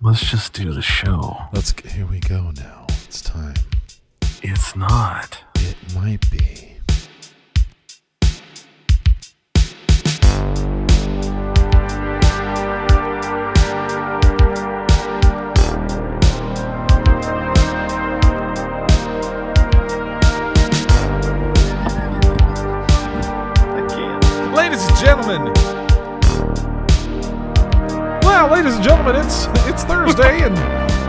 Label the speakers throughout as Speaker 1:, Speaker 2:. Speaker 1: Let's just do the show.
Speaker 2: Let's g- here we go now. It's time.
Speaker 1: It's not.
Speaker 2: It might be.
Speaker 3: Ladies and gentlemen. Wow, ladies and gentlemen, it's it's Thursday, and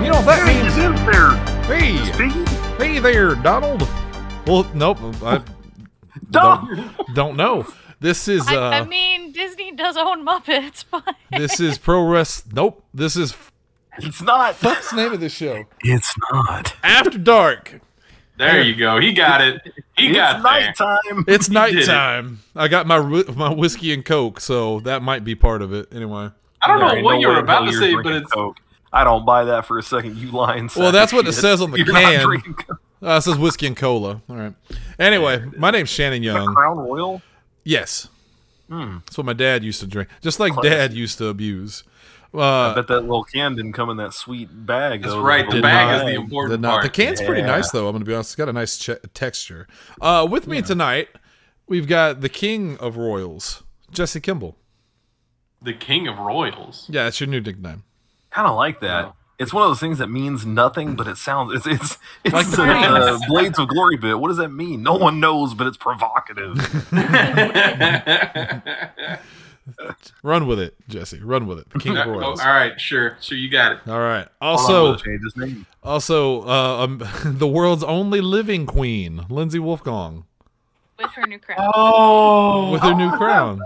Speaker 3: you know what that
Speaker 4: Hey,
Speaker 3: means
Speaker 4: is it there?
Speaker 3: hey,
Speaker 4: Speaking?
Speaker 3: hey there, Donald. Well, nope, I
Speaker 4: Donald!
Speaker 3: don't, don't know. This is
Speaker 5: I,
Speaker 3: uh,
Speaker 5: I mean, Disney does own Muppets, but
Speaker 3: this is pro wrest. Nope, this is
Speaker 4: It's not.
Speaker 3: what's the name of this show?
Speaker 1: It's not.
Speaker 3: After dark.
Speaker 6: There you go. He got it. He got
Speaker 4: It's nighttime.
Speaker 3: It's
Speaker 6: did it.
Speaker 3: nighttime. I got my whi- my whiskey and coke, so that might be part of it. Anyway.
Speaker 6: there. I don't
Speaker 4: There
Speaker 6: know
Speaker 4: ain't
Speaker 6: what
Speaker 4: no
Speaker 6: you
Speaker 4: way
Speaker 6: were
Speaker 4: in
Speaker 6: about
Speaker 4: hell
Speaker 6: to
Speaker 4: you're
Speaker 6: say, but
Speaker 4: drinking
Speaker 6: it's
Speaker 4: Coke. I don't buy that for a second. You lying sack
Speaker 3: Well, that's
Speaker 4: of
Speaker 3: what it
Speaker 4: shit.
Speaker 3: says on the
Speaker 4: You're
Speaker 3: can.
Speaker 4: Not drinking Coke.
Speaker 3: Uh, it says whiskey and cola. All right. Anyway, my name's Shannon Young.
Speaker 4: Crown Royal?
Speaker 3: Yes.
Speaker 6: Hmm.
Speaker 3: That's what my dad used to drink. Just like
Speaker 4: Classic.
Speaker 3: dad used to abuse.
Speaker 4: I
Speaker 3: Uh,
Speaker 4: bet that little can didn't come in that sweet bag.
Speaker 6: That's
Speaker 4: though,
Speaker 6: right,
Speaker 4: that
Speaker 6: the
Speaker 3: did
Speaker 4: little
Speaker 6: bag is
Speaker 3: not-
Speaker 6: the important
Speaker 3: did not-
Speaker 6: part.
Speaker 3: The can's pretty
Speaker 4: Yeah.
Speaker 3: nice, though. I'm going to be honest. It's got a nice che- texture. Uh, with me tonight, we've got the king of royals, Jesse Kimball.
Speaker 6: the king of royals.
Speaker 3: Yeah, that's your new nickname.
Speaker 4: Kind of like that. It's one of those things that means nothing, but it sounds it's it's it's
Speaker 3: Like
Speaker 4: the
Speaker 3: brains.
Speaker 4: uh, Blades of Glory bit. What does that mean? No one knows, but it's provocative.
Speaker 3: Run with it, Jesse. Run with it. The king of
Speaker 6: Oh, all
Speaker 3: royals.
Speaker 6: right, sure. Sure, you got it.
Speaker 3: All right.
Speaker 4: Hold on, I'm
Speaker 3: Also,
Speaker 4: gonna change his name.
Speaker 3: also, uh, um, the world's only living queen, Lindsay Wolfgong,
Speaker 5: with her new crown.
Speaker 6: Oh.
Speaker 3: with her new crown.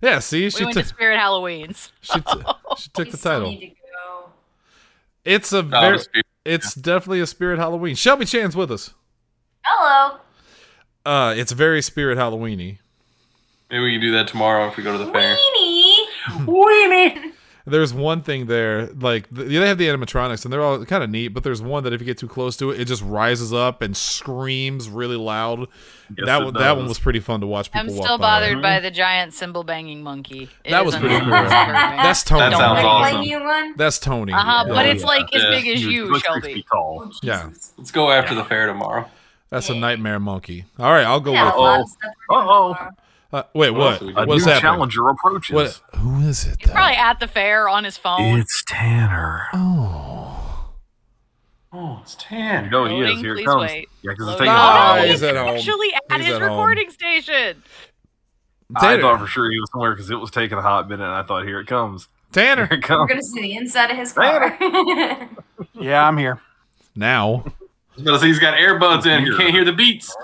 Speaker 3: Yeah, see,
Speaker 5: we
Speaker 3: she
Speaker 5: went
Speaker 3: took
Speaker 5: to Spirit Halloween's.
Speaker 3: she, t- she took the title.
Speaker 7: Need to go.
Speaker 3: It's a very, it's definitely a spirit Halloween. Shelby Chan's with us.
Speaker 7: Hello.
Speaker 3: Uh, it's very spirit Halloweeny.
Speaker 6: Maybe we can do that tomorrow if we go to the fair.
Speaker 7: Weenie.
Speaker 3: There's one thing there, like th- they have the animatronics, and they're all kind of neat. But there's one that if you get too close to it, it just rises up and screams really loud.
Speaker 4: Yes,
Speaker 3: that
Speaker 4: it
Speaker 3: one, that one
Speaker 4: does.
Speaker 3: was pretty fun to watch. People
Speaker 5: I'm
Speaker 3: walk
Speaker 5: still
Speaker 3: by. Mm-hmm.
Speaker 5: bothered by the giant cymbal banging monkey. It
Speaker 3: That
Speaker 5: is
Speaker 3: was pretty cool.
Speaker 5: unbelievable.
Speaker 3: That's Tony.
Speaker 6: That sounds
Speaker 7: like
Speaker 6: awesome.
Speaker 7: my new one.
Speaker 3: That's Tony.
Speaker 5: Uh-huh,
Speaker 3: yeah.
Speaker 5: but it's like as
Speaker 6: Yeah.
Speaker 5: big as
Speaker 4: He
Speaker 5: you,
Speaker 4: was six
Speaker 5: Shelby.
Speaker 4: feet tall.
Speaker 3: yeah,
Speaker 6: Let's go after the fair tomorrow.
Speaker 3: that's a nightmare monkey. All right, I'll go
Speaker 7: Yeah, a
Speaker 3: with.
Speaker 7: lot of stuff we're doing
Speaker 4: Uh-oh.
Speaker 7: tomorrow.
Speaker 3: Uh, wait, what?
Speaker 6: else we
Speaker 3: What's
Speaker 6: got?
Speaker 4: A
Speaker 3: what is
Speaker 4: new
Speaker 3: happening?
Speaker 4: challenger approaches.
Speaker 3: What? Who is it?
Speaker 5: He's
Speaker 3: Though?
Speaker 5: probably at the fair on his phone.
Speaker 1: It's Tanner.
Speaker 6: Oh, it's tan.
Speaker 4: No, he
Speaker 5: Loading,
Speaker 4: is. Here it
Speaker 5: please
Speaker 4: comes.
Speaker 5: wait.
Speaker 4: Yeah, because
Speaker 5: Loading.
Speaker 4: it's taking a
Speaker 3: Ah,
Speaker 4: while.
Speaker 5: Oh, no,
Speaker 3: he's
Speaker 5: he's
Speaker 3: at home.
Speaker 5: actually at
Speaker 3: He's
Speaker 5: his
Speaker 3: at home.
Speaker 5: recording station.
Speaker 4: I
Speaker 3: Tanner.
Speaker 4: thought for sure he was somewhere because it was taking a hot minute. And I thought, here it comes. Here
Speaker 3: Tanner.
Speaker 4: it
Speaker 7: We're
Speaker 4: comes.
Speaker 7: gonna see the inside of his car.
Speaker 8: Yeah, I'm here.
Speaker 3: Now.
Speaker 6: But he's got earbuds in. He can't hear the beats.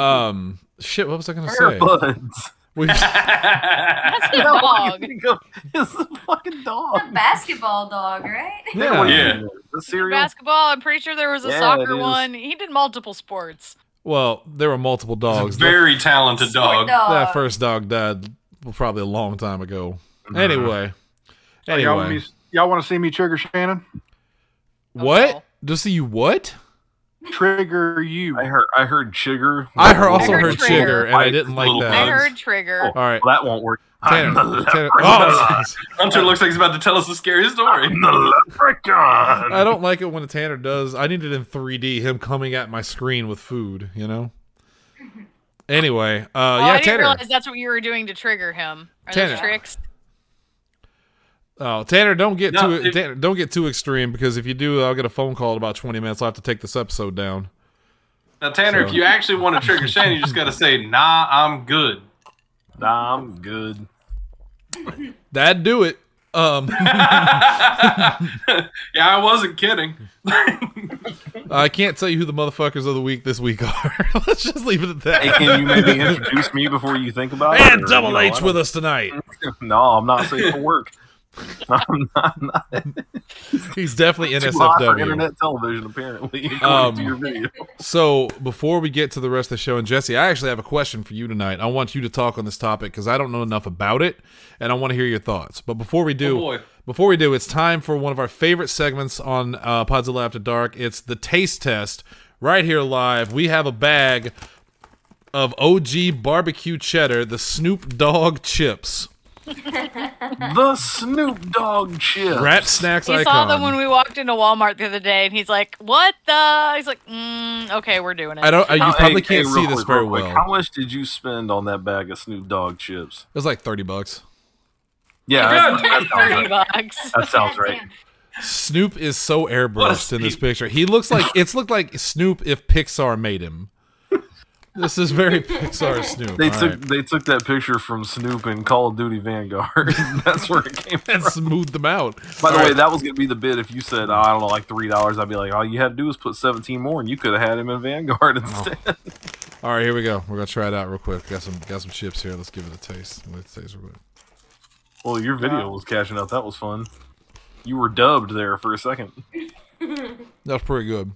Speaker 3: Um, shit. What was I gonna say?
Speaker 4: Earbuds.
Speaker 3: We've,
Speaker 5: That's a
Speaker 4: That one I
Speaker 5: dog.
Speaker 4: can think of is the fucking dog.
Speaker 7: a basketball dog, right?
Speaker 3: yeah.
Speaker 6: Yeah.
Speaker 4: The cereal.
Speaker 5: Basketball. I'm pretty sure there was a
Speaker 4: Yeah, it
Speaker 5: soccer
Speaker 4: is.
Speaker 5: one. He did multiple sports.
Speaker 3: Well, there were multiple dogs. That-
Speaker 6: Very talented dog.
Speaker 7: Sport dog.
Speaker 5: Uh,
Speaker 3: that first dog died probably a long time ago. Anyway,
Speaker 8: Y'all, want
Speaker 3: anyway,
Speaker 8: me, y'all want to see me trigger Shannon?
Speaker 3: what? Just see you what?
Speaker 8: Trigger you.
Speaker 4: I heard. I heard sugar.
Speaker 3: I heard, also
Speaker 5: heard
Speaker 3: heard
Speaker 5: Trigger.
Speaker 3: Chigger, and I didn't like
Speaker 6: Little
Speaker 3: that.
Speaker 5: I
Speaker 6: Bugs.
Speaker 5: heard Trigger.
Speaker 3: All right,
Speaker 4: Well, that won't work.
Speaker 3: Tanner. Tanner. Oh,
Speaker 4: leprechaun.
Speaker 6: Hunter looks like he's about to tell us a scary story.
Speaker 4: I'm the leprechaun.
Speaker 3: I don't like it when a Tanner does. I need it in 3D. Him coming at my screen with food. You know. Anyway, uh,
Speaker 5: Oh,
Speaker 3: yeah,
Speaker 5: I didn't
Speaker 3: Tanner.
Speaker 5: realize that's what you were doing to trigger him. Are
Speaker 3: Tanner.
Speaker 5: those tricks?
Speaker 3: Oh, Tanner, don't get
Speaker 6: No,
Speaker 3: too
Speaker 6: it-
Speaker 3: Tanner, don't get too extreme because if you do, I'll get a phone call in about twenty minutes. I'll have to take this episode down.
Speaker 6: Now, Tanner, if you actually want to trigger Shannon, you just got to say, nah, I'm good.
Speaker 4: Nah, I'm good.
Speaker 3: That'd do it. Um,
Speaker 6: Yeah, I wasn't kidding.
Speaker 3: I can't tell you who the motherfuckers of the week this week are. Let's just leave it at that.
Speaker 4: Hey, can you maybe introduce me before you think about it?
Speaker 3: and
Speaker 4: Or, you
Speaker 3: Double
Speaker 4: know, I
Speaker 3: H
Speaker 4: don't-
Speaker 3: with us tonight.
Speaker 4: No, I'm not safe for work. I'm not, not
Speaker 3: He's definitely
Speaker 4: too hot for
Speaker 3: NSFW.
Speaker 4: internet television, apparently. according
Speaker 3: Um,
Speaker 4: to your video.
Speaker 3: So before we get to the rest of the show, and Jesse, I actually have a question for you tonight. I want you to talk on this topic because I don't know enough about it, and I want to hear your thoughts. But before we do,
Speaker 4: Oh,
Speaker 6: boy.
Speaker 3: before we do, it's time for one of our favorite segments on uh, Podzilla After Dark. It's the taste test right here live. We have a bag of OG barbecue cheddar, the Snoop Dogg chips.
Speaker 4: The Snoop Dogg chip.
Speaker 3: Rat snacks
Speaker 5: He
Speaker 3: icon.
Speaker 5: saw them when we walked into Walmart the other day, and he's like, "What the?" He's like, mm, "Okay, we're doing it."
Speaker 3: I don't. I, you
Speaker 4: How-
Speaker 3: probably
Speaker 4: hey, hey,
Speaker 3: can't
Speaker 4: real
Speaker 3: see this
Speaker 4: quick,
Speaker 3: very
Speaker 4: real quick,
Speaker 3: well.
Speaker 4: How much did you spend on that bag of Snoop Dogg chips?
Speaker 3: It was like thirty bucks.
Speaker 4: Yeah,
Speaker 6: God,
Speaker 4: that, that sounds
Speaker 5: Thirty
Speaker 4: right.
Speaker 5: bucks.
Speaker 4: That sounds right.
Speaker 3: Snoop is so airbrushed in this
Speaker 6: Steve.
Speaker 3: picture. He looks like it's looked like Snoop if Pixar made him. This is very Pixar Snoop.
Speaker 4: They
Speaker 3: All
Speaker 4: took
Speaker 3: right.
Speaker 4: they took that picture from Snoop and Call of Duty Vanguard. That's where it came
Speaker 3: and
Speaker 4: from.
Speaker 3: smoothed them out.
Speaker 4: By the
Speaker 3: All
Speaker 4: way,
Speaker 3: right.
Speaker 4: that was gonna be the bid. If you said oh, I don't know, like three dollars, I'd be like, all you had to do was put seventeen more, and you could have had him in Vanguard
Speaker 6: Oh.
Speaker 4: instead.
Speaker 3: all right, here we go. We're gonna try it out real quick. Got some got some chips here. Let's give it a taste. Let's taste real quick.
Speaker 4: Well, your video was cashing out. That was fun. You were dubbed there for a second.
Speaker 3: That's pretty good.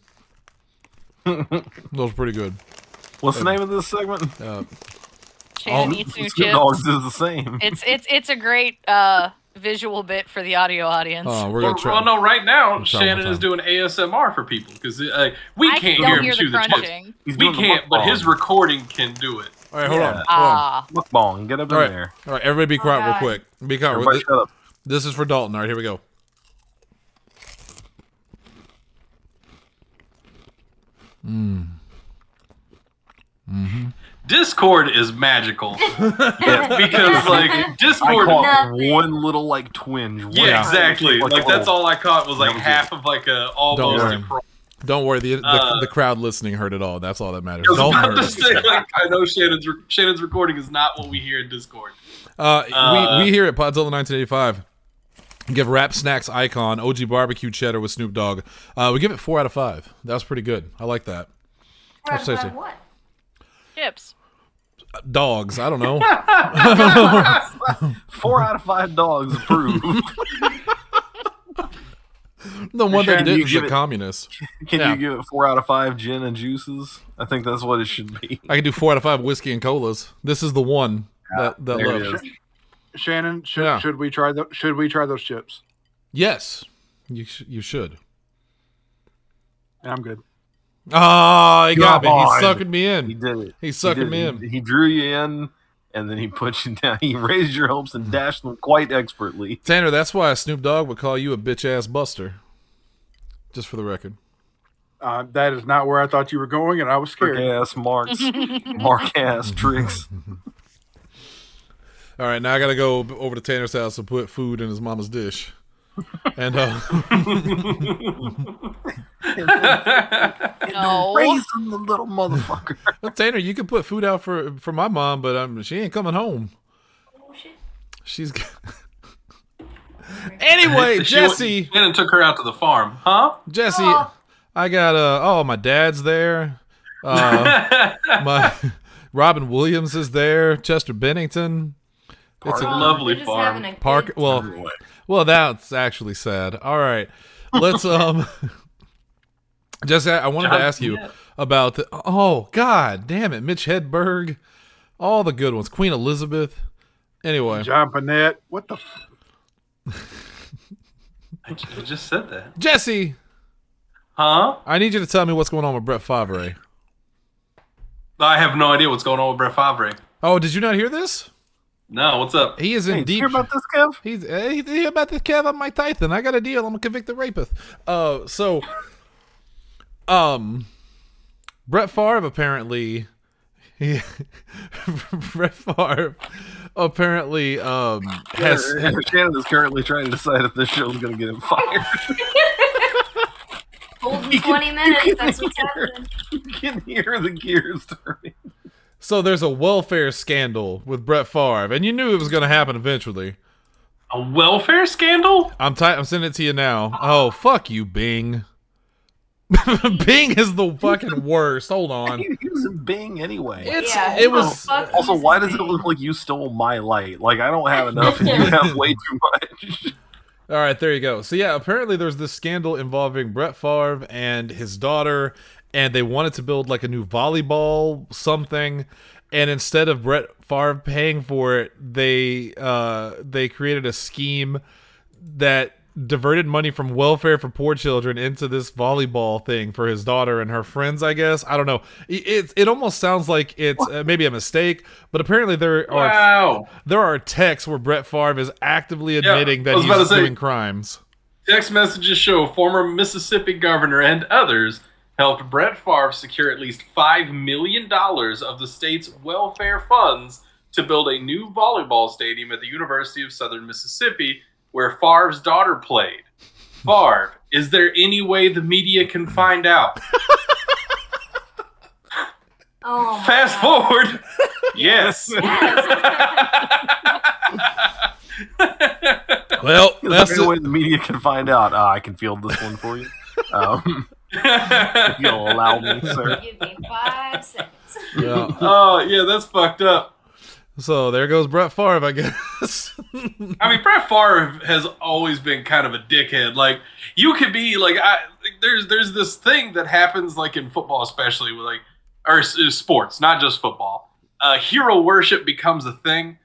Speaker 3: that was pretty good. Uh,
Speaker 4: What's the name of this segment?
Speaker 5: Shannon eats new
Speaker 4: Snoop
Speaker 5: chips.
Speaker 4: Dogs is the same.
Speaker 5: It's it's it's a great uh, visual bit for the audio audience.
Speaker 3: Oh, we're
Speaker 6: Well,
Speaker 3: gonna try.
Speaker 6: well, no, right now
Speaker 3: It's all the
Speaker 6: Shannon is
Speaker 3: time.
Speaker 6: doing ASMR for people because uh, we
Speaker 5: I
Speaker 6: can't
Speaker 5: don't
Speaker 6: hear him
Speaker 5: hear
Speaker 6: chew
Speaker 5: the
Speaker 6: the chips.
Speaker 5: crunching.
Speaker 4: He's
Speaker 6: We
Speaker 4: doing the
Speaker 6: can't, but
Speaker 4: mukbang.
Speaker 6: his recording can do it.
Speaker 3: All right, hold
Speaker 4: Yeah.
Speaker 3: on. Hold on.
Speaker 5: Ah,
Speaker 4: Mukbang, get up in
Speaker 3: All right,
Speaker 4: there.
Speaker 3: all right.
Speaker 6: Oh,
Speaker 3: Everybody, be quiet, real
Speaker 7: God.
Speaker 3: quick. Be quiet.
Speaker 4: Everybody,
Speaker 3: This,
Speaker 4: shut up.
Speaker 3: this is for Dalton. All right, here we go.
Speaker 6: Discord is magical
Speaker 4: Yeah.
Speaker 6: because like
Speaker 4: I
Speaker 6: Discord.
Speaker 4: caught
Speaker 7: Nothing.
Speaker 4: one little like twinge.
Speaker 6: Yeah,
Speaker 4: One-
Speaker 6: exactly.
Speaker 4: like, oh,
Speaker 6: Like that's
Speaker 4: little-
Speaker 6: all I caught was like
Speaker 4: That was
Speaker 6: half of like a almost.
Speaker 3: worry.
Speaker 6: a crawl.
Speaker 3: Don't worry. The the,
Speaker 6: Uh,
Speaker 3: the crowd listening heard it all. That's all that matters.
Speaker 6: I was
Speaker 3: Dalton
Speaker 6: about
Speaker 3: heard
Speaker 6: to
Speaker 3: it.
Speaker 6: say, like, I know Shannon's re- Shannon's recording is not what we hear in Discord.
Speaker 3: Uh,
Speaker 6: Uh,
Speaker 3: we, we here at Podzilla 1985 give Rap Snacks Icon OG Barbecue Cheddar with Snoop Dogg. Uh, we give it four out of five. That was pretty good. I like that.
Speaker 7: We're
Speaker 3: That's
Speaker 7: at
Speaker 3: tasty.
Speaker 7: five one.
Speaker 5: chips.
Speaker 3: Uh, Dogs. I don't know.
Speaker 4: four out of five dogs approved.
Speaker 3: the one that
Speaker 4: Shannon,
Speaker 3: did
Speaker 4: you
Speaker 3: is
Speaker 4: give
Speaker 3: a
Speaker 4: it-
Speaker 3: communist.
Speaker 4: Can
Speaker 3: Yeah.
Speaker 4: you give it four out of five gin and juices? I think that's what it should be.
Speaker 3: I can do four out of five whiskey and colas. This is the one that that
Speaker 4: Ah, There it
Speaker 3: loves.
Speaker 4: is.
Speaker 8: Shannon, should,
Speaker 3: Yeah.
Speaker 8: should we try the, should we try those chips?
Speaker 3: Yes, you sh- you should.
Speaker 8: And I'm good.
Speaker 3: Oh, he got
Speaker 4: God.
Speaker 3: me. He sucking me
Speaker 4: He
Speaker 3: in.
Speaker 4: did it.
Speaker 3: He's
Speaker 4: did
Speaker 3: sucking me
Speaker 4: it.
Speaker 3: in.
Speaker 4: He, he drew you in, and then he put you down. He raised your hopes and dashed them quite expertly.
Speaker 3: Tanner, that's why Snoop Dogg would call you a bitch ass buster. Just for the record.
Speaker 8: Uh, that is not where I thought you were going, and I was scared.
Speaker 4: Mark ass marks, mark ass tricks.
Speaker 3: All right, now I gotta go b- over to Tanner's house and put food in his mama's dish. And uh,
Speaker 5: No.
Speaker 4: Raising the little motherfucker.
Speaker 3: well, Tanner, you can put food out for for my mom, but um, she ain't coming home.
Speaker 7: Oh,
Speaker 3: She's. g- anyway,
Speaker 6: She went-
Speaker 3: Jesse,
Speaker 6: Shannon took her out to the farm, huh?
Speaker 3: Jesse, I got uh oh my dad's there. Uh, my Robin Williams is there. Chester Bennington. It's
Speaker 4: Parker.
Speaker 7: Oh,
Speaker 3: a
Speaker 6: lovely
Speaker 7: they're just
Speaker 6: farm.
Speaker 7: having a good
Speaker 3: park. Well,
Speaker 4: Boy.
Speaker 3: Well, that's actually sad. All right, let's um. Just I I wanted to
Speaker 6: John
Speaker 3: ask you
Speaker 6: Cena.
Speaker 3: about the oh god damn it Mitch Hedberg, all the good ones Queen Elizabeth. Anyway,
Speaker 8: John Panette, what the? F-
Speaker 6: I ju- I just said that,
Speaker 3: Jesse,
Speaker 6: huh?
Speaker 3: I need you to tell me what's going on with Brett Favre.
Speaker 6: I have no idea what's going on with Brett Favre.
Speaker 3: Oh, did you not hear this?
Speaker 6: No, what's up?
Speaker 3: He is in
Speaker 4: Hey, did you
Speaker 3: deep.
Speaker 4: hear about this, Kev?
Speaker 3: He's hey, you hear about this cat on my Tython. I got a deal. I'm a convicted rapist. Uh, so, um, Brett Favre apparently, he, Brett Favre apparently um has
Speaker 4: Shannon is currently trying to decide if this show is going to get him fired.
Speaker 7: Hold in 20 minutes. That's what's happening.
Speaker 4: you can hear the gears turning.
Speaker 3: so there's a welfare scandal with Brett Favre, and you knew it was going to happen eventually.
Speaker 6: A welfare scandal?
Speaker 3: I'm ty- I'm sending it to you now. Oh fuck you, Bing. Bing is the fucking worst. Hold on.
Speaker 4: He using Bing anyway.
Speaker 3: It's
Speaker 7: Yeah,
Speaker 3: it
Speaker 7: who the
Speaker 3: was
Speaker 7: fuck
Speaker 4: also,
Speaker 7: uses
Speaker 4: why does it
Speaker 7: Bing?
Speaker 4: look like you stole my light? Like I don't have enough, and you have way too much.
Speaker 3: All right, there you go. So yeah, apparently there's this scandal involving Brett Favre and his daughter, and they wanted to build like a new volleyball something, and instead of Brett Favre paying for it, they uh, they created a scheme that diverted money from welfare for poor children into this volleyball thing for his daughter and her friends. I guess I don't know. It it, it almost sounds like it's uh, maybe a mistake, but apparently there are
Speaker 6: Wow.
Speaker 3: there are texts where Brett Favre is actively
Speaker 6: Yeah,
Speaker 3: admitting
Speaker 6: I
Speaker 3: that
Speaker 6: was about
Speaker 3: he's
Speaker 6: to say-
Speaker 3: doing crimes.
Speaker 6: Text messages show former Mississippi governor and others helped Brett Favre secure at least $5 million of the state's welfare funds to build a new volleyball stadium at the University of Southern Mississippi, where Favre's daughter played. Favre, is there any way the media can find out?
Speaker 7: Oh, my
Speaker 6: Fast
Speaker 7: God.
Speaker 6: forward. yes.
Speaker 3: Well,
Speaker 4: That's
Speaker 3: that's
Speaker 4: the way the media can find out. Ah, I can field this one for you. Um, if you'll allow me, sir.
Speaker 7: Give me five seconds.
Speaker 3: yeah.
Speaker 6: Oh, yeah, that's fucked up.
Speaker 3: So there goes Brett Favre, I guess.
Speaker 6: I mean, Brett Favre has always been kind of a dickhead. Like you could be like, I like, there's there's this thing that happens like in football, especially with like or s- uh, sports, not just football. Uh, hero worship becomes a thing,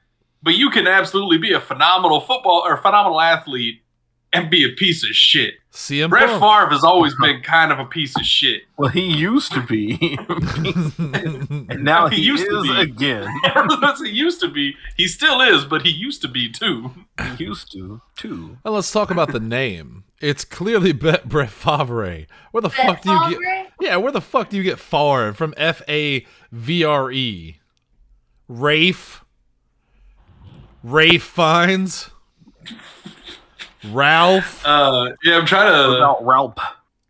Speaker 6: but you can absolutely be a phenomenal football or phenomenal athlete and be a piece of shit.
Speaker 3: CM
Speaker 6: Brett
Speaker 3: Punk.
Speaker 6: Favre has always been kind of a piece of shit.
Speaker 4: Well, he used to be, and now
Speaker 6: He
Speaker 4: he,
Speaker 6: used to
Speaker 4: is
Speaker 6: be.
Speaker 4: again.
Speaker 6: That's he used to be. He still is, but he used to be too.
Speaker 4: He used to too.
Speaker 3: Well, let's talk about the name. It's clearly Be- Brett Favre. Where the fuck do you get?
Speaker 7: Favre?
Speaker 3: Yeah, where the fuck do you get Favre from? F A V R E. Rafe. Rafe Fines. Ralph.
Speaker 6: Uh, yeah, I'm trying to.
Speaker 4: About Ralph.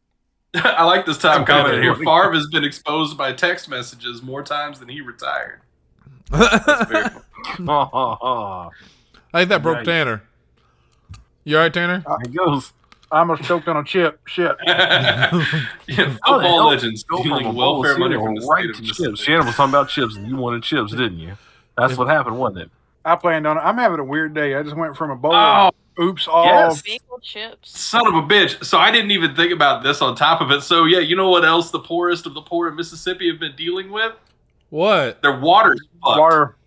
Speaker 6: I like this time comment here.
Speaker 4: Okay.
Speaker 6: Favre has been exposed by text messages more times than he retired.
Speaker 4: Ha ha ha!
Speaker 3: I think that broke
Speaker 4: Right.
Speaker 3: Tanner. You all right, Tanner?
Speaker 4: He goes.
Speaker 8: I almost choked on a chip. Shit.
Speaker 6: Yeah,
Speaker 4: How the
Speaker 6: football
Speaker 4: hell
Speaker 6: legends
Speaker 4: Oh, go from a
Speaker 6: stealing
Speaker 4: bowl of
Speaker 6: welfare money
Speaker 4: cereal
Speaker 6: from the
Speaker 4: right
Speaker 6: state of
Speaker 4: to chips.
Speaker 6: Mississippi.
Speaker 4: Shannon was talking about chips, and you wanted chips, didn't you? That's what happened, wasn't it?
Speaker 8: I planned on it. I'm having a weird day. I just went from a bowl
Speaker 6: Oh,
Speaker 8: of oops all
Speaker 4: yes.
Speaker 5: Bagel chips.
Speaker 6: son of a bitch! So I didn't even think about this on top of it. So yeah, you know what else the poorest of the poor in Mississippi have been dealing with?
Speaker 3: What?
Speaker 6: Their water's fucked.
Speaker 8: water.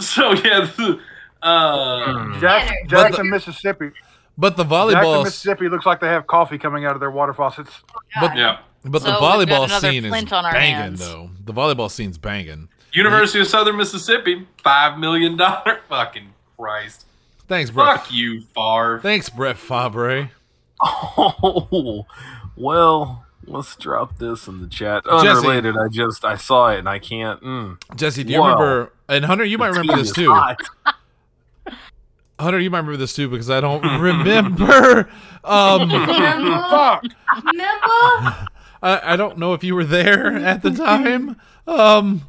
Speaker 6: So yeah,
Speaker 4: Hmm.
Speaker 6: uh,
Speaker 8: Jackson,
Speaker 7: Tanner.
Speaker 8: Jackson
Speaker 3: But
Speaker 8: Mississippi.
Speaker 3: But the
Speaker 8: Jackson,
Speaker 3: volleyball,
Speaker 8: Mississippi looks like they have coffee coming out of their water faucets.
Speaker 5: God.
Speaker 6: yeah.
Speaker 3: but
Speaker 5: So
Speaker 3: the
Speaker 5: we've got
Speaker 3: volleyball
Speaker 5: another
Speaker 3: scene is
Speaker 5: Flint on our
Speaker 3: banging
Speaker 5: hands.
Speaker 3: though. The volleyball scene's banging.
Speaker 6: University of Southern Mississippi, five million dollar. Fucking Christ!
Speaker 3: Thanks, Brett.
Speaker 6: Fuck you, Favre.
Speaker 3: Thanks, Brett Favre.
Speaker 4: Oh, well, let's drop this in the chat. Unrelated, I just I saw it and I can't. Mm.
Speaker 3: Jesse, do you
Speaker 4: Wow.
Speaker 3: remember? And Hunter, you might remember
Speaker 4: Tea
Speaker 3: this
Speaker 4: is
Speaker 3: too.
Speaker 4: hot.
Speaker 3: Hunter, you might remember this too because I don't remember. Um,
Speaker 7: Remember?
Speaker 8: Fuck.
Speaker 7: Remember?
Speaker 3: I, I don't know if you were there at the time. Um,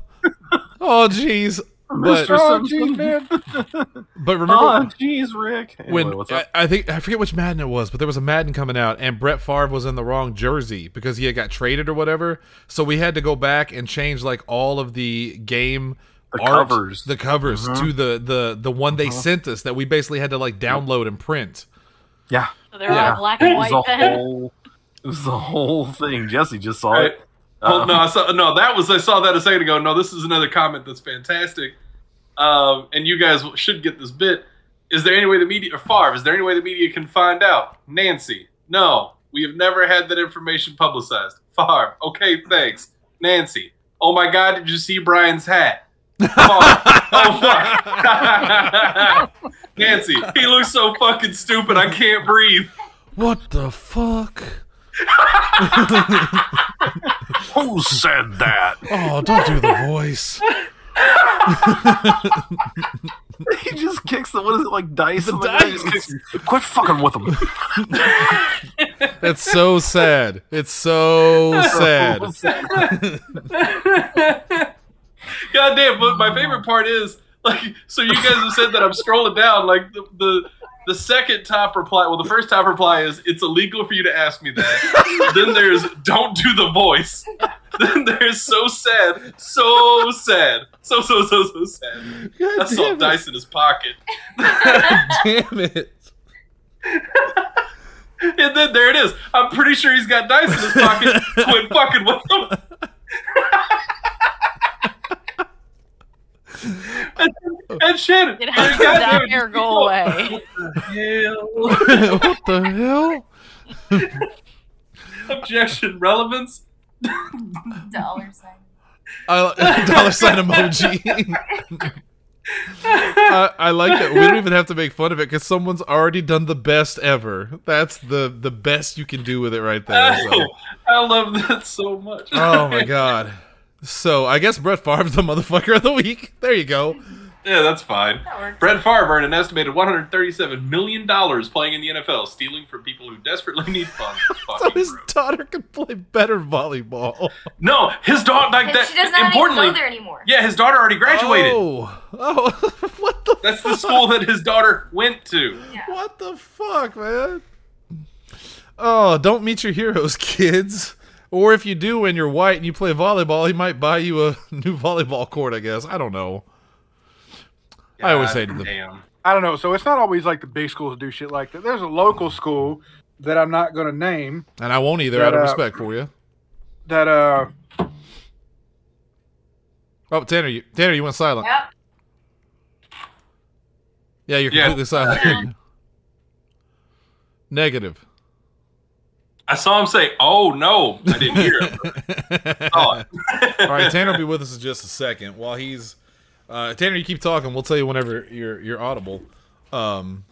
Speaker 3: oh, jeez. But
Speaker 8: Oh, geez, man.
Speaker 3: but remember
Speaker 4: Oh, jeez, Rick. Anyway,
Speaker 3: when
Speaker 4: what's
Speaker 3: I,
Speaker 4: up?
Speaker 3: I think I forget which Madden it was, but there was a Madden coming out, and Brett Favre was in the wrong jersey because he had got traded or whatever. So we had to go back and change like all of the game
Speaker 4: The
Speaker 3: art,
Speaker 4: covers. Uh-huh.
Speaker 3: the covers to the the the one they sent us that we basically had to like download and print.
Speaker 4: yeah,
Speaker 5: So they're
Speaker 4: Yeah.
Speaker 5: all black
Speaker 4: it
Speaker 5: and
Speaker 4: was
Speaker 5: white
Speaker 4: the
Speaker 5: then.
Speaker 4: whole. It was the whole thing. Jesse just saw
Speaker 6: Right.
Speaker 4: it. Uh, Uh-huh.
Speaker 6: Well, no, I saw, no, that was I saw that a second ago. No, this is another comment that's fantastic, um, and you guys should get this bit. Is there any way the media or Favre? Is there any way the media can find out? Nancy, no, we have never had that information publicized. Favre, okay, thanks. Nancy, oh my God, did you see Brian's hat? Favre, oh fuck, Nancy, he looks so fucking stupid. I can't breathe.
Speaker 3: What the fuck?
Speaker 4: Who said that?
Speaker 3: Oh, don't do the voice.
Speaker 4: he just kicks the what is it like dice? in The
Speaker 3: dice.
Speaker 4: dice. Quit fucking with him.
Speaker 3: It's so sad. It's so sad.
Speaker 6: God damn, but my favorite part is like so you guys have said that I'm scrolling down like the the, the second top reply well the first top reply is it's illegal for you to ask me that. then there's don't do the voice. then there's so sad, so sad. So so so so sad. I
Speaker 3: God
Speaker 6: saw
Speaker 3: damn it.
Speaker 6: dice in his pocket.
Speaker 3: Damn it.
Speaker 6: And then there it is. I'm pretty sure he's got dice in his pocket. Quit fucking with him. and, and Shannon,
Speaker 5: It
Speaker 6: and
Speaker 5: has
Speaker 6: goddamn-
Speaker 5: to go away.
Speaker 6: the
Speaker 3: what the hell?
Speaker 6: hell? Objection, relevance.
Speaker 7: Dollar sign.
Speaker 3: I, dollar sign emoji. I, I like it. We don't even have to make fun of it because someone's already done the best ever. That's the the best you can do with it right there.
Speaker 6: Oh.
Speaker 3: so.
Speaker 6: I love that so much.
Speaker 3: Oh my god. So I guess Brett Favre the motherfucker of the week. There you go.
Speaker 6: Yeah, that's fine.
Speaker 7: That works.
Speaker 6: Brett Favre earned an estimated 137 million dollars playing in the NFL, stealing from people who desperately need fun.
Speaker 3: So Oh,
Speaker 6: Fucking
Speaker 3: his
Speaker 6: rude.
Speaker 3: daughter can play better volleyball.
Speaker 6: no, his daughter like
Speaker 7: And
Speaker 6: that.
Speaker 7: she does not even
Speaker 6: importantly,
Speaker 7: go there anymore.
Speaker 6: yeah, his daughter already graduated.
Speaker 3: Oh, oh, what the
Speaker 6: That's the school that his daughter went to.
Speaker 3: What the fuck, man? Oh, don't meet your heroes, kids. Or if you do and you're white and you play volleyball, he might buy you a new volleyball court, I guess. I don't know. I always hated them.
Speaker 6: Damn.
Speaker 8: I don't know. So it's not always like the big schools do shit like that. There's a local school that I'm not going to name
Speaker 3: And I won't either, out
Speaker 8: Shut
Speaker 3: of
Speaker 8: up.
Speaker 3: respect for you.
Speaker 8: that uh
Speaker 3: Oh, Tanner, you, Tanner, you went silent.
Speaker 7: Yep.
Speaker 3: Yeah, you're
Speaker 6: Yeah.
Speaker 3: completely silent. Negative.
Speaker 6: I saw him say, "Oh no!" I didn't hear him.
Speaker 3: All right, Tanner will be with us in just a second. While he's uh, Tanner, you keep talking. We'll tell you whenever you're you're audible. Um,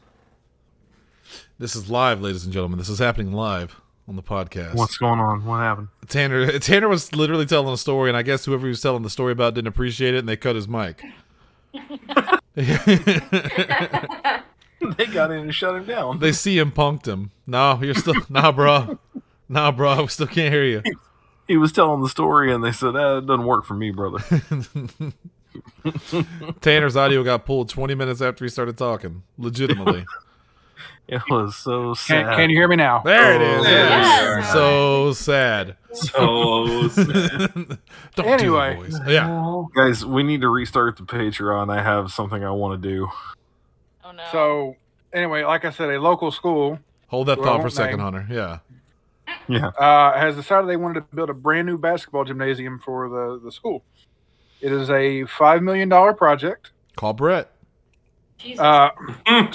Speaker 3: this is live, ladies and gentlemen. This is happening live on the podcast.
Speaker 4: What's going on? What happened?
Speaker 3: Tanner Tanner was literally telling a story, and I guess whoever he was telling the story about didn't appreciate it, and they cut his mic.
Speaker 4: They got in and shut him down.
Speaker 3: They see him punked him. No, you're still nah, bro. Nah, bro. We still can't hear you.
Speaker 4: He was telling the story, and they said, "That doesn't work for me, brother."
Speaker 3: Tanner's audio got pulled 20 minutes after he started talking. Legitimately.
Speaker 4: It was so
Speaker 8: can,
Speaker 4: sad.
Speaker 8: can you hear me now?
Speaker 3: There it is.
Speaker 6: There we are.
Speaker 3: So sad.
Speaker 6: So sad.
Speaker 3: Don't
Speaker 8: Anyway.
Speaker 3: do the voice. Yeah.
Speaker 4: Guys, we need to restart the Patreon. I have something I want to do.
Speaker 5: Oh no.
Speaker 8: So anyway, like I said, a local school
Speaker 3: Hold that
Speaker 8: Well,
Speaker 3: thought for a
Speaker 8: thank-
Speaker 3: second, Hunter. Yeah.
Speaker 8: uh, has decided they wanted to build a brand new basketball gymnasium for the, the school. It is a five million dollar project.
Speaker 3: Call Brett.
Speaker 7: Jesus.
Speaker 8: Uh,
Speaker 6: and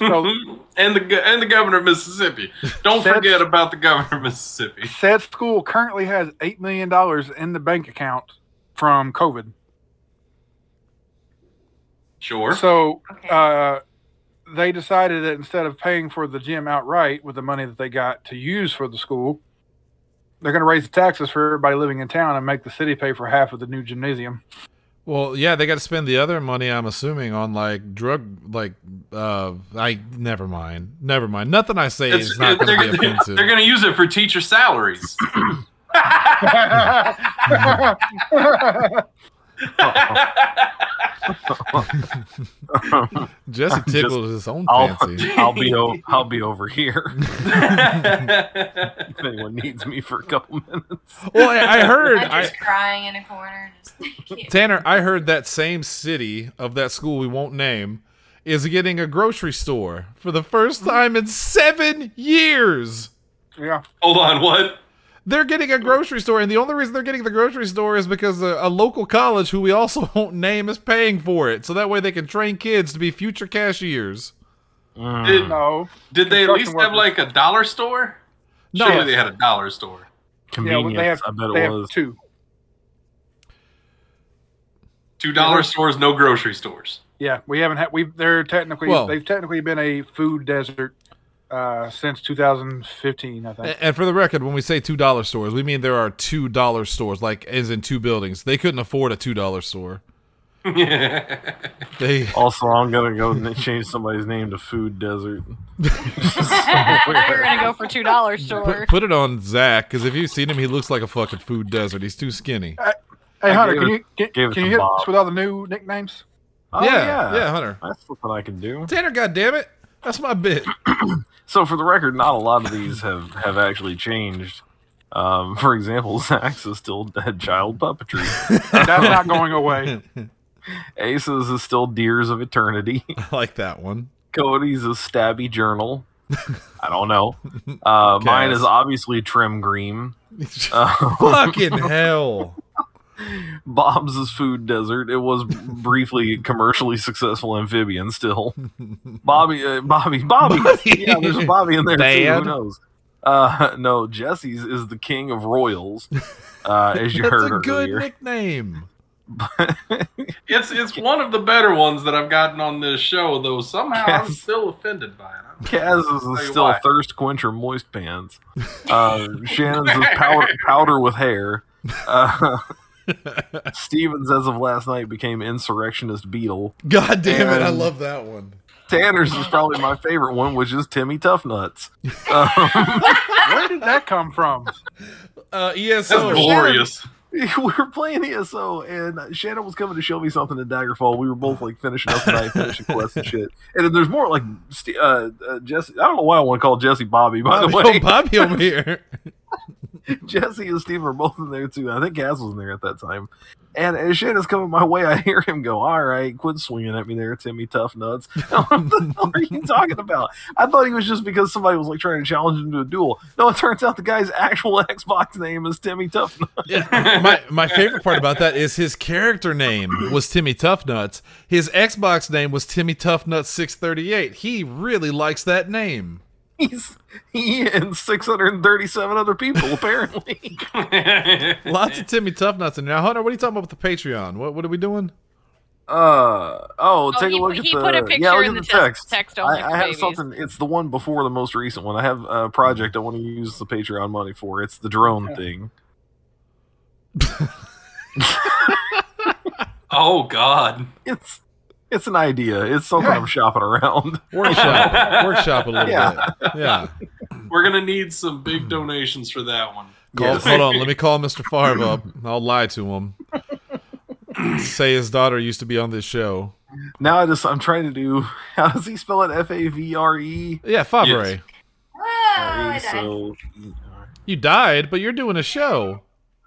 Speaker 6: the go- and the governor of Mississippi. Don't
Speaker 8: That's-
Speaker 6: forget about the governor of Mississippi.
Speaker 8: said school currently has eight million dollars in the bank account from COVID.
Speaker 6: Sure.
Speaker 8: So
Speaker 7: okay.
Speaker 8: uh, they decided that instead of paying for the gym outright with the money that they got to use for the school, they're going to raise the taxes for everybody living in town and make the city pay for half of the new gymnasium.
Speaker 3: Well, yeah, they got to spend the other money, I'm assuming, on like drug, like, uh, I, never mind. Never mind. Nothing I say
Speaker 6: It's-
Speaker 3: is not going to
Speaker 6: they're,
Speaker 3: be offensive.
Speaker 6: they're gonna use it for teacher salaries.
Speaker 3: Jesse
Speaker 4: just-
Speaker 3: tickled his own
Speaker 4: I'll,
Speaker 3: fancy.
Speaker 4: I'll be o- I'll be over here
Speaker 6: I
Speaker 4: if anyone needs me for a couple minutes.
Speaker 3: well, I, I heard.
Speaker 7: I'm
Speaker 3: I,
Speaker 7: just crying in a corner. Just can't.
Speaker 3: Tanner, I heard that same city of that school we won't name is getting a grocery store for the first time in seven years.
Speaker 8: Yeah.
Speaker 6: Hold on, what?
Speaker 3: They're getting a grocery store, and the only reason they're getting the grocery store is because a, a local college, who we also won't name, is paying for it. So that way they can train kids to be future cashiers.
Speaker 6: Did,
Speaker 8: No.
Speaker 6: did they at
Speaker 8: construction
Speaker 6: least have
Speaker 8: workers.
Speaker 6: like a dollar store?
Speaker 3: No.
Speaker 6: Surely they had a dollar store.
Speaker 8: Yeah, well,
Speaker 4: Convenience.
Speaker 8: they have,
Speaker 4: I bet
Speaker 8: they
Speaker 4: it
Speaker 8: have
Speaker 4: was.
Speaker 8: two.
Speaker 6: Two dollar stores, no grocery stores.
Speaker 8: Yeah, we haven't had. We they're technically
Speaker 3: Well-
Speaker 8: they've technically been a food desert uh, since 2015. I think.
Speaker 3: A- And for the record, when we say two dollar stores, we mean there are two dollar stores, like as in two buildings. They couldn't afford a two dollar store. They
Speaker 4: Also, I'm gonna go and change somebody's name to Food Desert.
Speaker 5: We're gonna go for two dollars store.
Speaker 3: Put, put it on Zach because if you've seen him, he looks like a fucking food desert. He's too skinny.
Speaker 8: hey
Speaker 4: I
Speaker 8: Hunter,
Speaker 4: gave
Speaker 8: can
Speaker 4: it-
Speaker 8: you can,
Speaker 4: gave it
Speaker 8: can
Speaker 4: to
Speaker 8: you hit
Speaker 4: Bob.
Speaker 8: us with all the new nicknames?
Speaker 4: Oh,
Speaker 3: yeah, Hunter.
Speaker 4: That's something I can do.
Speaker 3: Tanner, goddamn it, that's my bit.
Speaker 4: So, for the record, not a lot of these have have actually changed. Um, for example, Zax is still dead child puppetry.
Speaker 8: That's not going away.
Speaker 4: Ace's is still Deers of Eternity.
Speaker 3: I like that one.
Speaker 4: Cody's is Stabby Journal. I don't know. Uh, mine
Speaker 3: Cass.
Speaker 4: is obviously Trim Green. Uh,
Speaker 3: fucking hell.
Speaker 4: Bob's Food Desert. It was briefly commercially successful amphibian still. Bobby, uh, Bobby, Bobby. Yeah, there's a Bobby in there too.
Speaker 3: Dad.
Speaker 4: Who knows? Uh, no, Jesse's is the king of royals, uh, as you
Speaker 3: That's
Speaker 4: heard
Speaker 3: a good
Speaker 4: earlier.
Speaker 3: nickname.
Speaker 6: It's it's one of the better ones that I've gotten on this show, though somehow I'm
Speaker 4: Yes.
Speaker 6: still offended by it.
Speaker 4: Kaz's
Speaker 6: Tell
Speaker 4: is
Speaker 6: you
Speaker 4: still
Speaker 6: why.
Speaker 4: thirst quencher moist pants. Uh, Shannon's is powder, powder with hair. Uh, Stevens, as of last night, became insurrectionist beetle.
Speaker 3: God damn it! I
Speaker 4: And-
Speaker 3: love that one.
Speaker 4: Tanner's is probably my favorite one, which is Timmy Um, Toughnuts.
Speaker 8: Where did that come from?
Speaker 3: Uh,
Speaker 4: E
Speaker 6: That's
Speaker 3: ESO.
Speaker 6: glorious.
Speaker 4: we were playing ESO, and Shannon was coming to show me something in Daggerfall. We were both like finishing up tonight, finishing quests and shit. And then there's more like Ste uh, uh, Jesse. I don't know why I want to call Jesse Bobby. By
Speaker 3: Bobby,
Speaker 4: the way,
Speaker 3: oh, Bobby over here.
Speaker 4: Jesse and Steve are both in there too. I think Cass was in there at that time. And as Shannon's coming my way, I hear him go, "All right, quit swinging at me there, Timmy Tough Nuts." what the hell are you talking about? I thought he was just because somebody was like trying to challenge him to a duel. No, it turns out the guy's actual Xbox name is Timmy Tough Nuts.
Speaker 3: my my favorite part about that is his character name was Timmy Toughnuts. His Xbox name was Timmy Toughnuts six thirty eight. He really likes that name.
Speaker 4: He's he and six hundred and thirty-seven other people apparently.
Speaker 3: Lots of Timmy Toughnuts in there. Now, Hunter, what are you talking about with the Patreon? What what are we doing?
Speaker 4: Uh oh,
Speaker 5: Oh,
Speaker 4: take
Speaker 5: he-
Speaker 4: a look at
Speaker 5: he
Speaker 4: the
Speaker 5: put a picture
Speaker 4: yeah, look
Speaker 5: in
Speaker 4: at the
Speaker 5: the text-
Speaker 4: text.
Speaker 5: text only
Speaker 4: I,
Speaker 5: for
Speaker 4: I have
Speaker 5: babies.
Speaker 4: something. It's the one before the most recent one. I have a project I want to use the Patreon money for. It's the drone thing.
Speaker 6: Oh God.
Speaker 4: It's it's an idea. It's something I'm shopping around.
Speaker 3: Workshop workshop a little
Speaker 4: Yeah.
Speaker 3: bit. Yeah.
Speaker 6: We're gonna need some
Speaker 3: Hmm.
Speaker 6: big donations for that one.
Speaker 3: Call,
Speaker 4: Yes.
Speaker 3: Hold on, let me call Mr. Favre up. I'll lie to him. Say his daughter used to be on this show.
Speaker 4: Now I just I'm trying to do. How does he spell it? F a v r e.
Speaker 3: Yeah, Favre.
Speaker 6: Yes.
Speaker 7: Whoa, Oh, I died.
Speaker 4: So
Speaker 3: You died, but you're doing a show.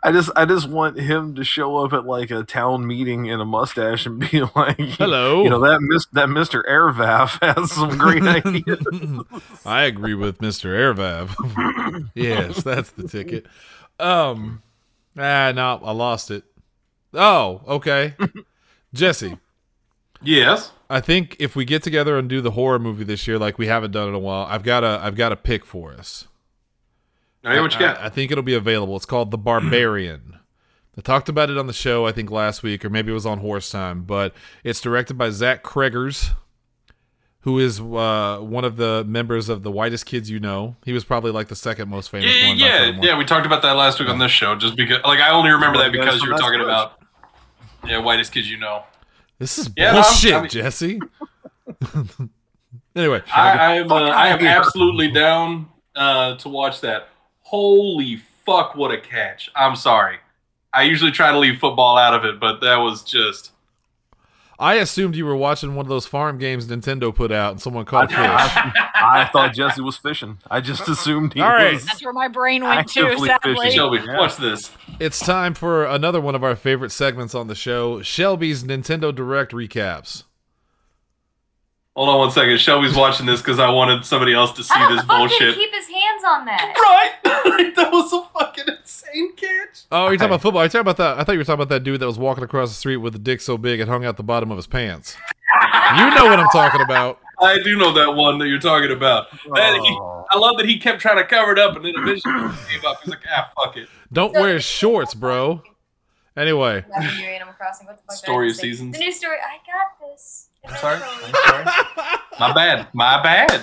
Speaker 4: I just I just want him to show up at like a town meeting in a mustache and be like,
Speaker 3: Hello.
Speaker 4: You know that mis- that Mister Airvav has some great ideas.
Speaker 3: I agree with Mr. Airvav. yes, that's the ticket. Um Ah no, I lost it. Oh, okay. Jesse,
Speaker 6: Yes.
Speaker 3: I think if we get together and do the horror movie this year like we haven't done in a while, I've got a I've got a pick for us.
Speaker 6: All right, Oh, what you
Speaker 3: I, I
Speaker 6: got?
Speaker 3: think it'll be available. It's called The Barbarian. I talked about it on the show, I think last week, or maybe it was on Horse Time, but it's directed by Zach Kregers, who is uh, one of the members of the Whitest Kids You Know. He was probably like the second most famous
Speaker 6: Yeah,
Speaker 3: one.
Speaker 6: yeah,
Speaker 3: Not
Speaker 6: yeah. We talked about that last week on this show, just because. Like, I only remember that because you were talking about. Yeah, whitest kids you know.
Speaker 3: This is
Speaker 6: Yeah, no, I'm-
Speaker 3: bullshit,
Speaker 6: I mean-
Speaker 3: Jesse. anyway,
Speaker 6: I, I am. Uh, I am
Speaker 4: here.
Speaker 6: absolutely down uh, to watch that. Holy fuck! What a catch! I'm sorry. I usually try to leave football out of it, but that was just.
Speaker 3: I assumed you were watching one of those farm games Nintendo put out, and someone caught a fish.
Speaker 4: I, I thought Jesse was fishing. I just assumed he
Speaker 3: All right.
Speaker 4: was.
Speaker 5: That's where my brain went to,
Speaker 4: Actively
Speaker 5: sadly.
Speaker 4: fishing.
Speaker 6: Shelby, watch this.
Speaker 3: It's time for another one of our favorite segments on the show: Shelby's Nintendo Direct recaps.
Speaker 6: Hold on one second. Shelby's watching this because I wanted somebody else to see
Speaker 7: How the
Speaker 6: this
Speaker 7: fuck did
Speaker 6: bullshit.
Speaker 7: he keep his hands on that?
Speaker 6: Right? that was a fucking insane catch.
Speaker 3: Oh, you're talking about football. Are you talking about that? I thought you were talking about that dude that was walking across the street with a dick so big it hung out the bottom of his pants. You know what I'm talking about.
Speaker 6: I do know that one that you're talking about. That he-
Speaker 3: Oh.
Speaker 4: uh,
Speaker 6: I love that he kept trying to cover it up, and then eventually he gave up. He's like, ah, fuck it.
Speaker 3: Don't wear shorts, bro. Anyway,
Speaker 7: That's your Animal Crossing. What the fuck? did I
Speaker 6: Story
Speaker 7: just
Speaker 6: of
Speaker 7: say?
Speaker 6: Seasons.
Speaker 7: The new story. I got this.
Speaker 6: I'm sorry. I'm sorry. My bad. My bad.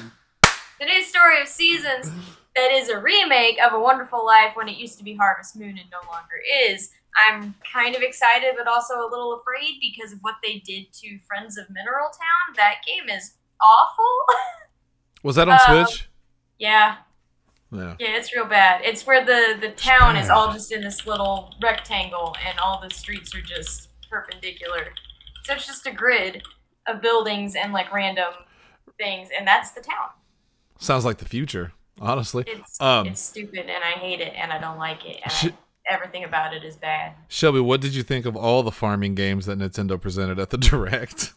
Speaker 7: The new story of seasons that is a remake of A Wonderful Life when it used to be Harvest Moon and no longer is. I'm kind of excited but also a little afraid because of what they did to Friends of Mineral Town. That game is awful.
Speaker 3: was that on
Speaker 7: Uh,
Speaker 3: Switch?
Speaker 7: yeah,
Speaker 3: Yeah.
Speaker 7: yeah, it's real bad. It's where the the town is all just in this little rectangle and all the streets are just perpendicular. So it's just a grid of buildings and like random things and that's the town.
Speaker 3: Sounds like the future, honestly.
Speaker 7: It's
Speaker 3: Um,
Speaker 7: it's stupid and I hate it and I don't like it and
Speaker 3: Sh-
Speaker 7: I, everything about it is bad.
Speaker 3: Shelby, what did you think of all the farming games that Nintendo presented at the Direct?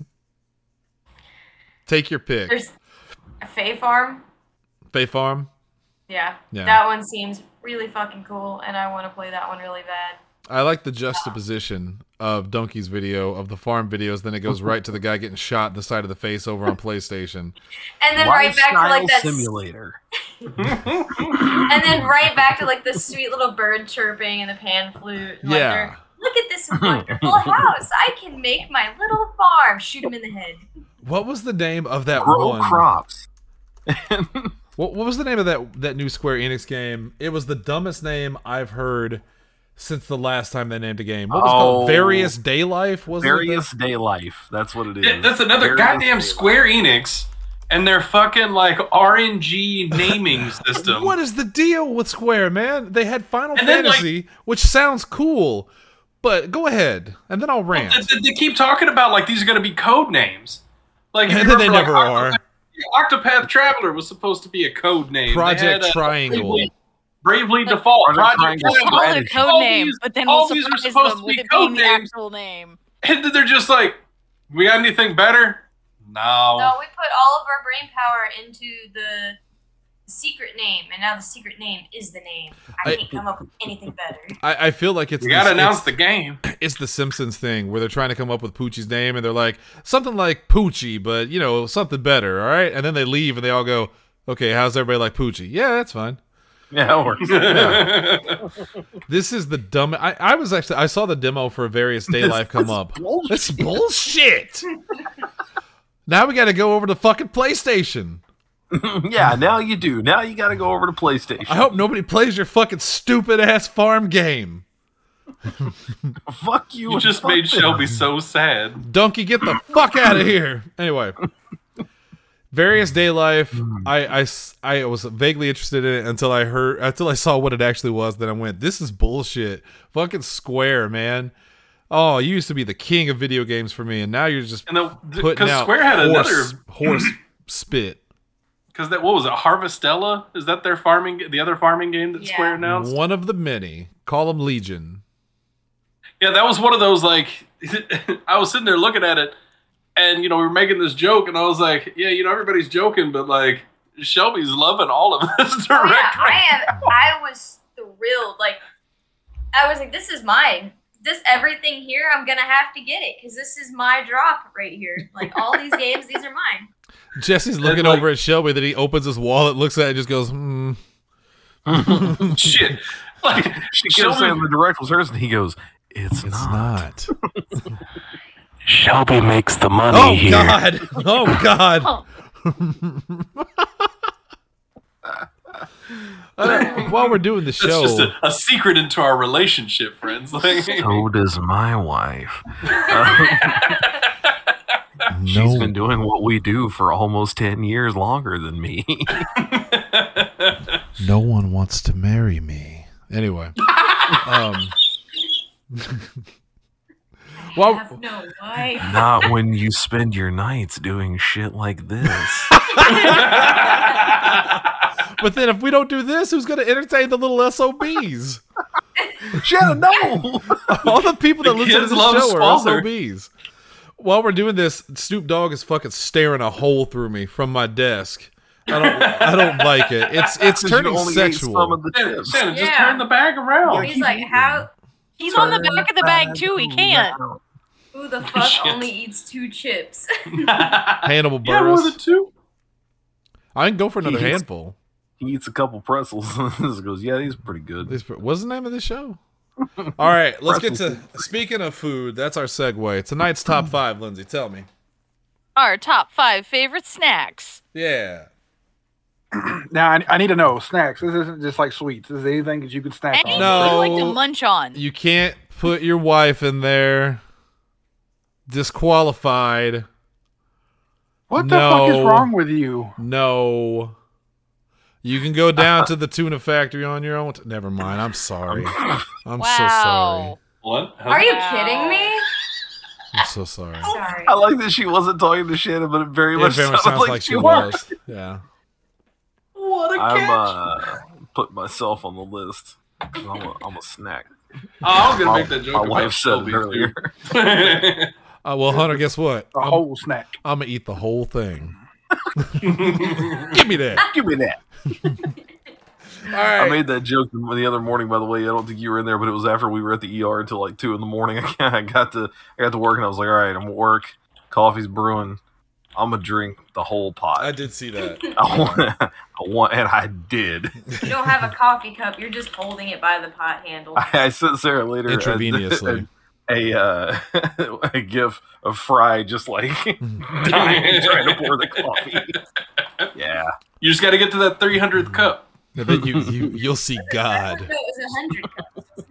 Speaker 3: Take your pick.
Speaker 7: There's a Fay Farm.
Speaker 3: Bay Farm.
Speaker 7: Yeah.
Speaker 3: Yeah.
Speaker 7: That one seems really fucking cool and I want to play that one really bad.
Speaker 3: I like the juxtaposition of Donkey's video of the farm videos. Then it goes right to the guy getting shot in the side of the face over on PlayStation.
Speaker 7: And then right back to like that s-
Speaker 4: simulator.
Speaker 7: and then right back to like the sweet little bird chirping and the pan flute. and, like,
Speaker 3: Yeah,
Speaker 7: they're, Look at this wonderful house. I can make my little farm. Shoot him in the head.
Speaker 3: what was the name of that
Speaker 4: Grow
Speaker 3: one?
Speaker 4: crops.
Speaker 3: What, what was the name of that that new Square Enix game? It was the dumbest name I've heard since the last time they named a game. What was it
Speaker 4: Oh.
Speaker 3: called Various Day Life? Was
Speaker 4: Various day life. That's what it is.
Speaker 6: Yeah, that's another
Speaker 4: Various
Speaker 6: goddamn
Speaker 4: day
Speaker 6: Square Enix and their fucking like RNG naming
Speaker 3: it? The,
Speaker 6: system.
Speaker 3: what is the deal with Square, man? They had Final
Speaker 6: And then, like-
Speaker 3: Fantasy, which sounds cool, but go ahead and then I'll rant.
Speaker 6: They, they keep talking about like these are going to be code names. Like if
Speaker 3: and
Speaker 6: you
Speaker 3: then they
Speaker 6: remember,
Speaker 3: never are.
Speaker 6: like, Octopath, Octopath Traveler was supposed to be a code name. They had,
Speaker 3: Project
Speaker 6: uh,
Speaker 3: Triangle.
Speaker 6: Bravely, Bravely Default.
Speaker 4: Project
Speaker 6: Project
Speaker 4: Triangle
Speaker 6: Triangle.
Speaker 5: Call it a
Speaker 4: Strategy.
Speaker 5: code
Speaker 6: All
Speaker 5: name,
Speaker 6: these-
Speaker 5: but then
Speaker 6: all
Speaker 5: we'll
Speaker 6: these are
Speaker 5: surprise
Speaker 6: supposed
Speaker 5: them
Speaker 6: to
Speaker 5: with
Speaker 6: be
Speaker 5: it being
Speaker 6: code
Speaker 5: the
Speaker 6: names.
Speaker 5: actual name.
Speaker 6: And then they're just like, we got anything better? No.
Speaker 7: No, we put all of our brain power into the secret name, and now the secret name is the name. I,
Speaker 3: I-
Speaker 7: can't come up with anything better.
Speaker 3: I, I feel like it's
Speaker 6: we
Speaker 3: the-
Speaker 6: got to
Speaker 3: it's-
Speaker 6: announce the game.
Speaker 3: it's the Simpsons thing where they're trying to come up with Poochie's name and they're like something like Poochie, but you know something better, all right? And then they leave and they all go, okay, how's everybody like Poochie? Yeah, that's fine.
Speaker 4: life. Yeah, that works.
Speaker 3: This is the dumb. I, I was actually I saw the demo for Various Day Life come up.
Speaker 4: bullshit.
Speaker 3: That's bullshit. now we got to go over to fucking PlayStation.
Speaker 4: yeah, now you do. Now you got to go over to PlayStation.
Speaker 3: I hope nobody plays your fucking stupid ass farm game.
Speaker 4: Fuck you.
Speaker 6: you
Speaker 4: and
Speaker 6: just
Speaker 4: fuck
Speaker 6: made
Speaker 4: them.
Speaker 6: Shelby so sad.
Speaker 3: Donkey, get the fuck out of here. Anyway, various day life. I, I s- I was vaguely interested in it until I heard until I saw what it actually was. Then I went, this is bullshit. Fucking Square, man. Oh, you used to be the king of video games for me, and now you're just
Speaker 6: And then
Speaker 3: putting
Speaker 6: because
Speaker 3: out
Speaker 6: Square had
Speaker 3: horse,
Speaker 6: another
Speaker 3: horse spit.
Speaker 6: Because that what was it? Harvestella? Is that their farming? The other farming game that
Speaker 7: Yeah.
Speaker 6: Square announced?
Speaker 3: One of the many. Call him Legion.
Speaker 6: Yeah, that was one of those like I was sitting there looking at it, and you know we were making this joke, and I was like, yeah, you know everybody's joking, but like Shelby's loving all of this
Speaker 7: Oh,
Speaker 6: directly.
Speaker 7: yeah, I am. I was thrilled. Like, I was like, this is mine. This everything here, I'm gonna have to get it because this is my drop right here. Like all these games, these are mine.
Speaker 3: Jesse's looking
Speaker 6: like-
Speaker 3: over at Shelby. Then he opens his wallet, looks at it, and just goes, hmm.
Speaker 6: Shit, like
Speaker 4: She kept saying
Speaker 6: Shelby,
Speaker 4: the direct was hers, and he goes, "It's,
Speaker 2: It's
Speaker 4: not."
Speaker 2: not.
Speaker 1: Shelby makes the money
Speaker 3: "Oh God, oh God."
Speaker 5: Oh,
Speaker 3: Uh, while we're doing the
Speaker 6: that's
Speaker 3: show,
Speaker 6: just a, a secret into our relationship, friends. Like,
Speaker 4: So does my wife.
Speaker 2: No.
Speaker 4: She's been doing what we do for almost ten years longer than me.
Speaker 2: No one wants to marry me.
Speaker 3: anyway, um, well,
Speaker 7: have no way.
Speaker 4: Not when you spend your nights doing shit like this.
Speaker 3: but then if we don't do this, who's going to entertain the little SOBs?
Speaker 4: Jenna, no.
Speaker 3: All the people that
Speaker 6: The
Speaker 3: listen to
Speaker 6: kids
Speaker 3: the
Speaker 6: love
Speaker 3: show are
Speaker 6: Smaller.
Speaker 3: SOBs. While we're doing this, Snoop Dogg is fucking staring a hole through me from my desk. I don't, I don't like it. It's it's turning
Speaker 4: You only ate Some
Speaker 3: sexual.
Speaker 4: of the
Speaker 6: Shannon,
Speaker 4: chips.
Speaker 6: Shannon, just
Speaker 7: Yeah.
Speaker 6: turn the bag around.
Speaker 7: He's like, how?
Speaker 5: he's on the back of the bag too. He can't.
Speaker 7: Who the fuck
Speaker 6: Shit.
Speaker 7: only eats two chips?
Speaker 3: Hannibal
Speaker 6: yeah, more than
Speaker 3: Burris.
Speaker 6: two.
Speaker 3: I can go for another
Speaker 4: Jeez.
Speaker 3: handful.
Speaker 4: He eats a couple pretzels and just goes, "Yeah, these are pretty good."
Speaker 3: This- What's the name of this show? All right, let's get to speaking of food. That's our segue. Tonight's top five, Lindsay. Tell me.
Speaker 5: Our top five favorite snacks.
Speaker 3: Yeah.
Speaker 8: Now I, I need to know snacks. This isn't just like sweets. This is anything that you can snack
Speaker 5: Anything
Speaker 8: on.
Speaker 3: No.
Speaker 5: you like to munch on.
Speaker 3: You can't put your wife in there. Disqualified.
Speaker 8: What the fuck is
Speaker 3: No.
Speaker 8: wrong with you?
Speaker 3: No. You can go down to the tuna factory on your own. t- Never mind. I'm sorry. I'm so sorry.
Speaker 5: wow.
Speaker 6: What?
Speaker 7: Are you
Speaker 5: Wow.
Speaker 7: kidding me?
Speaker 3: I'm so sorry.
Speaker 7: Sorry.
Speaker 4: I like that she wasn't talking to Shannon, but it very
Speaker 3: It
Speaker 4: much
Speaker 3: very much
Speaker 4: sounded
Speaker 3: sounds
Speaker 4: like,
Speaker 3: like she
Speaker 4: was.
Speaker 3: was. Yeah.
Speaker 6: What a
Speaker 4: I'm
Speaker 6: catch!
Speaker 4: uh, put myself on the list. 'Cause I'm a, I'm a snack.
Speaker 6: Oh, I was gonna
Speaker 4: My,
Speaker 6: make that joke.
Speaker 4: my
Speaker 6: about
Speaker 4: wife said
Speaker 6: Shelby,
Speaker 4: it
Speaker 6: too.
Speaker 4: earlier.
Speaker 3: Uh, well, Hunter, guess what?
Speaker 4: Um,
Speaker 8: A
Speaker 3: I'm,
Speaker 8: whole snack.
Speaker 3: I'm gonna eat the whole thing. Give me that.
Speaker 4: Give me that. I made that joke the the other morning. By the way, I don't think you were in there, but it was after we were at the ER until like two in the morning. I got to I got to work, and I was like, "All right, I'm at work. Coffee's brewing. I'm gonna drink the whole pot.
Speaker 3: I
Speaker 4: I,
Speaker 3: did see that.
Speaker 4: want, I want, and I did.
Speaker 7: You don't have a coffee cup. You're just holding it by the pot handle.
Speaker 4: I, I sent Sarah later a-
Speaker 3: Intravenously.
Speaker 4: a uh, a gif of Fry just like dying trying to pour the coffee. Yeah,
Speaker 6: You just got to get to that 300th cup.
Speaker 3: I bet you, you you'll see
Speaker 7: I thought
Speaker 3: God.
Speaker 7: it was a hundred cups.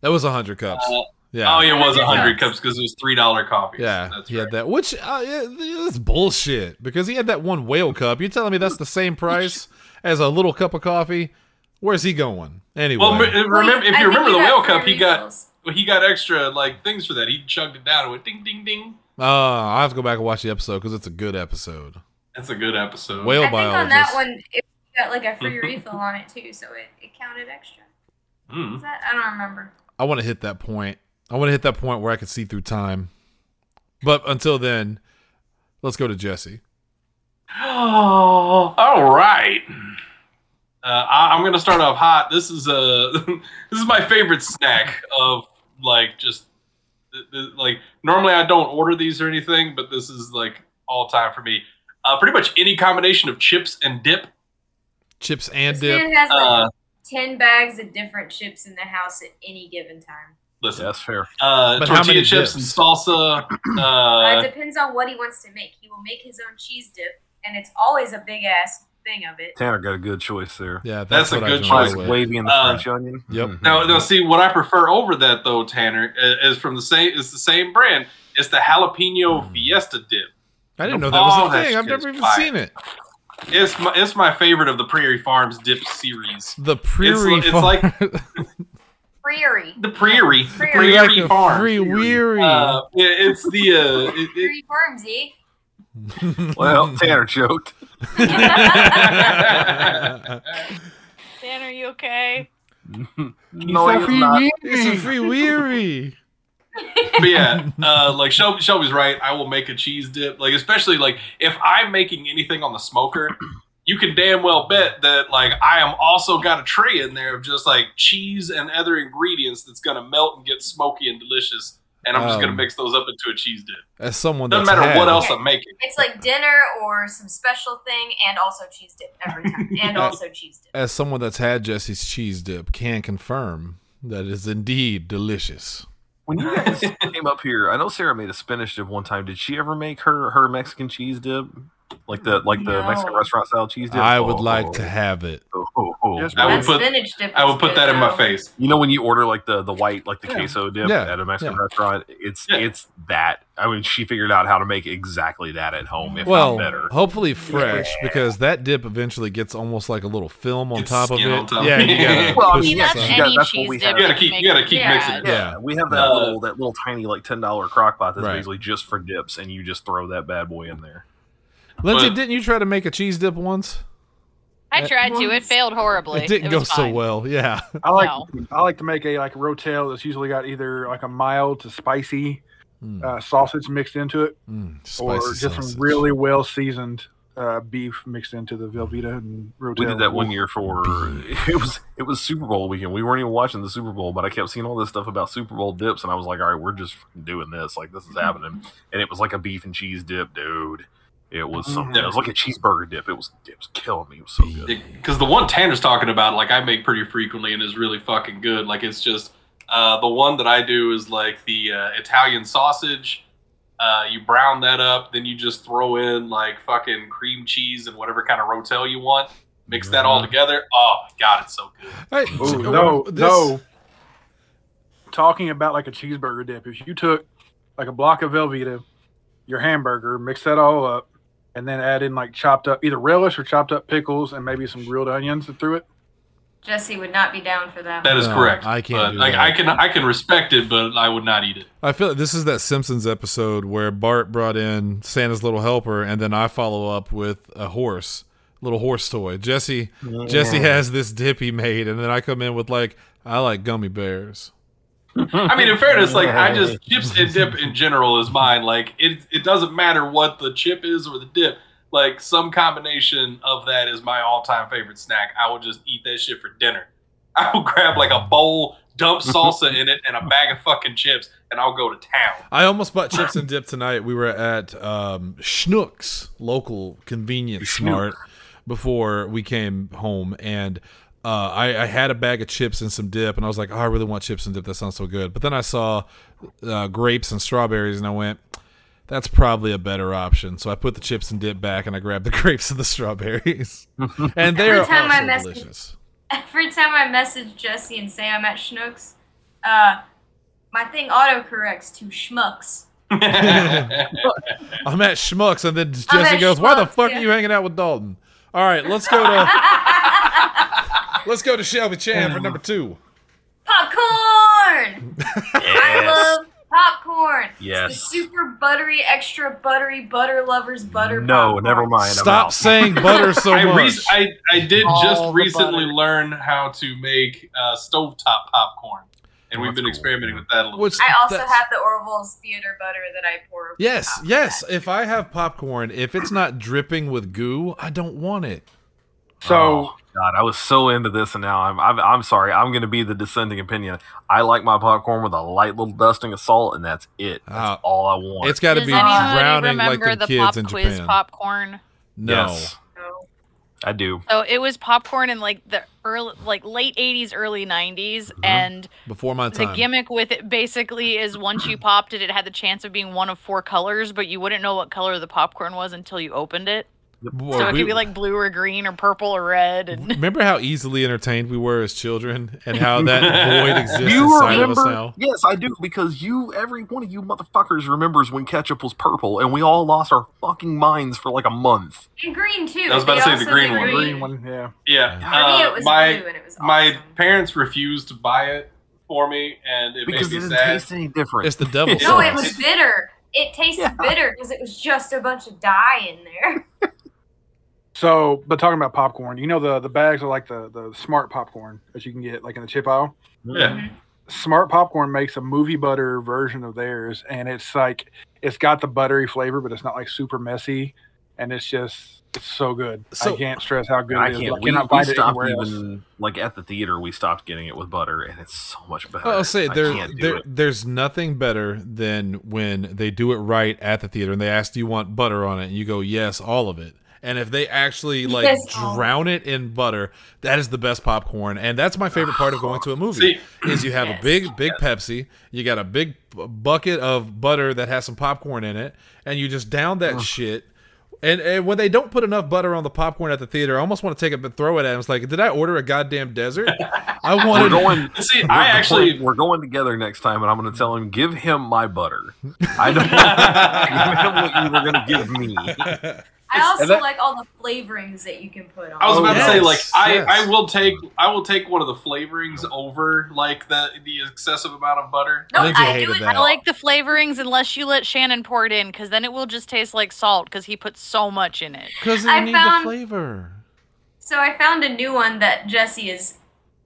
Speaker 3: That was hundred cups.
Speaker 6: Oh,
Speaker 3: Yeah,
Speaker 6: yeah, it was 100
Speaker 7: Yeah.
Speaker 6: cups because it was $3 coffee.
Speaker 3: yeah.
Speaker 6: That's
Speaker 3: He
Speaker 6: right.
Speaker 3: had that, which uh, yeah, th- that's bullshit because he had that one whale cup. You're telling me that's the same price as a little cup of coffee? Where's he going anyway?
Speaker 6: Well, m- remember,
Speaker 7: Wait,
Speaker 6: if you
Speaker 7: I think
Speaker 6: remember
Speaker 7: we
Speaker 6: the
Speaker 7: got
Speaker 6: whale
Speaker 7: free
Speaker 6: cup, he got
Speaker 7: refills.
Speaker 6: he got extra like things for that. He chugged it down and went ding, ding, ding.
Speaker 3: uh, I have to go back and watch the episode because it's a good episode.
Speaker 6: That's a good episode.
Speaker 3: Whale
Speaker 7: I think on that
Speaker 3: biologist.
Speaker 7: one, it got like a free refill on it too, so it, it counted extra.
Speaker 6: Mm.
Speaker 7: Is that? I don't remember.
Speaker 3: I want to hit that point. I want to hit that point where I can see through time. But until then, let's go to Jesse.
Speaker 6: Oh, all right. Uh, I, I'm gonna start off hot. This is uh, this is my favorite snack of like just th- th- like normally I don't order these or anything, but this is like all time for me. Uh, pretty much any combination of chips and dip.
Speaker 3: Chips and
Speaker 7: this
Speaker 3: dip.
Speaker 7: man has like
Speaker 6: Uh,
Speaker 7: ten bags of different chips in the house at any given time.
Speaker 6: listen,
Speaker 4: that's fair.
Speaker 6: uh,
Speaker 3: But how
Speaker 6: tortilla
Speaker 3: many
Speaker 6: chips
Speaker 3: dips?
Speaker 6: and salsa.
Speaker 7: Uh,
Speaker 6: Uh,
Speaker 7: it depends on what he wants to make. He will make his own cheese dip, and it's always a big ass thing of it.
Speaker 4: Tanner got a good choice there.
Speaker 3: Yeah, that's,
Speaker 6: That's a
Speaker 3: what
Speaker 6: good
Speaker 3: I
Speaker 4: Classic
Speaker 3: joined with.
Speaker 4: wavy and the
Speaker 6: Uh,
Speaker 4: French onion.
Speaker 3: Yep.
Speaker 4: Mhm.
Speaker 6: Now, now, see what I prefer over that though, Tanner, i- is from the same is the same brand. It's the
Speaker 3: Mm.
Speaker 6: jalapeno fiesta dip.
Speaker 3: I didn't know that was
Speaker 6: Oh,
Speaker 3: a
Speaker 6: that
Speaker 3: thing. I've
Speaker 6: shit is
Speaker 3: never even
Speaker 6: fire.
Speaker 3: seen it.
Speaker 6: It's my it's my favorite of the Prairie Farms dip series.
Speaker 3: The Prairie
Speaker 6: it's
Speaker 3: Farm.
Speaker 6: like-
Speaker 7: Prairie.
Speaker 6: The Prairie, the
Speaker 7: Prairie.
Speaker 6: Prairie,
Speaker 3: Like a
Speaker 6: Farm.
Speaker 3: free weary.
Speaker 6: Uh, it- it's the uh, it, it,
Speaker 7: Prairie farms, eh?
Speaker 4: Well, Tanner choked.
Speaker 5: Dan, are you okay?
Speaker 4: No,
Speaker 8: He's
Speaker 4: it's not.
Speaker 3: it's a free weary.
Speaker 6: but yeah, uh, like Shelby, Shelby's right. I will make a cheese dip. Like especially like if I'm making anything on the smoker, you can damn well bet that like I am also got a tray in there of just like cheese and other ingredients that's gonna melt and get smoky and delicious. And I'm just gonna
Speaker 3: Um,
Speaker 6: mix those up into a cheese dip.
Speaker 3: As someone
Speaker 6: Doesn't
Speaker 3: that's
Speaker 6: matter
Speaker 3: had-
Speaker 6: what else I'm making.
Speaker 7: It's like dinner or some special thing, and also cheese dip every time, and also cheese dip.
Speaker 3: As someone that's had Jesse's cheese dip can confirm that it is indeed delicious.
Speaker 4: When you guys came up here, I know Sarah made a spinach dip one time. Did she ever make her her Mexican cheese dip, like the like the
Speaker 7: No.
Speaker 4: Mexican restaurant style cheese dip?
Speaker 3: I would
Speaker 4: Oh,
Speaker 3: like to have it.
Speaker 4: oh, oh, oh.
Speaker 8: Yes,
Speaker 6: I would
Speaker 7: That
Speaker 6: put-
Speaker 7: spinach dip.
Speaker 6: I
Speaker 7: is
Speaker 6: will put
Speaker 7: good,
Speaker 6: that in my
Speaker 7: though.
Speaker 6: face.
Speaker 4: You know when you order like the the white like the queso dip
Speaker 3: Yeah.
Speaker 4: at a Mexican
Speaker 3: Yeah.
Speaker 4: restaurant, it's
Speaker 6: Yeah.
Speaker 4: it's that. I mean, she figured out how to make exactly that at home, if
Speaker 3: well,
Speaker 4: not better.
Speaker 3: hopefully fresh because that dip eventually gets almost like a little film on
Speaker 6: It's
Speaker 3: top of
Speaker 6: skin on
Speaker 3: it.
Speaker 6: top.
Speaker 3: Yeah, you gotta
Speaker 4: Well, I mean,
Speaker 3: push
Speaker 5: See,
Speaker 3: it
Speaker 4: yes,
Speaker 5: that's
Speaker 3: aside.
Speaker 4: you got-
Speaker 5: any
Speaker 4: that's what we
Speaker 5: cheese
Speaker 4: have.
Speaker 5: dip.
Speaker 4: You
Speaker 6: gotta keep-
Speaker 5: can
Speaker 6: you gotta
Speaker 5: make.
Speaker 6: keep
Speaker 5: Yeah.
Speaker 6: mixing it.
Speaker 3: yeah.
Speaker 4: we have that
Speaker 6: Uh,
Speaker 4: little that little tiny like ten dollar crock pot that's
Speaker 3: Right.
Speaker 4: basically just for dips, and you just throw that bad boy in there.
Speaker 3: Lindsay,
Speaker 6: But-
Speaker 3: didn't you try to make a cheese dip once?
Speaker 5: I tried to. It failed horribly.
Speaker 3: It didn't
Speaker 5: was
Speaker 3: go so
Speaker 5: fine.
Speaker 3: well. Yeah.
Speaker 8: I like
Speaker 5: No.
Speaker 8: I like to make a like rotel that's usually got either like a mild to spicy
Speaker 3: Mm,
Speaker 8: uh, sausage mixed into it,
Speaker 3: mm, spicy
Speaker 8: or just
Speaker 3: sausage.
Speaker 8: some really well seasoned uh, beef mixed into the Velveeta and rotel.
Speaker 4: We did that one year for it was it was Super Bowl weekend. We weren't even watching the Super Bowl, but I kept seeing all this stuff about Super Bowl dips, and I was like, all right, we're just fucking doing this. Like this is happening, and it was like a beef and cheese dip, dude. It was something. It was like a cheeseburger dip. It was it was killing me. It was so good.
Speaker 6: because the one Tanner's talking about, like I make pretty frequently and is really fucking good. Like it's just uh, the one that I do is like the uh, Italian sausage. Uh, you brown that up, then you just throw in like fucking cream cheese and whatever kind of rotel you want. Mix that
Speaker 3: Mm-hmm.
Speaker 6: all together. Oh my god, it's so good.
Speaker 3: Hey,
Speaker 8: Ooh,
Speaker 3: so-
Speaker 8: no,
Speaker 3: this-
Speaker 8: no. Talking about like a cheeseburger dip, if you took like a block of Velveeta, your hamburger, mix that all up, and then add in like chopped up either relish or chopped up pickles and maybe some grilled onions through it.
Speaker 7: Jesse would not be down for that.
Speaker 6: That is
Speaker 3: No,
Speaker 6: correct.
Speaker 3: I can't
Speaker 6: But,
Speaker 3: do
Speaker 6: like
Speaker 3: that.
Speaker 6: I can, I can respect it, but I would not eat it.
Speaker 3: I feel like this is that Simpsons episode where Bart brought in Santa's little helper, and then I follow up with a horse, little horse toy. Jesse, Jesse has this dip he made, and then I come in with like, I like gummy bears.
Speaker 6: I mean, in fairness, like I just chips and dip in general is mine. Like it, it doesn't matter what the chip is or the dip. Like some combination of that is my all-time favorite snack. I will just eat that shit for dinner. I will grab like a bowl, dump salsa in it, and a bag of fucking chips, and I'll go to town.
Speaker 3: I almost bought chips and dip tonight. We were at um, Schnook's local convenience mart before we came home, and uh, I, I had a bag of chips and some dip, and I was like, oh, I really want chips and dip. That sounds so good. But then I saw uh, grapes and strawberries, and I went, that's probably a better option. So I put the chips and dip back, and I grabbed the grapes and the strawberries, and they
Speaker 7: Every
Speaker 3: are
Speaker 7: time I
Speaker 3: also
Speaker 7: mess with-
Speaker 3: delicious.
Speaker 7: Every time I message Jesse and say I'm at Schnucks, uh, my thing autocorrects to Schmucks.
Speaker 3: I'm at Schmucks, and then
Speaker 7: I'm
Speaker 3: Jesse
Speaker 7: at
Speaker 3: goes, "Why the
Speaker 7: Schmuck's,
Speaker 3: fuck
Speaker 7: yeah.
Speaker 3: are you hanging out with Dalton?" All right, let's go to let's go to Shelby Chan for number two.
Speaker 7: Popcorn! I
Speaker 4: Oh,
Speaker 7: love popcorn. It's
Speaker 4: Yes.
Speaker 7: the super buttery, extra buttery, butter lovers butter.
Speaker 4: No,
Speaker 7: popcorn.
Speaker 4: never mind. I'm
Speaker 3: Stop
Speaker 4: out.
Speaker 3: saying butter so
Speaker 6: I,
Speaker 3: much.
Speaker 6: re- I I did
Speaker 5: All the
Speaker 6: just recently
Speaker 5: butter.
Speaker 6: learn how to make uh, stovetop popcorn, and we've
Speaker 4: Oh, that's
Speaker 6: been
Speaker 4: cool.
Speaker 6: experimenting with that a little.
Speaker 3: Which-
Speaker 7: I also
Speaker 3: that's-
Speaker 7: have the Orville's theater butter that I pour. over
Speaker 3: Yes,
Speaker 5: Oh,
Speaker 7: top of
Speaker 3: yes.
Speaker 7: that.
Speaker 3: If I have popcorn, if it's not dripping with goo, I don't want it.
Speaker 8: So
Speaker 4: Oh, God, I was so into this, and now I'm I'm, I'm sorry. I'm going to be the dissenting opinion. I like my popcorn with a light little dusting of salt, and that's it. That's
Speaker 3: Ah.
Speaker 4: all I want.
Speaker 3: It's got to
Speaker 5: Does
Speaker 3: be
Speaker 5: anybody
Speaker 3: drowning like
Speaker 5: remember
Speaker 3: them
Speaker 5: the
Speaker 3: kids
Speaker 5: pop
Speaker 3: in
Speaker 5: quiz
Speaker 3: Japan.
Speaker 5: popcorn?
Speaker 3: no,
Speaker 4: Yes,
Speaker 7: So,
Speaker 4: I do.
Speaker 5: So it was popcorn in like the early, like late '80s, early '90s,
Speaker 3: Uh-huh.
Speaker 5: and
Speaker 3: before my
Speaker 5: the
Speaker 3: time.
Speaker 5: gimmick with it basically is once you popped it, it had the chance of being one of four colors, but you wouldn't know what color the popcorn was until you opened it.
Speaker 3: Boy,
Speaker 5: So it
Speaker 3: we-
Speaker 5: could be like blue or green or purple or red, and
Speaker 3: Remember how easily entertained we were as children, and how that void exists
Speaker 4: You
Speaker 3: inside of us
Speaker 4: remember?
Speaker 3: now.
Speaker 4: Yes, I do because you, every one of you motherfuckers, remembers when ketchup was purple, and we all lost our fucking minds for like a month.
Speaker 7: And green too.
Speaker 6: I was about
Speaker 7: They
Speaker 6: to say the
Speaker 7: also
Speaker 6: green
Speaker 7: do
Speaker 6: one.
Speaker 8: green one, yeah.
Speaker 6: Yeah,
Speaker 7: For me,
Speaker 6: uh,
Speaker 7: it was
Speaker 6: my
Speaker 7: blue and it was awesome.
Speaker 6: my parents refused to buy it for me, and it
Speaker 4: Because it
Speaker 6: made me
Speaker 4: didn't
Speaker 6: sad.
Speaker 4: taste any different.
Speaker 3: It's the devil
Speaker 7: No, it
Speaker 3: sauce.
Speaker 7: was bitter. It tasted bitter because it was just a bunch of dye in there.
Speaker 8: So, but talking about popcorn, you know the the bags are like the the smart popcorn that you can get like in the chip aisle.
Speaker 7: Mm-hmm.
Speaker 6: yeah,
Speaker 8: Smart popcorn makes a movie butter version of theirs, and it's like it's got the buttery flavor, but it's not like super messy, and it's just it's so good.
Speaker 3: So-
Speaker 8: I can't stress how good
Speaker 4: I
Speaker 8: it is.
Speaker 4: can't.
Speaker 8: I
Speaker 4: We,
Speaker 8: cannot
Speaker 4: we
Speaker 8: find it
Speaker 4: stopped
Speaker 8: anywhere else.
Speaker 4: even like at the theater. We stopped getting it with butter, and it's so much better.
Speaker 3: I'll say
Speaker 4: I
Speaker 3: there,
Speaker 4: can't do
Speaker 3: there
Speaker 4: it.
Speaker 3: there's nothing better than when they do it right at the theater and they ask, "Do you want butter on it?" and you go, "Yes, all of it." And if they actually like
Speaker 7: Yes, all of
Speaker 3: drown it in butter, that is the best popcorn, and that's my favorite part of going to a movie.
Speaker 6: See-
Speaker 3: is you have
Speaker 5: Yes.
Speaker 3: a big, big Pepsi, you got a big b- bucket of butter that has some popcorn in it, and you just down that shit. And, and when they don't put enough butter on the popcorn at the theater, I almost want to take it and throw it at him. It's like, did I order a goddamn desert? I
Speaker 4: We're
Speaker 3: wanted
Speaker 4: going.
Speaker 6: see, I actually
Speaker 4: we're going together next time, and I'm going to tell him give him my butter. I don't want give him what you were going to give me.
Speaker 7: I also
Speaker 8: and that-
Speaker 7: like all the flavorings that you can put on.
Speaker 6: I was
Speaker 3: Oh,
Speaker 6: about to say like
Speaker 3: yes,
Speaker 6: I,
Speaker 3: yes.
Speaker 6: I will take I will take one of the flavorings over like the the excessive amount of butter.
Speaker 7: no,
Speaker 3: I think you
Speaker 7: I do
Speaker 3: hated
Speaker 7: it.
Speaker 3: that.
Speaker 5: I
Speaker 7: I like
Speaker 5: like the flavorings unless you let Shannon pour it in, because then it will just taste like salt, because he puts so much in it.
Speaker 3: because they
Speaker 7: I
Speaker 3: need
Speaker 7: found-
Speaker 3: the flavor.
Speaker 7: So I found a new one that Jesse is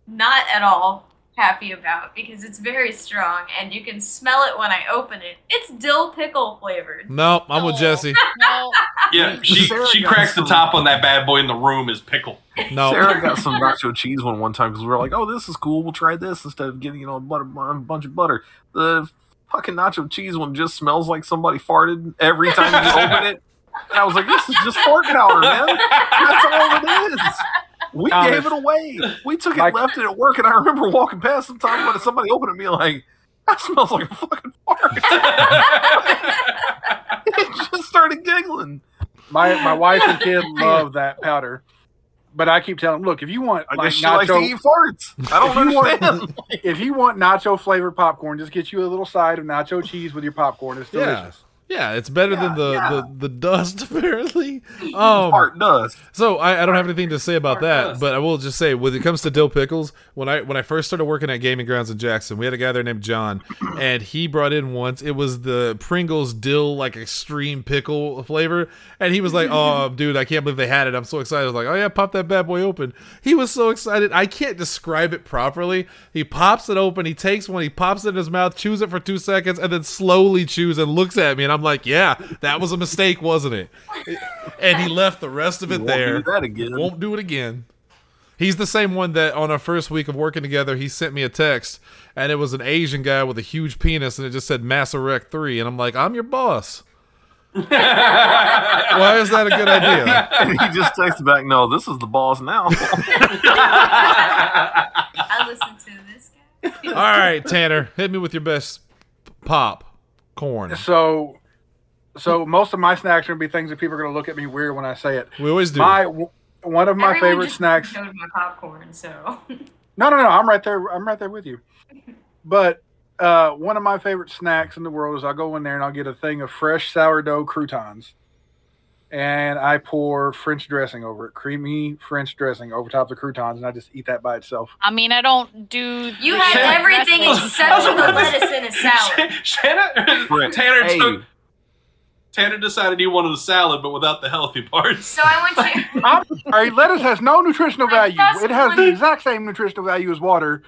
Speaker 7: not at all happy about because it's very strong and you can smell it when I open it. It's dill pickle flavored.
Speaker 3: No, I'm with
Speaker 5: No.
Speaker 3: Jesse.
Speaker 5: No,
Speaker 6: Yeah, she
Speaker 4: Sarah
Speaker 6: she
Speaker 4: got
Speaker 6: cracks the
Speaker 4: some-
Speaker 6: top on that bad boy in the room is pickle.
Speaker 3: No,
Speaker 4: Sarah got some nacho cheese one one time because we were like, "Oh, this is cool. We'll try this instead of getting you know a butter a bunch of butter." The fucking nacho cheese one just smells like somebody farted every time you open it. And I was like, "This is just fart power, man. That's all it is." We
Speaker 8: Um,
Speaker 4: gave it away. We took it,
Speaker 8: like-
Speaker 4: left it at work, and I remember walking past the time when somebody opened it, me like, "That smells like a fucking fart." it just started giggling.
Speaker 8: My my wife and kid love that powder, but I keep telling them, look, if you want
Speaker 4: I
Speaker 8: like
Speaker 4: guess she likes to
Speaker 8: nacho,
Speaker 4: eat farts. I don't
Speaker 8: If you want-
Speaker 4: understand.
Speaker 8: if you want nacho flavored popcorn, just get you a little side of nacho cheese with your popcorn. It's
Speaker 3: Yeah.
Speaker 8: delicious.
Speaker 3: yeah, it's better than the,
Speaker 4: Yeah,
Speaker 3: the the dust apparently. Um,
Speaker 4: fart dust.
Speaker 3: so I, I don't have anything to say about
Speaker 6: Or
Speaker 3: that,
Speaker 6: dust.
Speaker 3: but I will just say when it comes to dill pickles, when I when I first started working at Gaming Grounds in Jackson, we had a guy there named John, and he brought in once it was the Pringles dill like extreme pickle flavor, and he was like, "Oh, dude, I can't believe they had it! I'm so excited!" I was like, "Oh yeah, pop that bad boy open!" He was so excited. I can't describe it properly. He pops it open. He takes one. He pops it in his mouth, chews it for two seconds, and then slowly chews and looks at me, and I'm I'm like, yeah, that was a mistake, wasn't it? And he left the rest of it
Speaker 4: won't
Speaker 3: there.
Speaker 4: do that again.
Speaker 3: Won't do it again. He's the same one that on our first week of working together, he sent me a text, and it was an Asian guy with a huge penis, and it just said Massarect Three, and I'm like, I'm your boss. Why is that a good idea?
Speaker 4: and he just texts back, "No, this is the boss now."
Speaker 7: I listen to this guy.
Speaker 3: All right, Tanner, hit me with your best pop corn.
Speaker 8: So, so most of my snacks are gonna be things that people are gonna look at me weird when I say it.
Speaker 3: We always do.
Speaker 8: My w- one of my
Speaker 7: Everyone
Speaker 8: favorite
Speaker 7: just
Speaker 8: snacks.
Speaker 7: Go to my popcorn. So
Speaker 8: No, no, no. I'm right there. I'm right there with you. But uh, one of my favorite snacks in the world is I'll go in there and I'll get a thing of fresh sourdough croutons, and I pour French dressing over it, creamy French dressing over top of the croutons, and I just eat that by itself.
Speaker 5: I mean, I don't do.
Speaker 7: you
Speaker 5: the
Speaker 7: had
Speaker 5: dressing.
Speaker 7: everything except for the lettuce in a salad.
Speaker 6: Shanna,
Speaker 4: Right.
Speaker 6: Tanner,
Speaker 4: Hey.
Speaker 6: took, Tanner decided he wanted a salad, but without the healthy parts.
Speaker 7: So I want you.
Speaker 8: I'm sorry, lettuce has no nutritional
Speaker 7: I
Speaker 8: value.
Speaker 7: just
Speaker 8: It has the
Speaker 7: wanted-
Speaker 8: exact same nutritional value as water.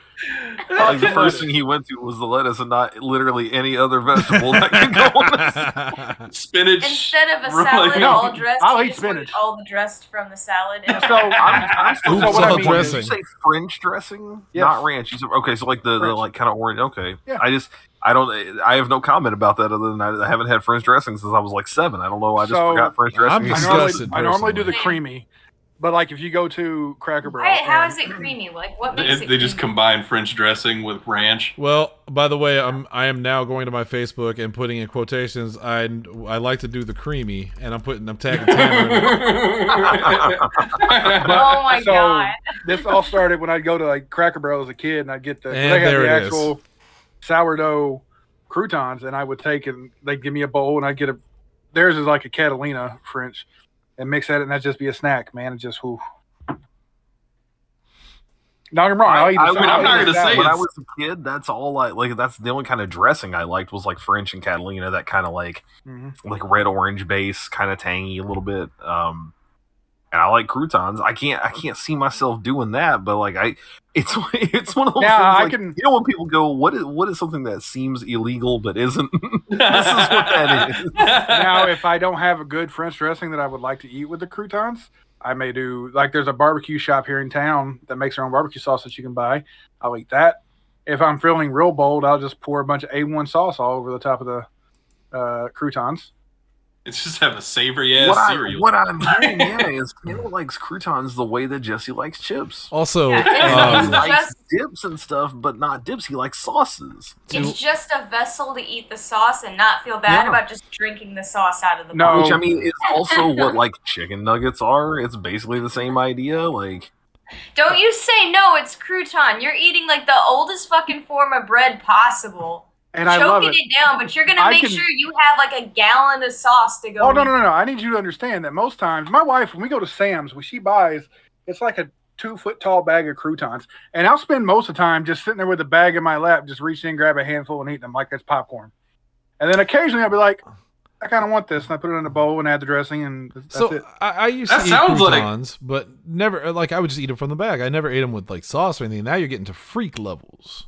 Speaker 4: like the first thing he went to was the lettuce, and not literally any other vegetable that could go on this.
Speaker 6: Spinach.
Speaker 7: Instead of a
Speaker 6: Really?
Speaker 7: salad
Speaker 6: No,
Speaker 7: all dressed,
Speaker 8: I'll
Speaker 7: you
Speaker 8: eat
Speaker 7: just wanted
Speaker 8: spinach.
Speaker 7: all the dressed from the salad. And
Speaker 8: So I'm, I'm
Speaker 3: Ooh,
Speaker 8: still so what
Speaker 3: salad
Speaker 8: I mean
Speaker 3: dressing.
Speaker 8: is-
Speaker 4: Did you say French dressing?
Speaker 8: Yes.
Speaker 4: Not ranch. You said, okay, so like the, the
Speaker 8: French.
Speaker 4: like kind of orange. Okay,
Speaker 8: Yeah.
Speaker 4: I just I don't I have no comment about that other than I, I haven't had French dressing since I was like seven. I don't know. I just
Speaker 8: So,
Speaker 4: forgot French dressing.
Speaker 3: I'm
Speaker 8: I
Speaker 4: existed.
Speaker 8: normally,
Speaker 3: Disgusted
Speaker 8: I normally do
Speaker 3: personally.
Speaker 8: the creamy, but like if you go to Cracker Barrel,
Speaker 7: Wait, how
Speaker 8: and-
Speaker 7: is it creamy? Like what makes
Speaker 6: They,
Speaker 7: it?
Speaker 6: um, they just
Speaker 7: creamy?
Speaker 6: combine French dressing with ranch.
Speaker 3: Well, by the way, I'm I am now going to my Facebook and putting in quotations. I I like to do the creamy, and I'm putting I'm tagging Tanner. in it.
Speaker 7: Oh my
Speaker 8: So-
Speaker 7: god!
Speaker 8: this all started when I'd go to like Cracker Barrel as a kid, and I'd get the
Speaker 3: And
Speaker 8: they had
Speaker 3: there
Speaker 8: the
Speaker 3: it is.
Speaker 8: actual sourdough croutons, and I would take and they'd give me a bowl, and I'd get a theirs is like a Catalina French, and mix that, and that'd just be a snack, man. It just whoo. No, I'm wrong.
Speaker 4: I,
Speaker 8: I'll eat the-
Speaker 4: I,
Speaker 8: I'll
Speaker 4: when,
Speaker 6: I'm
Speaker 8: eat
Speaker 6: not
Speaker 8: the
Speaker 6: gonna
Speaker 8: salad.
Speaker 6: say
Speaker 4: when I
Speaker 6: it's-
Speaker 4: was a kid, that's all I like. That's the only kind of dressing I liked was like French and Catalina. That kind of like
Speaker 8: Mhm.
Speaker 4: like red orange base, kind of tangy a little bit. Um, and I like croutons. I can't I can't see myself doing that, but like I, it's it's one of those.
Speaker 8: Now,
Speaker 4: things,
Speaker 8: I
Speaker 4: like,
Speaker 8: can-
Speaker 4: You know when people go, what is what is something that seems illegal but isn't? this is what that is.
Speaker 8: now, if I don't have a good French dressing that I would like to eat with the croutons, I may do like there's a barbecue shop here in town that makes their own barbecue sauce that you can buy. I'll eat that. If I'm feeling real bold, I'll just pour a bunch of A1 sauce all over the top of the uh, croutons.
Speaker 6: it's just have a savory ass
Speaker 4: what, I,
Speaker 6: cereal.
Speaker 4: what I'm hearing, yeah, is Taylor likes croutons the way that Jesse likes chips.
Speaker 3: Also,
Speaker 7: Yeah,
Speaker 4: And he
Speaker 7: it's-
Speaker 3: um,
Speaker 7: it's-
Speaker 4: likes
Speaker 7: just-
Speaker 4: dips and stuff, but not dips. He likes sauces.
Speaker 7: It's just a vessel to eat the sauce and not feel bad
Speaker 4: Yeah.
Speaker 7: about just drinking the sauce out of the
Speaker 8: No.
Speaker 7: bowl.
Speaker 3: Um,
Speaker 4: Which I mean is also what like chicken nuggets are. It's basically the same idea. Like
Speaker 7: Don't you say no? It's crouton. You're eating like the oldest fucking form of bread possible.
Speaker 8: And I love
Speaker 7: Choking
Speaker 8: it.
Speaker 7: it. down, but you're gonna
Speaker 8: I
Speaker 7: make
Speaker 8: can-
Speaker 7: sure you have like a gallon of sauce to go.
Speaker 8: Oh, no,
Speaker 7: with
Speaker 8: no, no, no. I need you to understand that most times, my wife, when we go to Sam's, when she buys, it's like a two foot tall bag of croutons. And I'll spend most of the time just sitting there with a bag in my lap, just reaching in, grab a handful and eating them like that's popcorn. And then occasionally I'll be like, I kind of want this. And I put it in a bowl and add the dressing, and that's
Speaker 3: so
Speaker 8: it.
Speaker 3: I, I used
Speaker 6: That
Speaker 3: to eat
Speaker 6: sounds like-
Speaker 3: croutons, but never uh, like I would just eat them from the bag. I never ate them with like sauce or anything. Now you're getting to freak levels.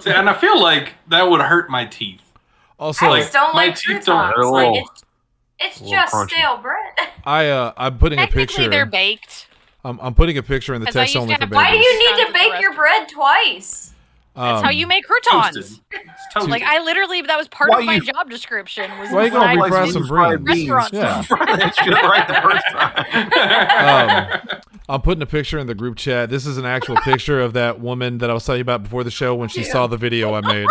Speaker 6: See, and I feel like that would hurt my teeth.
Speaker 3: Also,
Speaker 7: I just don't
Speaker 6: my
Speaker 7: like
Speaker 6: teeth
Speaker 7: croutons.
Speaker 6: don't-
Speaker 4: they're a
Speaker 7: like
Speaker 4: little-
Speaker 7: it's, it's
Speaker 4: a little
Speaker 7: just
Speaker 4: crunchy.
Speaker 7: stale bread.
Speaker 3: I uh, I'm putting a
Speaker 5: Technically,
Speaker 3: picture.
Speaker 5: they're baked.
Speaker 3: I'm, I'm putting a picture in the
Speaker 5: 'Cause I
Speaker 3: text
Speaker 5: used
Speaker 3: only
Speaker 5: to
Speaker 3: for
Speaker 5: have-
Speaker 3: babies.
Speaker 7: Why do you need to
Speaker 5: Croutons
Speaker 7: bake your bread twice?
Speaker 5: That's how
Speaker 3: Um,
Speaker 5: you make
Speaker 6: Toasted.
Speaker 5: croutons.
Speaker 6: It's toasted.
Speaker 5: Like I literally, that was part
Speaker 4: Why
Speaker 5: of my
Speaker 4: you-
Speaker 5: job description. Was
Speaker 3: Why you
Speaker 5: when
Speaker 3: gonna
Speaker 5: I
Speaker 3: be
Speaker 5: was
Speaker 3: fry
Speaker 5: in
Speaker 3: some
Speaker 4: fried
Speaker 3: bread?
Speaker 4: beans.
Speaker 5: Restaurants.
Speaker 3: Yeah.
Speaker 4: that shit right the first time.
Speaker 3: um, I'm putting a picture in the group chat. This is an actual picture of that woman that I was telling you about before the show when she saw the video I made.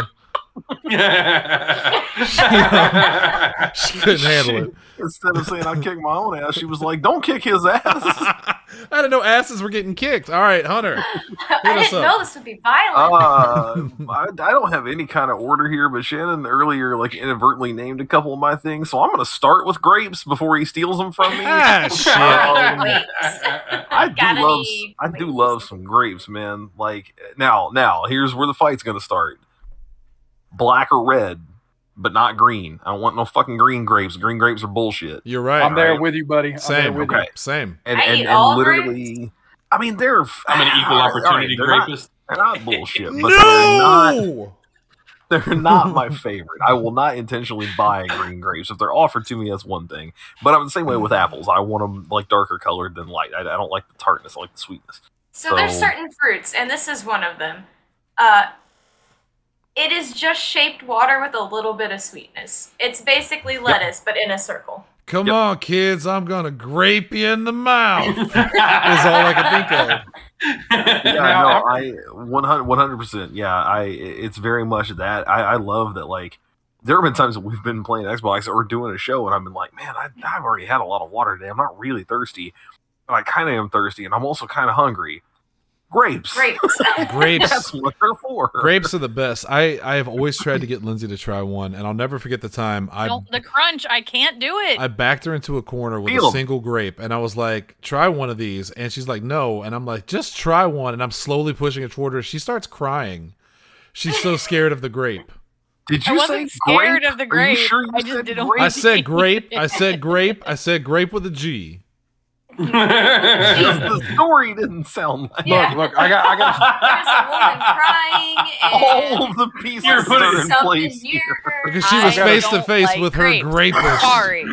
Speaker 3: She couldn't handle it.
Speaker 4: Instead of saying I kick my own ass, she was like, "Don't kick his ass."
Speaker 3: I didn't know asses were getting kicked. All right, Hunter.
Speaker 7: I
Speaker 3: us
Speaker 7: didn't
Speaker 3: up.
Speaker 7: know this would be
Speaker 8: Oh.
Speaker 7: violent.
Speaker 4: Uh, I, I don't have any kind of order here, but Shannon earlier like inadvertently named a couple of my things, so I'm gonna start with grapes before he steals them from me.
Speaker 3: Ah, shit.
Speaker 4: um, I
Speaker 7: Gotta
Speaker 4: do love
Speaker 7: be
Speaker 4: I do
Speaker 7: grapes.
Speaker 4: love some grapes, man. Like now, now here's where the fight's gonna start. Black or red, but not green. I don't want no fucking green grapes. Green grapes are bullshit.
Speaker 3: You're right.
Speaker 8: I'm there
Speaker 4: right.
Speaker 8: with you, buddy. I'm there
Speaker 3: Same.
Speaker 8: with
Speaker 4: okay.
Speaker 8: you.
Speaker 3: Same.
Speaker 4: And
Speaker 7: I
Speaker 4: and,
Speaker 7: eat
Speaker 4: and
Speaker 7: all
Speaker 4: literally, I mean they're. Ah,
Speaker 6: I'm an equal
Speaker 4: all right,
Speaker 6: opportunity
Speaker 4: they're not-
Speaker 6: rapist.
Speaker 4: They're not bullshit, but they're not They're not my favorite. I will not intentionally buy green grapes if they're offered to me. That's one thing. But I'm the same way with apples. I want them like darker colored than light. I, I don't like the tartness. I like the sweetness.
Speaker 7: So there's
Speaker 4: So-
Speaker 7: certain fruits, and this is one of them. Uh, it is just shaped water with a little bit of sweetness. It's basically lettuce, but in a circle.
Speaker 3: Come on, kids, I'm gonna grape you in the mouth. is all I can think of.
Speaker 4: Yeah,
Speaker 8: Now-
Speaker 4: no, I 100 percent. Yeah, I it's very much that. I, I love that. Like there have been times that we've been playing Xbox or doing a show, and I've been like, man, I, I've already had a lot of water today. I'm not really thirsty, but I kind of am thirsty, and I'm also kind of hungry. Grapes.
Speaker 7: Grapes.
Speaker 4: That's
Speaker 3: Grapes.
Speaker 4: what they're for.
Speaker 3: Grapes are the best. I, I have always tried to get Lindsay to try one, and I'll never forget the time I
Speaker 5: Don't- the crunch. I can't do it.
Speaker 3: I backed her into a corner with
Speaker 4: Feel
Speaker 3: a
Speaker 4: 'em.
Speaker 3: single grape, and I was like, "Try one of these," and she's like, "No," and I'm like, "Just try one," and I'm slowly pushing it toward her. She starts crying. She's so scared of the grape.
Speaker 4: Did
Speaker 5: I
Speaker 4: you say
Speaker 5: wasn't scared
Speaker 4: grape?
Speaker 5: of the
Speaker 4: Are you
Speaker 5: grape.
Speaker 4: sure you
Speaker 5: I just
Speaker 4: said
Speaker 5: didn't
Speaker 4: grape?
Speaker 5: want
Speaker 3: I said grape. I said grape. I said grape with a G.
Speaker 4: the story didn't sound like
Speaker 7: yeah.
Speaker 8: Look, I got, I
Speaker 7: There's a woman crying,
Speaker 8: got.
Speaker 4: all
Speaker 7: and
Speaker 4: of the pieces
Speaker 6: You're putting
Speaker 4: are in
Speaker 7: something
Speaker 4: place
Speaker 7: near
Speaker 4: here.
Speaker 7: her.
Speaker 3: Because she was
Speaker 5: I
Speaker 3: face to
Speaker 5: don't
Speaker 3: face
Speaker 5: like
Speaker 3: with
Speaker 5: grapes.
Speaker 3: her grape.
Speaker 5: Sorry.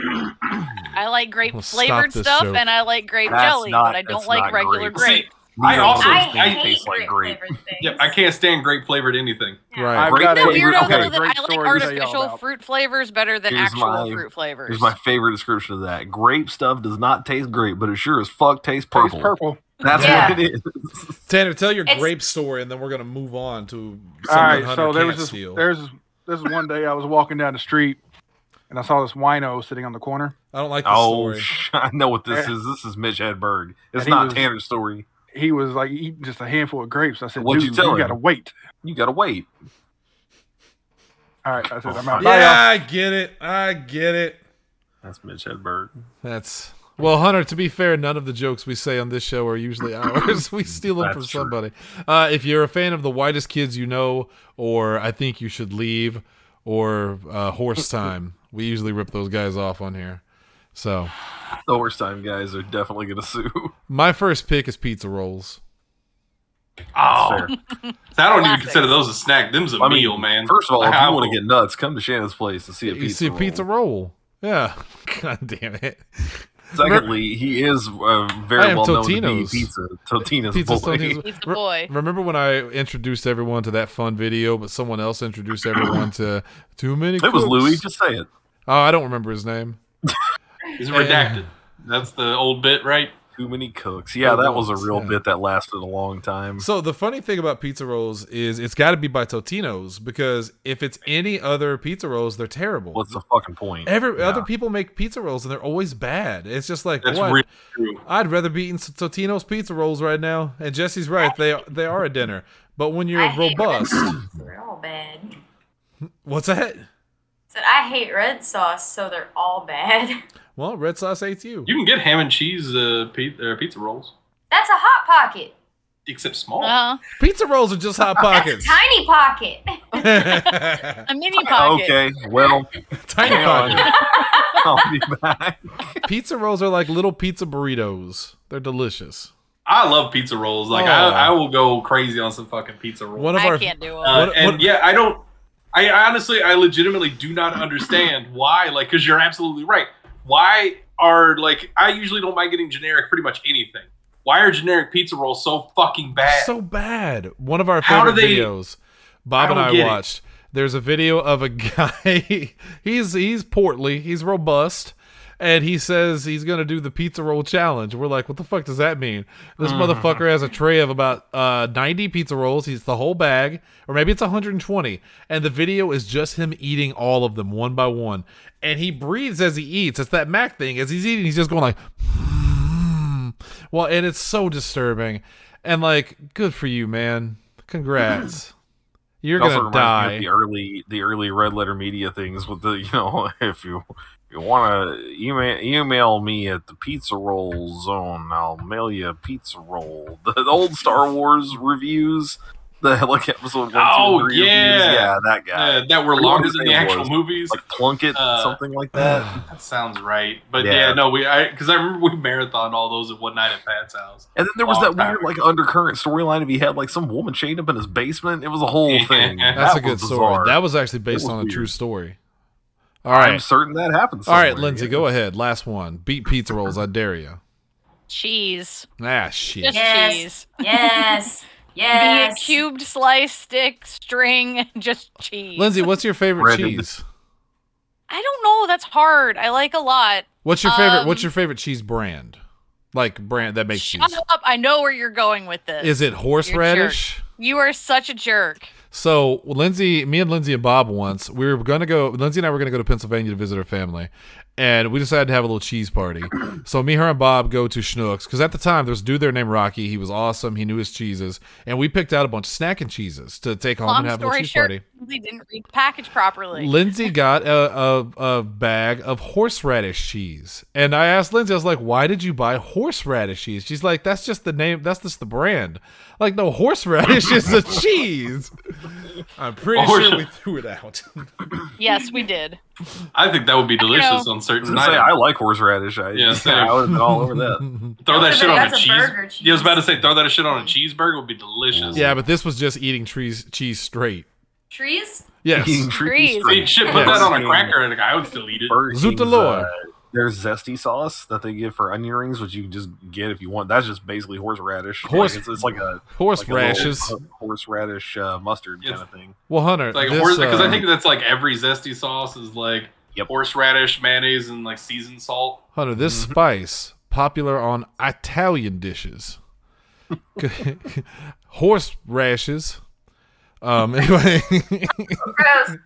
Speaker 5: I like grape
Speaker 3: We'll stop
Speaker 5: flavored
Speaker 3: this
Speaker 5: stuff
Speaker 3: joke.
Speaker 5: and I like grape
Speaker 4: That's
Speaker 5: jelly,
Speaker 4: not-
Speaker 5: but I don't
Speaker 4: that's
Speaker 5: like
Speaker 4: not
Speaker 5: regular
Speaker 4: grapes.
Speaker 5: grape.
Speaker 6: See, I
Speaker 4: These
Speaker 6: also-
Speaker 4: those
Speaker 7: I
Speaker 4: things
Speaker 7: hate
Speaker 4: taste like grape.
Speaker 7: grape-flavored things.
Speaker 6: yeah, I can't stand grape flavored anything.
Speaker 3: Right.
Speaker 8: I've
Speaker 4: Great
Speaker 8: got
Speaker 4: that
Speaker 8: a
Speaker 5: Isn't
Speaker 4: Wait,
Speaker 5: it weird
Speaker 4: okay,
Speaker 5: though that
Speaker 8: great
Speaker 5: I like
Speaker 8: story to tell y'all
Speaker 5: artificial
Speaker 8: about.
Speaker 5: fruit flavors better than
Speaker 4: Here's
Speaker 5: actual
Speaker 4: my-
Speaker 5: fruit flavors.
Speaker 4: Here's my favorite description of that. Grape stuff does not taste great, but it sure as fuck tastes
Speaker 8: Tastes
Speaker 4: purple.
Speaker 8: purple.
Speaker 4: That's
Speaker 7: Yeah.
Speaker 4: what it is.
Speaker 3: Tanner, tell your
Speaker 7: It's-
Speaker 3: grape story, and then we're gonna move on to something
Speaker 8: All right,
Speaker 3: Hunter
Speaker 8: so there
Speaker 3: can't
Speaker 8: was this.
Speaker 3: steal.
Speaker 8: There's this is one day I was walking down the street, and I saw this wino sitting on the corner.
Speaker 3: I don't like the
Speaker 4: Oh,
Speaker 3: story.
Speaker 4: sh- I know what this is. This is Mitch Hedberg. It's
Speaker 8: And he
Speaker 4: not
Speaker 8: was-
Speaker 4: Tanner's story.
Speaker 8: He was like eating just a handful of grapes. I said,
Speaker 4: What'd you
Speaker 8: "Dude,
Speaker 4: tell
Speaker 8: you
Speaker 4: him?"
Speaker 8: gotta wait."
Speaker 4: You gotta wait.
Speaker 8: All right, I said, "I'm out."
Speaker 4: Oh,
Speaker 8: Bye,
Speaker 3: Yeah, I get it. I get it.
Speaker 4: That's Mitch Hedberg.
Speaker 3: That's well, Hunter. To be fair, none of the jokes we say on this show are usually ours. we steal them
Speaker 4: That's
Speaker 3: from
Speaker 4: true.
Speaker 3: somebody. Uh, if you're a fan of the whitest kids you know, or I think you should leave, or uh, horse time, we usually rip those guys off on here. So
Speaker 4: The worst time guys are definitely gonna sue.
Speaker 3: my first pick is pizza rolls.
Speaker 6: Oh,
Speaker 4: Fair.
Speaker 6: I don't even
Speaker 5: Classics.
Speaker 6: consider those a snack. Them's a
Speaker 4: I mean,
Speaker 6: meal, man.
Speaker 4: First of all, if
Speaker 6: I
Speaker 4: you want
Speaker 6: will-
Speaker 4: to get nuts, come to Shannon's place and see a
Speaker 3: you
Speaker 4: pizza.
Speaker 3: see a pizza
Speaker 4: roll.
Speaker 3: roll. Yeah. God damn it.
Speaker 4: Secondly, he is uh,
Speaker 3: I
Speaker 4: very
Speaker 3: am
Speaker 4: well known to be
Speaker 3: Totino's.
Speaker 4: pizza. Totino's
Speaker 3: Pizza
Speaker 4: boy.
Speaker 3: Tony's-
Speaker 5: He's the
Speaker 3: Re-
Speaker 5: boy.
Speaker 3: Remember when I introduced everyone to that fun video, but someone else introduced everyone to too many.
Speaker 4: It was
Speaker 3: cooks?
Speaker 4: Louis. Just say it.
Speaker 3: Oh, I don't remember his name.
Speaker 6: He's
Speaker 3: Yeah.
Speaker 6: redacted. That's the old bit, right?
Speaker 4: Too many cooks. Yeah, that was a
Speaker 3: was,
Speaker 4: real
Speaker 3: yeah.
Speaker 4: bit that lasted a long time.
Speaker 3: So the funny thing about pizza rolls is it's got to be by Totino's because if it's any other pizza rolls, they're terrible.
Speaker 4: What's the fucking point?
Speaker 3: Every
Speaker 4: Yeah.
Speaker 3: other people make pizza rolls and they're always bad. It's just like
Speaker 6: That's
Speaker 3: what?
Speaker 6: really true.
Speaker 3: I'd rather be eating some Totino's pizza rolls right now. And Jesse's right; they they are a dinner. But when you're
Speaker 7: I hate
Speaker 3: robust,
Speaker 7: Red sauce. They're all bad.
Speaker 3: what's that?
Speaker 7: Said I hate red sauce, so they're all bad.
Speaker 3: Well, red sauce hates you.
Speaker 6: You can get ham and cheese uh, pizza, uh, pizza rolls,
Speaker 7: That's a hot pocket.
Speaker 6: except small.
Speaker 5: Uh,
Speaker 3: Pizza rolls are just hot
Speaker 7: That's
Speaker 3: pockets.
Speaker 7: a tiny pocket.
Speaker 3: Tiny
Speaker 5: a mini pocket.
Speaker 4: Okay, well,
Speaker 3: pockets.
Speaker 4: I'll be back.
Speaker 3: Pizza rolls are like little pizza burritos. They're delicious.
Speaker 6: I love pizza rolls. Like
Speaker 3: Oh.
Speaker 6: I, I will go crazy on some fucking pizza rolls.
Speaker 3: One of
Speaker 5: I
Speaker 3: our
Speaker 5: can't do it.
Speaker 6: Uh,
Speaker 3: What-
Speaker 6: and
Speaker 3: what-
Speaker 6: yeah, I don't. I I honestly, I legitimately do not understand why. Like, because you're absolutely right. Why are like I usually don't mind getting generic pretty much anything. Why are generic pizza rolls so fucking bad?
Speaker 3: so bad. One of our
Speaker 6: How do
Speaker 3: favorite
Speaker 6: they-
Speaker 3: videos. Bob
Speaker 6: I
Speaker 3: and
Speaker 6: don't
Speaker 3: I
Speaker 6: get it.
Speaker 3: watched. There's a video of a guy. he's he's portly. He's robust. And he says he's gonna do the pizza roll challenge. We're like, what the fuck does that mean? This
Speaker 6: Mm-hmm.
Speaker 3: motherfucker has a tray of about uh, 90 pizza rolls. He's the whole bag, or maybe it's 120. And the video is just him eating all of them one by one. And he breathes as he eats. It's that Mac thing. As he's eating, he's just going like, well, and it's so disturbing. And like, good for you, man. Congrats. You're
Speaker 4: It also
Speaker 3: gonna
Speaker 4: reminds me
Speaker 3: die.
Speaker 4: of The early, the early red letter media things with the, you know, if you you want to email email me at the pizza roll zone, I'll mail you a pizza roll. The, the old Star Wars reviews. The like episode one, two,
Speaker 6: Oh,
Speaker 4: and three reviews.
Speaker 6: yeah.
Speaker 4: yeah, that guy,
Speaker 6: Uh, that were
Speaker 4: Who
Speaker 6: longer
Speaker 4: his
Speaker 6: than the
Speaker 4: name
Speaker 6: actual
Speaker 4: was?
Speaker 6: movies.
Speaker 4: like Plunkett,
Speaker 6: Uh,
Speaker 4: something like that.
Speaker 6: That sounds right. But
Speaker 4: Yeah.
Speaker 6: yeah, no, we I because I remember we marathoned all those at one night at Pat's house.
Speaker 4: And then there was
Speaker 6: Long
Speaker 4: that
Speaker 6: time
Speaker 4: weird, like, undercurrent storyline of he had, like, some woman chained up in his basement. It was a whole thing.
Speaker 6: That's
Speaker 3: That's
Speaker 4: That
Speaker 3: a good
Speaker 4: was bizarre.
Speaker 3: story. That was actually based
Speaker 4: was
Speaker 3: on a
Speaker 4: weird.
Speaker 3: true story. All
Speaker 4: I'm
Speaker 3: right.
Speaker 4: certain that happened.
Speaker 3: All right,
Speaker 4: somewhere,
Speaker 3: Lindsay,
Speaker 4: yeah.
Speaker 3: go ahead. Last one. Beat pizza rolls. I dare you.
Speaker 5: Cheese.
Speaker 3: Ah, shit.
Speaker 5: Just
Speaker 7: Yes.
Speaker 5: cheese.
Speaker 7: Yes.
Speaker 5: Be it
Speaker 7: Yes.
Speaker 5: cubed, slice, stick, string, just cheese.
Speaker 3: Lindsay, what's your favorite
Speaker 4: Red and-
Speaker 3: cheese?
Speaker 5: I don't know. That's hard. I like a lot.
Speaker 3: What's your favorite? what's
Speaker 5: Um,
Speaker 3: your favorite cheese brand? Like brand that makes
Speaker 5: Shut
Speaker 3: cheese.
Speaker 5: up. I know where you're going with this.
Speaker 3: Is it horseradish?
Speaker 5: You are such a jerk.
Speaker 3: So Lindsay, me and Lindsay and Bob once we were gonna go. Lindsay and I were gonna go to Pennsylvania to visit her family, and we decided to have a little cheese party. So me, her, and Bob go to Schnucks because at the time there was a dude there named Rocky. He was awesome. He knew his cheeses, and we picked out a bunch of snack and cheeses to take home
Speaker 5: Long
Speaker 3: and have a little
Speaker 5: story
Speaker 3: cheese
Speaker 5: short,
Speaker 3: party.
Speaker 5: they didn't read the package properly.
Speaker 3: Lindsay got a, a, a bag of horseradish cheese. And I asked Lindsay, I was like, why did you buy horseradish cheese? She's like, that's just the name, that's just the brand. Like, no, horseradish is a cheese. I'm pretty
Speaker 4: Oh,
Speaker 6: Horse-
Speaker 3: sure we threw it out.
Speaker 5: yes, we did.
Speaker 6: I think that would be delicious
Speaker 5: know.
Speaker 4: I
Speaker 6: on
Speaker 4: was
Speaker 6: certain
Speaker 4: gonna say,
Speaker 6: nights.
Speaker 4: I like horseradish. I,
Speaker 6: Yeah,
Speaker 4: yeah,
Speaker 6: same.
Speaker 4: I would have been all over that.
Speaker 6: Throw that
Speaker 7: That's
Speaker 6: shit
Speaker 7: a-
Speaker 6: on a
Speaker 7: that's a
Speaker 6: cheese.
Speaker 7: burger
Speaker 6: Yeah, I was about to
Speaker 7: cheese.
Speaker 6: say throw that shit on a cheeseburger would be delicious.
Speaker 3: yeah, but this was just eating trees, cheese straight.
Speaker 7: Trees?
Speaker 3: Yes.
Speaker 4: Eating trees.
Speaker 5: Trees.
Speaker 6: I mean, shit, put
Speaker 3: Yeah.
Speaker 6: that on a cracker and I would still eat it.
Speaker 4: Burger
Speaker 3: Zoot the
Speaker 4: King's,
Speaker 3: Lord.
Speaker 4: uh, their zesty sauce that they give for onion rings, which you can just get if you want. That's just basically horseradish.
Speaker 3: Horse-
Speaker 4: like, it's, it's like a like a little
Speaker 3: Horserashes.
Speaker 4: horseradish uh, mustard
Speaker 6: Yes.
Speaker 4: kind of thing.
Speaker 3: well, Hunter,
Speaker 6: It's like
Speaker 3: this,
Speaker 6: horse because
Speaker 8: um,
Speaker 3: uh,
Speaker 6: I think that's like every zesty sauce is like
Speaker 4: Yep.
Speaker 6: horseradish, mayonnaise, and like seasoned salt.
Speaker 3: Hunter, this
Speaker 4: Mm-hmm.
Speaker 3: spice popular on Italian dishes. Horse rashes. Um anyway.
Speaker 7: Gross.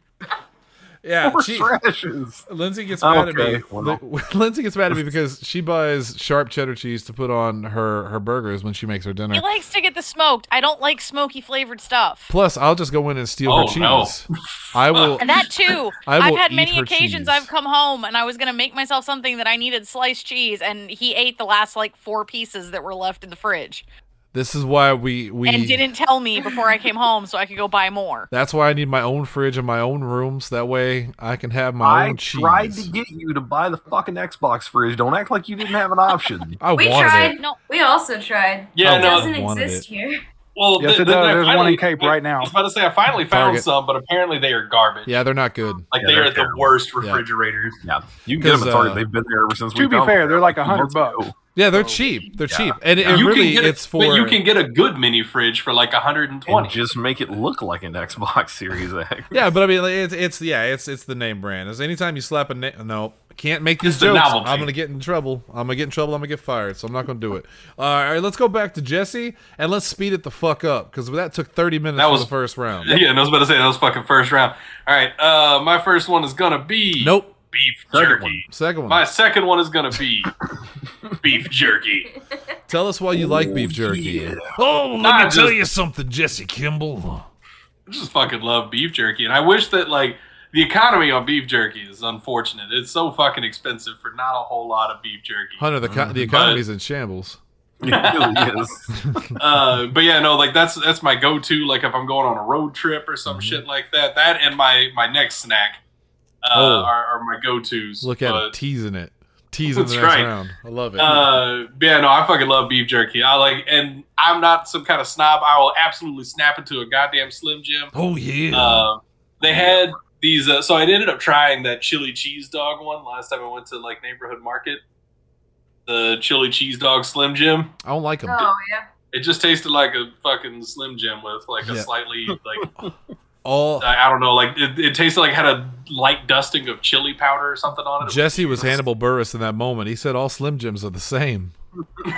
Speaker 3: yeah, cheese-
Speaker 4: Horserashes.
Speaker 3: Lindsay gets
Speaker 4: Oh,
Speaker 3: mad
Speaker 4: okay.
Speaker 3: at me.
Speaker 4: Well.
Speaker 3: Li- Lindsay gets mad at me because she buys sharp cheddar cheese to put on her her burgers when she makes her
Speaker 5: He
Speaker 3: dinner.
Speaker 5: likes to get the smoked. I don't like smoky flavored stuff.
Speaker 3: Plus, I'll just go in and steal
Speaker 6: Oh,
Speaker 3: her
Speaker 6: no.
Speaker 3: cheese. I will.
Speaker 5: And that too.
Speaker 3: I
Speaker 5: I've
Speaker 3: will
Speaker 5: had
Speaker 3: eat
Speaker 5: many
Speaker 3: her cheese.
Speaker 5: occasions I've come home and I was gonna make myself something that I needed sliced cheese, and he ate the last like four pieces that were left in the fridge
Speaker 3: This is why we we.
Speaker 5: and didn't tell me before I came home so I could go buy more.
Speaker 3: That's why I need my own fridge and my own rooms. That way, I can have my
Speaker 4: I
Speaker 3: own cheese.
Speaker 4: tried to get you to buy the fucking Xbox fridge. Don't act like you didn't have an option.
Speaker 3: I
Speaker 7: We
Speaker 3: wanted
Speaker 7: tried.
Speaker 3: it.
Speaker 5: No,
Speaker 7: We also tried.
Speaker 6: Yeah,
Speaker 3: Oh,
Speaker 7: It
Speaker 6: no.
Speaker 7: doesn't
Speaker 3: wanted
Speaker 7: exist here.
Speaker 6: Well,
Speaker 8: Yes,
Speaker 6: th-
Speaker 8: it
Speaker 6: then
Speaker 8: does.
Speaker 6: I
Speaker 8: There's one
Speaker 6: finally-
Speaker 8: in Cape right now.
Speaker 6: I was about to say I finally found
Speaker 3: Target.
Speaker 6: some, but apparently they are garbage.
Speaker 3: Yeah, they're not good.
Speaker 6: Like
Speaker 4: Yeah,
Speaker 6: they
Speaker 4: they're
Speaker 6: are the
Speaker 4: terrible.
Speaker 6: worst refrigerators.
Speaker 4: Yeah, you can get
Speaker 3: 'Cause,
Speaker 4: them at Target.
Speaker 3: uh,
Speaker 4: They've been there ever since.
Speaker 8: To
Speaker 4: we
Speaker 8: be
Speaker 4: found
Speaker 8: fair,
Speaker 4: them.
Speaker 8: they're like a
Speaker 4: Months
Speaker 8: hundred
Speaker 4: ago.
Speaker 8: bucks.
Speaker 3: Yeah, they're cheap. They're cheap, and it
Speaker 6: Oh, You
Speaker 3: really
Speaker 6: can get a-
Speaker 3: it's for.
Speaker 6: but you can get a good mini fridge for like 120.
Speaker 4: And just make it look like an Xbox Series X.
Speaker 3: Yeah, but I mean, like, it's it's yeah, it's it's the name brand. It's anytime you slap a name, no, can't make these
Speaker 6: It's the
Speaker 3: jokes.
Speaker 6: novelty.
Speaker 3: I'm gonna get in trouble. I'm gonna get in trouble. I'm gonna get fired. So I'm not gonna do it. All right, let's go back to Jesse and let's speed it the fuck up because that took 30 minutes
Speaker 6: That
Speaker 3: for
Speaker 6: was-
Speaker 3: the first round.
Speaker 6: yeah, and I was about to say that was fucking first round. All right, uh, my first one is gonna be
Speaker 3: Nope.
Speaker 6: beef
Speaker 4: Second
Speaker 6: jerky.
Speaker 3: Second one.
Speaker 6: My second one is gonna be beef jerky.
Speaker 3: Tell us why you like beef jerky. Oh, let
Speaker 6: Nah,
Speaker 3: me tell
Speaker 6: just-
Speaker 3: you something, Jesse Kimball.
Speaker 6: I just fucking love beef jerky, and I wish that like the economy on beef jerky is unfortunate. It's so fucking expensive for not a whole lot of beef jerky.
Speaker 3: Hunter, the co- the economy's in shambles.
Speaker 4: It really is.
Speaker 6: Uh, but yeah, no, like that's that's my go-to. Like if I'm going on a road trip or
Speaker 3: Mm-hmm.
Speaker 6: some shit like that, that and my my next snack uh,
Speaker 3: Oh.
Speaker 6: are, are my go-tos.
Speaker 3: Look at
Speaker 6: But-
Speaker 3: him teasing it, teasing the
Speaker 6: That's
Speaker 3: next
Speaker 6: right.
Speaker 3: round. I love it.
Speaker 6: Uh, yeah, no, I fucking love beef jerky. I like, and I'm not some kind of snob. I will absolutely snap into a goddamn Slim Jim.
Speaker 3: oh yeah.
Speaker 6: Um, they had these, uh, so I ended up trying that chili cheese dog one last time I went to like neighborhood market. The chili cheese dog Slim Jim.
Speaker 3: I don't like him.
Speaker 7: Oh yeah.
Speaker 6: It just tasted like a fucking Slim Jim with like a
Speaker 3: Yeah.
Speaker 6: slightly like
Speaker 3: All
Speaker 6: I, I don't know like it, it tasted like it had a light dusting of chili powder or something on it.
Speaker 3: Jesse was Hannibal Burris in that moment. He said all Slim Jims are the same.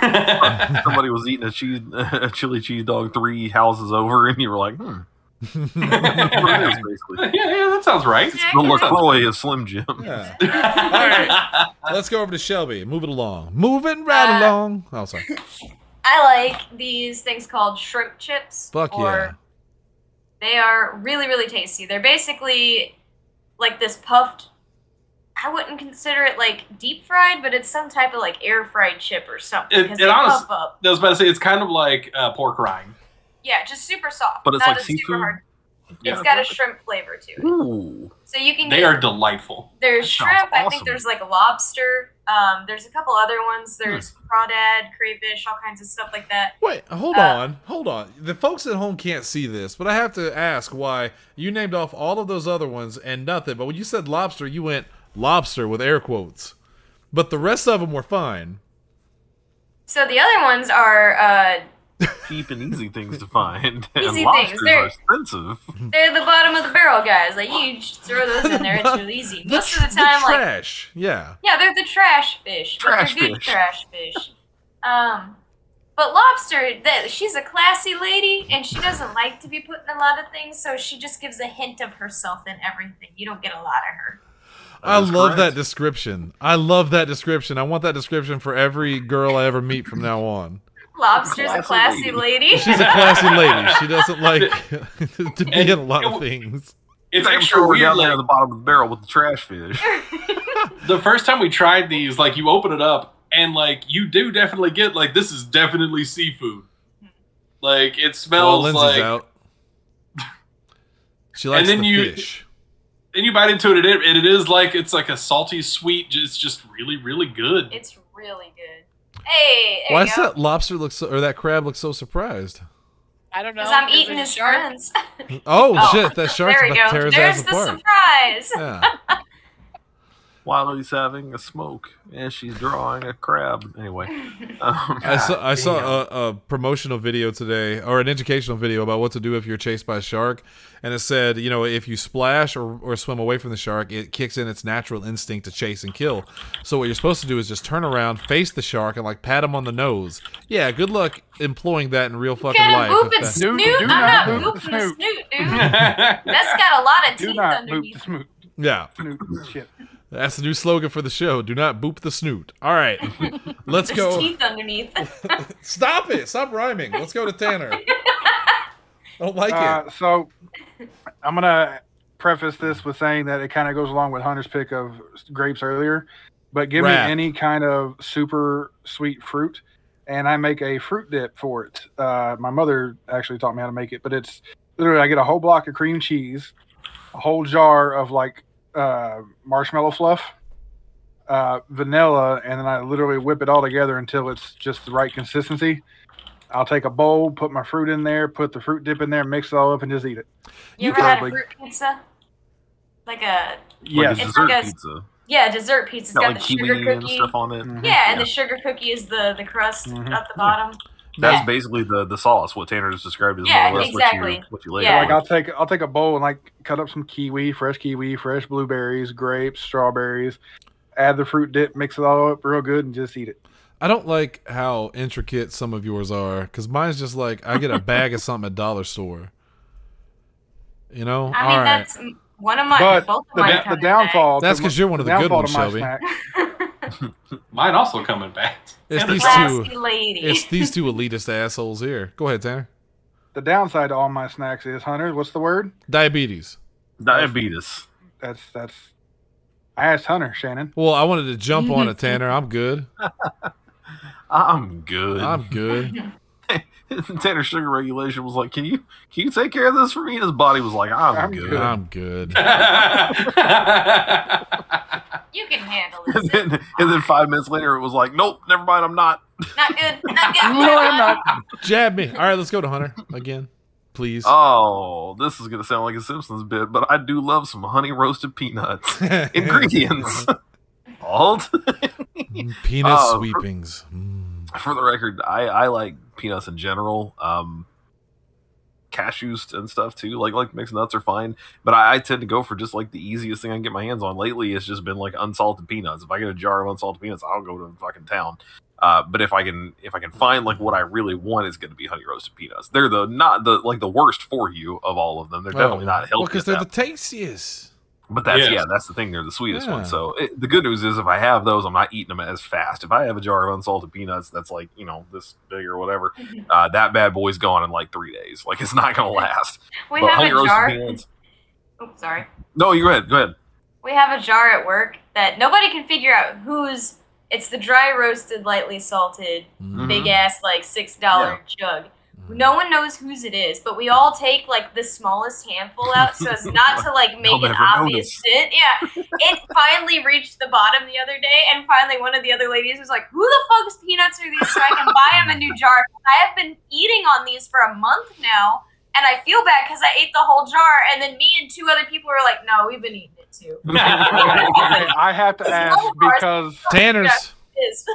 Speaker 4: Somebody was eating a cheese, a chili cheese dog three houses over, and you were like, "Hmm." It is, basically.
Speaker 6: yeah, yeah, that sounds right.
Speaker 4: The Lacroix is Slim Jim.
Speaker 3: Yeah. Let's go over to Shelby. Move it along. Moving right
Speaker 7: Uh,
Speaker 3: along. Oh, sorry.
Speaker 7: I like these things called shrimp chips.
Speaker 3: Fuck
Speaker 7: or
Speaker 3: yeah.
Speaker 7: They are really, really tasty. They're basically like this puffed. I wouldn't consider it like deep fried, but it's some type of like air fried chip or something
Speaker 6: It-
Speaker 7: because
Speaker 6: it
Speaker 7: they
Speaker 6: honest-
Speaker 7: puff up.
Speaker 6: I was about to say it's kind of like uh, pork rind.
Speaker 7: Yeah, just super soft.
Speaker 4: But it's
Speaker 7: Not
Speaker 4: like
Speaker 7: a super
Speaker 4: seafood?
Speaker 7: hard.
Speaker 6: Yeah.
Speaker 7: It's got a shrimp flavor to it.
Speaker 4: Ooh.
Speaker 7: So you can
Speaker 6: They
Speaker 7: get
Speaker 6: are delightful.
Speaker 4: That
Speaker 7: there's
Speaker 4: sounds
Speaker 7: shrimp. I
Speaker 4: awesome. Hmm.
Speaker 7: think there's like lobster. Um, there's a couple other ones. There's crawdad, crayfish, all kinds of stuff like that.
Speaker 3: Wait, hold
Speaker 7: Uh,
Speaker 3: on, hold on. The folks at home can't see this, but I have to ask why you named off all of those other ones and nothing. But when you said lobster, you went lobster with air quotes, but the rest of them were fine.
Speaker 7: So the other ones are uh,
Speaker 4: Cheap and easy things to find. and
Speaker 7: Easy
Speaker 4: lobsters
Speaker 7: things, they're-
Speaker 4: are expensive.
Speaker 7: they're the bottom of the barrel guys. Like you just throw those in there, it's really easy. Most of the time, like
Speaker 3: trash. yeah.
Speaker 7: Yeah, they're the trash fish. but
Speaker 4: Trash
Speaker 7: they're good
Speaker 4: fish.
Speaker 7: trash fish. Um, but lobster, that she's a classy lady, and she doesn't like to be put in a lot of things, so she just gives a hint of herself in everything. You don't get a lot of her.
Speaker 3: I
Speaker 4: is
Speaker 3: love that
Speaker 4: correct.
Speaker 3: description. I love that description. I want that description for every girl I ever meet from now on.
Speaker 7: Lobster's a
Speaker 4: Classy
Speaker 7: classy lady.
Speaker 3: She's a classy lady. She doesn't like to be
Speaker 6: And-
Speaker 3: in a lot of things.
Speaker 6: It's
Speaker 4: I'm
Speaker 6: extra
Speaker 4: sure we're
Speaker 6: weird.
Speaker 4: down
Speaker 6: like-
Speaker 4: there at the bottom of the barrel with the trash fish.
Speaker 6: the first time we tried these, like you open it up and like you do definitely get like this is definitely seafood. Like it
Speaker 3: Well,
Speaker 6: smells
Speaker 3: Lindsay's
Speaker 6: like,
Speaker 3: out. She likes
Speaker 6: then
Speaker 3: the
Speaker 6: you-
Speaker 3: fish.
Speaker 6: and you bite into it, and it, and it is like it's like a salty sweet. j- It's just really, really good.
Speaker 7: it's really good. Hey, there
Speaker 3: Why
Speaker 7: you
Speaker 3: does
Speaker 7: go.
Speaker 3: that lobster look so, or that crab look so surprised?
Speaker 5: I don't know.
Speaker 7: Because I'm
Speaker 5: there's
Speaker 7: eating
Speaker 5: a
Speaker 7: his
Speaker 5: shark.
Speaker 7: friends.
Speaker 3: Oh,
Speaker 7: Oh,
Speaker 3: shit! That shark's
Speaker 7: there we
Speaker 3: about to tear
Speaker 7: go.
Speaker 3: his
Speaker 7: There's
Speaker 3: ass
Speaker 7: the
Speaker 3: apart.
Speaker 7: surprise.
Speaker 3: Yeah.
Speaker 4: while he's having a smoke and she's drawing a crab. Anyway, um,
Speaker 3: I saw I saw a, a promotional video today or an educational video about what to do if you're chased by a shark, and it said you know if you splash or, or swim away from the shark, it kicks in its natural instinct to chase and kill. So what you're supposed to do is just turn around, face the shark, and like pat him on the nose. Yeah, good luck employing that in real fucking
Speaker 7: Gonna
Speaker 3: life.
Speaker 7: boop
Speaker 3: if
Speaker 7: and
Speaker 3: that-
Speaker 8: Do-
Speaker 7: snoot?
Speaker 8: do
Speaker 7: I'm not
Speaker 8: not boop the
Speaker 7: booping the
Speaker 8: snoot.
Speaker 7: snoot, dude. That's got a lot of
Speaker 8: Do
Speaker 7: teeth
Speaker 8: not boop the
Speaker 7: underneath.
Speaker 8: snoot.
Speaker 3: yeah,
Speaker 8: snoot. Shit.
Speaker 3: that's the new slogan for the show. Do not boop the snoot. All right, let's
Speaker 7: There's
Speaker 3: go.
Speaker 7: teeth underneath.
Speaker 3: Stop it! Stop rhyming. Let's go to Tanner. I don't like it.
Speaker 8: Uh, so I'm gonna preface this with saying that it kind of goes along with Hunter's pick of grapes earlier, but give
Speaker 3: Wrap.
Speaker 8: me any kind of super sweet fruit, and I make a fruit dip for it. Uh, my mother actually taught me how to make it, but it's literally I get a whole block of cream cheese, a whole jar of like uh, marshmallow fluff. Uh, vanilla, and then I literally whip it all together until it's just the right consistency. I'll take a bowl, put my fruit in there, put the fruit dip in there, mix it all up, and just eat it.
Speaker 7: You,
Speaker 8: You
Speaker 7: ever had a
Speaker 8: probably-
Speaker 7: fruit pizza? Like a
Speaker 4: like
Speaker 8: Yes.
Speaker 4: a
Speaker 7: It's
Speaker 4: dessert
Speaker 7: like a-
Speaker 4: pizza.
Speaker 7: yeah, dessert pizza. It's
Speaker 4: Got
Speaker 7: got
Speaker 4: like
Speaker 7: the
Speaker 4: kiwi
Speaker 7: sugar
Speaker 4: and
Speaker 7: cookie.
Speaker 4: stuff on
Speaker 3: Mm.
Speaker 4: it.
Speaker 8: Mhm.
Speaker 7: Yeah, and
Speaker 4: Yeah.
Speaker 7: the sugar cookie is the the crust
Speaker 8: Mhm.
Speaker 7: at the bottom.
Speaker 4: That's
Speaker 7: Yeah.
Speaker 4: basically the the sauce. What Tanner just described is
Speaker 7: Yeah,
Speaker 4: more or less what
Speaker 7: exactly.
Speaker 4: you what you laid
Speaker 7: Yeah.
Speaker 4: out.
Speaker 8: Like I'll take I'll take a bowl and like cut up some kiwi, fresh kiwi, fresh blueberries, grapes, strawberries, add the fruit dip, mix it all up real good, and just eat it.
Speaker 3: I don't like how intricate some of yours are because mine's just like I get a bag of something at dollar store. You know,
Speaker 7: I
Speaker 3: all
Speaker 7: mean,
Speaker 3: right.
Speaker 7: that's one of my
Speaker 8: but
Speaker 7: both of
Speaker 8: the,
Speaker 7: mine.
Speaker 8: da- the
Speaker 7: kinda
Speaker 8: downfall
Speaker 3: That's
Speaker 8: to
Speaker 3: 'cause
Speaker 8: my-
Speaker 3: you're one of the good
Speaker 8: downfall
Speaker 3: ones,
Speaker 8: to my
Speaker 3: Shelby.
Speaker 8: snack-
Speaker 6: Mine also coming back.
Speaker 3: It's
Speaker 6: And
Speaker 3: these
Speaker 6: it's-
Speaker 3: two.
Speaker 7: Classy lady.
Speaker 3: It's these two elitist assholes here. Go ahead, Tanner.
Speaker 8: The downside to all my snacks is Hunter. What's the word?
Speaker 3: Diabetes.
Speaker 4: Diabetes.
Speaker 8: That's that's. I asked Hunter Shannon.
Speaker 3: Well, I wanted to jump on it, Tanner. I'm good.
Speaker 4: I'm good.
Speaker 3: I'm good.
Speaker 4: Tanner's sugar regulation was like, can you can you take care of this for me? And his body was like, I'm,
Speaker 8: I'm
Speaker 4: good.
Speaker 8: good.
Speaker 3: I'm good.
Speaker 7: You can handle
Speaker 4: And
Speaker 7: this.
Speaker 4: then, and then five minutes later, it was like, nope, never mind, I'm not.
Speaker 7: not good. Not good.
Speaker 8: No, I'm not.
Speaker 3: Jab me. All right, let's go to Hunter again, please.
Speaker 4: Oh, this is gonna sound like a Simpsons bit, but I do love some honey roasted peanuts. Ingredients: salt,
Speaker 3: Penis
Speaker 4: Uh,
Speaker 3: sweepings. Mm.
Speaker 4: for the record, I, I like peanuts in general. Um, cashews and stuff too. Like like mixed nuts are fine, but I, I tend to go for just like the easiest thing I can get my hands on. Lately, it's just been like unsalted peanuts. If I get a jar of unsalted peanuts, I'll go to fucking town. Uh, but if I can if I can find like what I really want, it's going to be honey roasted peanuts. They're the not the like the worst for you of all of them. They're definitely
Speaker 3: Oh.
Speaker 4: not
Speaker 3: Well,
Speaker 4: healthy.
Speaker 3: because
Speaker 4: at
Speaker 3: they're
Speaker 4: that
Speaker 3: the tastiest.
Speaker 4: but that's
Speaker 6: Yes.
Speaker 4: yeah, that's the thing. They're the sweetest
Speaker 3: Yeah.
Speaker 4: ones. So it, the good news is, if I have those, I'm not eating them as fast. If I have a jar of unsalted peanuts, that's like you know this big or whatever. Uh, that bad boy's gone in like three days. Like it's not gonna last.
Speaker 7: We
Speaker 4: but
Speaker 7: have a jar.
Speaker 4: peanuts.
Speaker 7: Oh, sorry.
Speaker 4: No, you go ahead. Go ahead.
Speaker 7: We have a jar at work that nobody can figure out whose. It's the dry roasted, lightly salted,
Speaker 3: Mm.
Speaker 7: big ass like six dollar jug. No one knows whose it is, but we all take like the smallest handful out so as not to like make
Speaker 4: They'll
Speaker 7: an
Speaker 4: never
Speaker 7: obvious sit. Yeah. It finally reached the bottom the other day, and finally one of the other ladies was like, Who the fuck's peanuts are these so I can buy them a new jar? I have been eating on these for a month now, and I feel bad because I ate the whole jar. And then me and two other people were like, No, we've been eating it too.
Speaker 8: Okay, I have to ask because
Speaker 3: Tanner's
Speaker 7: It's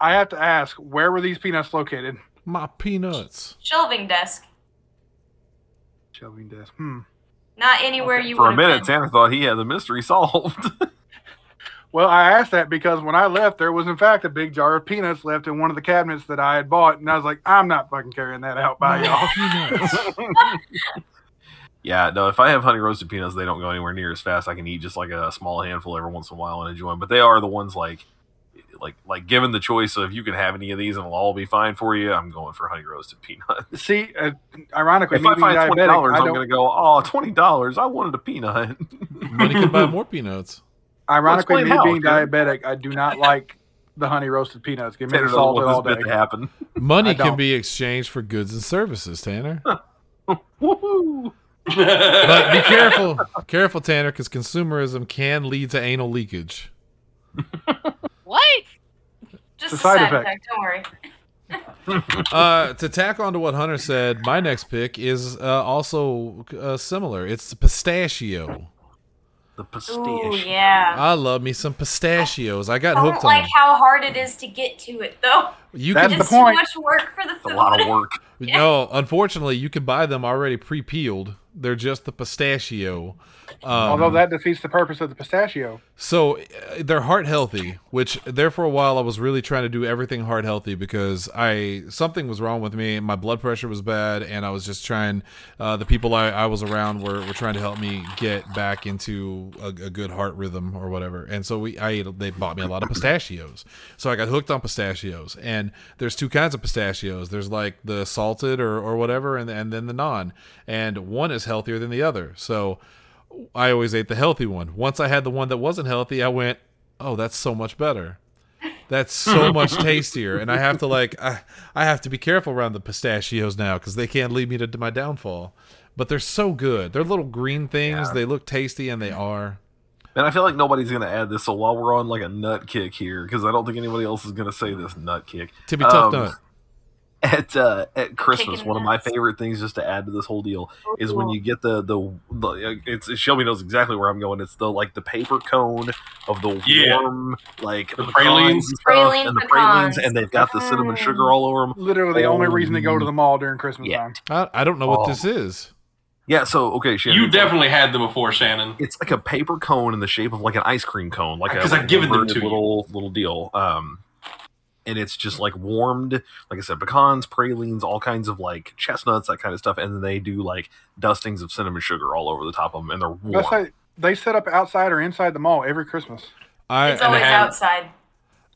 Speaker 8: I have to ask where were these peanuts located?
Speaker 3: my peanuts.
Speaker 7: shelving desk.
Speaker 8: Shelving desk. Hmm.
Speaker 7: Not anywhere you
Speaker 4: For a
Speaker 7: would
Speaker 4: minute, Tanner thought he had the mystery solved.
Speaker 8: Well, I asked that because when I left, there was in fact a big jar of peanuts left in one of the cabinets that I had bought, and I was like, I'm not fucking carrying that out by y'all.
Speaker 4: yeah, no, if I have honey roasted peanuts, they don't go anywhere near as fast. I can eat just like a small handful every once in a while and enjoy them. But they are the ones like, like, like given the choice of you can have any of these and it'll all be fine for you, I'm going for honey roasted peanut.
Speaker 8: See, uh, ironically,
Speaker 4: If
Speaker 8: me
Speaker 4: I
Speaker 8: being
Speaker 4: find twenty dollars,
Speaker 8: diabetic, I
Speaker 4: I'm
Speaker 8: don't.
Speaker 4: gonna go. Oh, twenty dollars! I wanted a peanut.
Speaker 3: Money can buy more peanuts.
Speaker 8: Ironically,
Speaker 4: Explain
Speaker 8: me
Speaker 4: how,
Speaker 8: being
Speaker 4: dude.
Speaker 8: diabetic, I do not like the honey roasted peanuts. Give me
Speaker 4: Tanner
Speaker 8: the
Speaker 4: doesn't
Speaker 8: salted all
Speaker 4: want this
Speaker 8: day.
Speaker 4: bit to happen.
Speaker 3: Money
Speaker 8: I
Speaker 3: can
Speaker 8: don't.
Speaker 3: be exchanged for goods and services, Tanner.
Speaker 4: Woohoo!
Speaker 3: But be careful, careful, Tanner, because consumerism can lead to anal leakage.
Speaker 5: What?
Speaker 7: Just a
Speaker 8: It's a side
Speaker 7: side, effect.
Speaker 8: effect.
Speaker 7: Don't worry.
Speaker 3: Uh, to tack on to what Hunter said, my next pick is uh, also uh, similar. It's pistachio.
Speaker 4: The
Speaker 7: Ooh,
Speaker 4: pistachio.
Speaker 7: yeah.
Speaker 3: I love me some pistachios. I got
Speaker 7: I
Speaker 3: hooked
Speaker 7: don't
Speaker 3: on
Speaker 7: like
Speaker 3: them.
Speaker 7: how hard it is to get to it, though.
Speaker 3: You
Speaker 8: That's
Speaker 3: can,
Speaker 8: the
Speaker 7: It's
Speaker 8: point.
Speaker 7: too much work for the
Speaker 4: It's
Speaker 7: food.
Speaker 4: a lot of work.
Speaker 3: no, unfortunately, you can buy them already pre-peeled. They're just the pistachio. Um,
Speaker 8: Although that defeats the purpose of the pistachio.
Speaker 3: So uh, they're heart healthy, which there for a while I was really trying to do everything heart healthy because I something was wrong with me. My blood pressure was bad, and I was just trying. Uh, the people I, I was around were, were trying to help me get back into a, a good heart rhythm or whatever. And so we I ate, they bought me a lot of pistachios. So I got hooked on pistachios. And there's two kinds of pistachios. There's like the salted or or whatever, and and then the non. And one is healthier than the other. So. I always ate the healthy one. Once I had the one that wasn't healthy, I went, "Oh, that's so much better. That's so much tastier." And I have to like I, I have to be careful around the pistachios now cuz they can lead me to my downfall. But they're so good. They're little green things. They look tasty and they are.
Speaker 4: And I feel like nobody's gonna add this. So while we're on like a nut kick here, because I don't think anybody else is gonna say this nut kick.
Speaker 3: To be
Speaker 4: Um,
Speaker 3: tough nut.
Speaker 4: at uh, at Christmas,
Speaker 7: Chicken
Speaker 4: one of my
Speaker 7: nuts.
Speaker 4: favorite things just to add to this whole deal is when you get the the, the it's Shelby knows exactly where I'm going. It's the like the paper cone of the
Speaker 6: Yeah.
Speaker 4: warm like
Speaker 6: The
Speaker 4: pecan
Speaker 6: pralines.
Speaker 4: stuff
Speaker 7: Praline
Speaker 4: and the
Speaker 7: pecans. Mm.
Speaker 4: pralines, and they've got the cinnamon sugar all over them.
Speaker 8: Literally, the only
Speaker 4: Oh,
Speaker 8: reason to go to the mall during Christmas
Speaker 4: yeah.
Speaker 8: time.
Speaker 3: I, I don't know what
Speaker 4: Oh.
Speaker 3: this is.
Speaker 4: Yeah, so okay, Shannon,
Speaker 6: you
Speaker 4: it's like-
Speaker 6: definitely had them before, Shannon.
Speaker 4: it's like a paper cone in the shape of like an ice cream cone, like a
Speaker 6: 'Cause I've given them
Speaker 4: inverted
Speaker 6: to you.
Speaker 4: little little deal. Um, and it's just like warmed, like I said, pecans, pralines, all kinds of like chestnuts, that kind of stuff. And then they do like dustings of cinnamon sugar all over the top of them, and they're warm.
Speaker 8: Let's say they set up outside or inside the mall every Christmas.
Speaker 3: I
Speaker 7: It's always
Speaker 6: have-
Speaker 7: outside.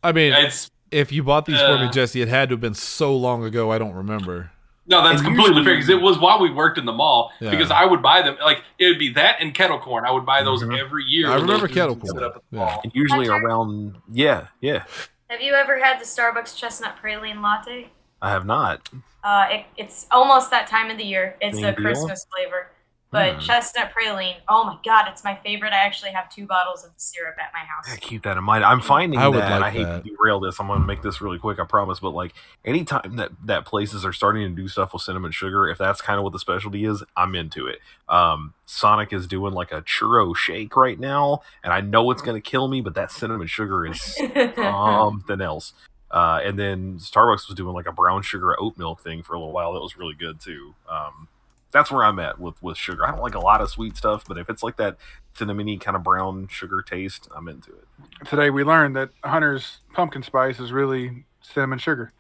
Speaker 3: I mean,
Speaker 6: It's
Speaker 3: if you bought these for me,
Speaker 6: Uh.
Speaker 3: Jesse, it had to have been so long ago. I don't remember.
Speaker 6: no, that's
Speaker 4: And
Speaker 6: completely
Speaker 4: usually-
Speaker 6: fair because it was while we worked in the mall
Speaker 3: Yeah.
Speaker 6: because I would buy them like it would be that and kettle corn. I would buy those
Speaker 4: Mhm.
Speaker 6: every year.
Speaker 3: Mm-hmm. I
Speaker 6: when those
Speaker 3: remember
Speaker 6: dudes
Speaker 3: kettle
Speaker 6: would set
Speaker 3: corn.
Speaker 6: up at the
Speaker 3: Yeah.
Speaker 6: mall.
Speaker 4: and usually
Speaker 7: Hunter?
Speaker 4: around, yeah, yeah.
Speaker 7: Have you ever had the Starbucks chestnut praline latte?
Speaker 4: I have not.
Speaker 7: Uh, it, it's almost that time of the year. It's
Speaker 4: Same
Speaker 7: a
Speaker 4: deal?
Speaker 7: Christmas flavor. But
Speaker 4: Hmm.
Speaker 7: chestnut praline, oh my god, it's my favorite. I actually have two bottles of the syrup at my
Speaker 4: Yeah,
Speaker 7: house.
Speaker 4: keep that in mind. I'm finding
Speaker 3: I
Speaker 4: that,
Speaker 3: would
Speaker 4: and
Speaker 3: like
Speaker 4: I hate
Speaker 3: that.
Speaker 4: to derail this. I'm gonna make this really quick, I promise. But like, anytime that that places are starting to do stuff with cinnamon sugar, if that's kind of what the specialty is, I'm into it. Um, Sonic is doing like a churro shake right now, and I know it's gonna kill me, but that cinnamon sugar is something else. Uh, and then Starbucks was doing like a brown sugar oat milk thing for a little while. That was really good too. Um, that's where I'm at with with sugar. I don't like a lot of sweet stuff, but if it's like that cinnamony kind of brown sugar taste, I'm into it.
Speaker 8: Today, we learned that Hunter's pumpkin spice is really cinnamon sugar.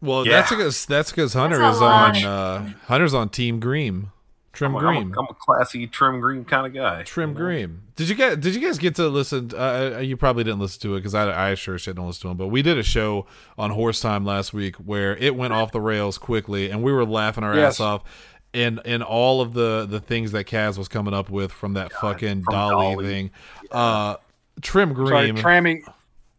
Speaker 3: Well,
Speaker 4: Yeah.
Speaker 3: that's because that's because Hunter
Speaker 7: a
Speaker 3: is
Speaker 7: lot.
Speaker 3: on uh, Hunter's on Team Green, Trim
Speaker 4: I'm a- I'm a-
Speaker 3: Green,
Speaker 4: I'm, a classy trim green kind of guy.
Speaker 3: Trim
Speaker 4: you know?
Speaker 3: Green. Did you guys did you guys get to listen? Uh, you probably didn't listen to it because I, I sure shit don't listen to him. But we did a show on Horse Time last week where it went off the rails quickly, and we were laughing our
Speaker 8: Yes.
Speaker 3: ass off. And and all of the the things that Kaz was coming up with from that fucking
Speaker 4: from
Speaker 3: dolly,
Speaker 4: Dolly.
Speaker 3: thing, uh, Trim
Speaker 8: Sorry,
Speaker 3: Green.
Speaker 8: Trammy.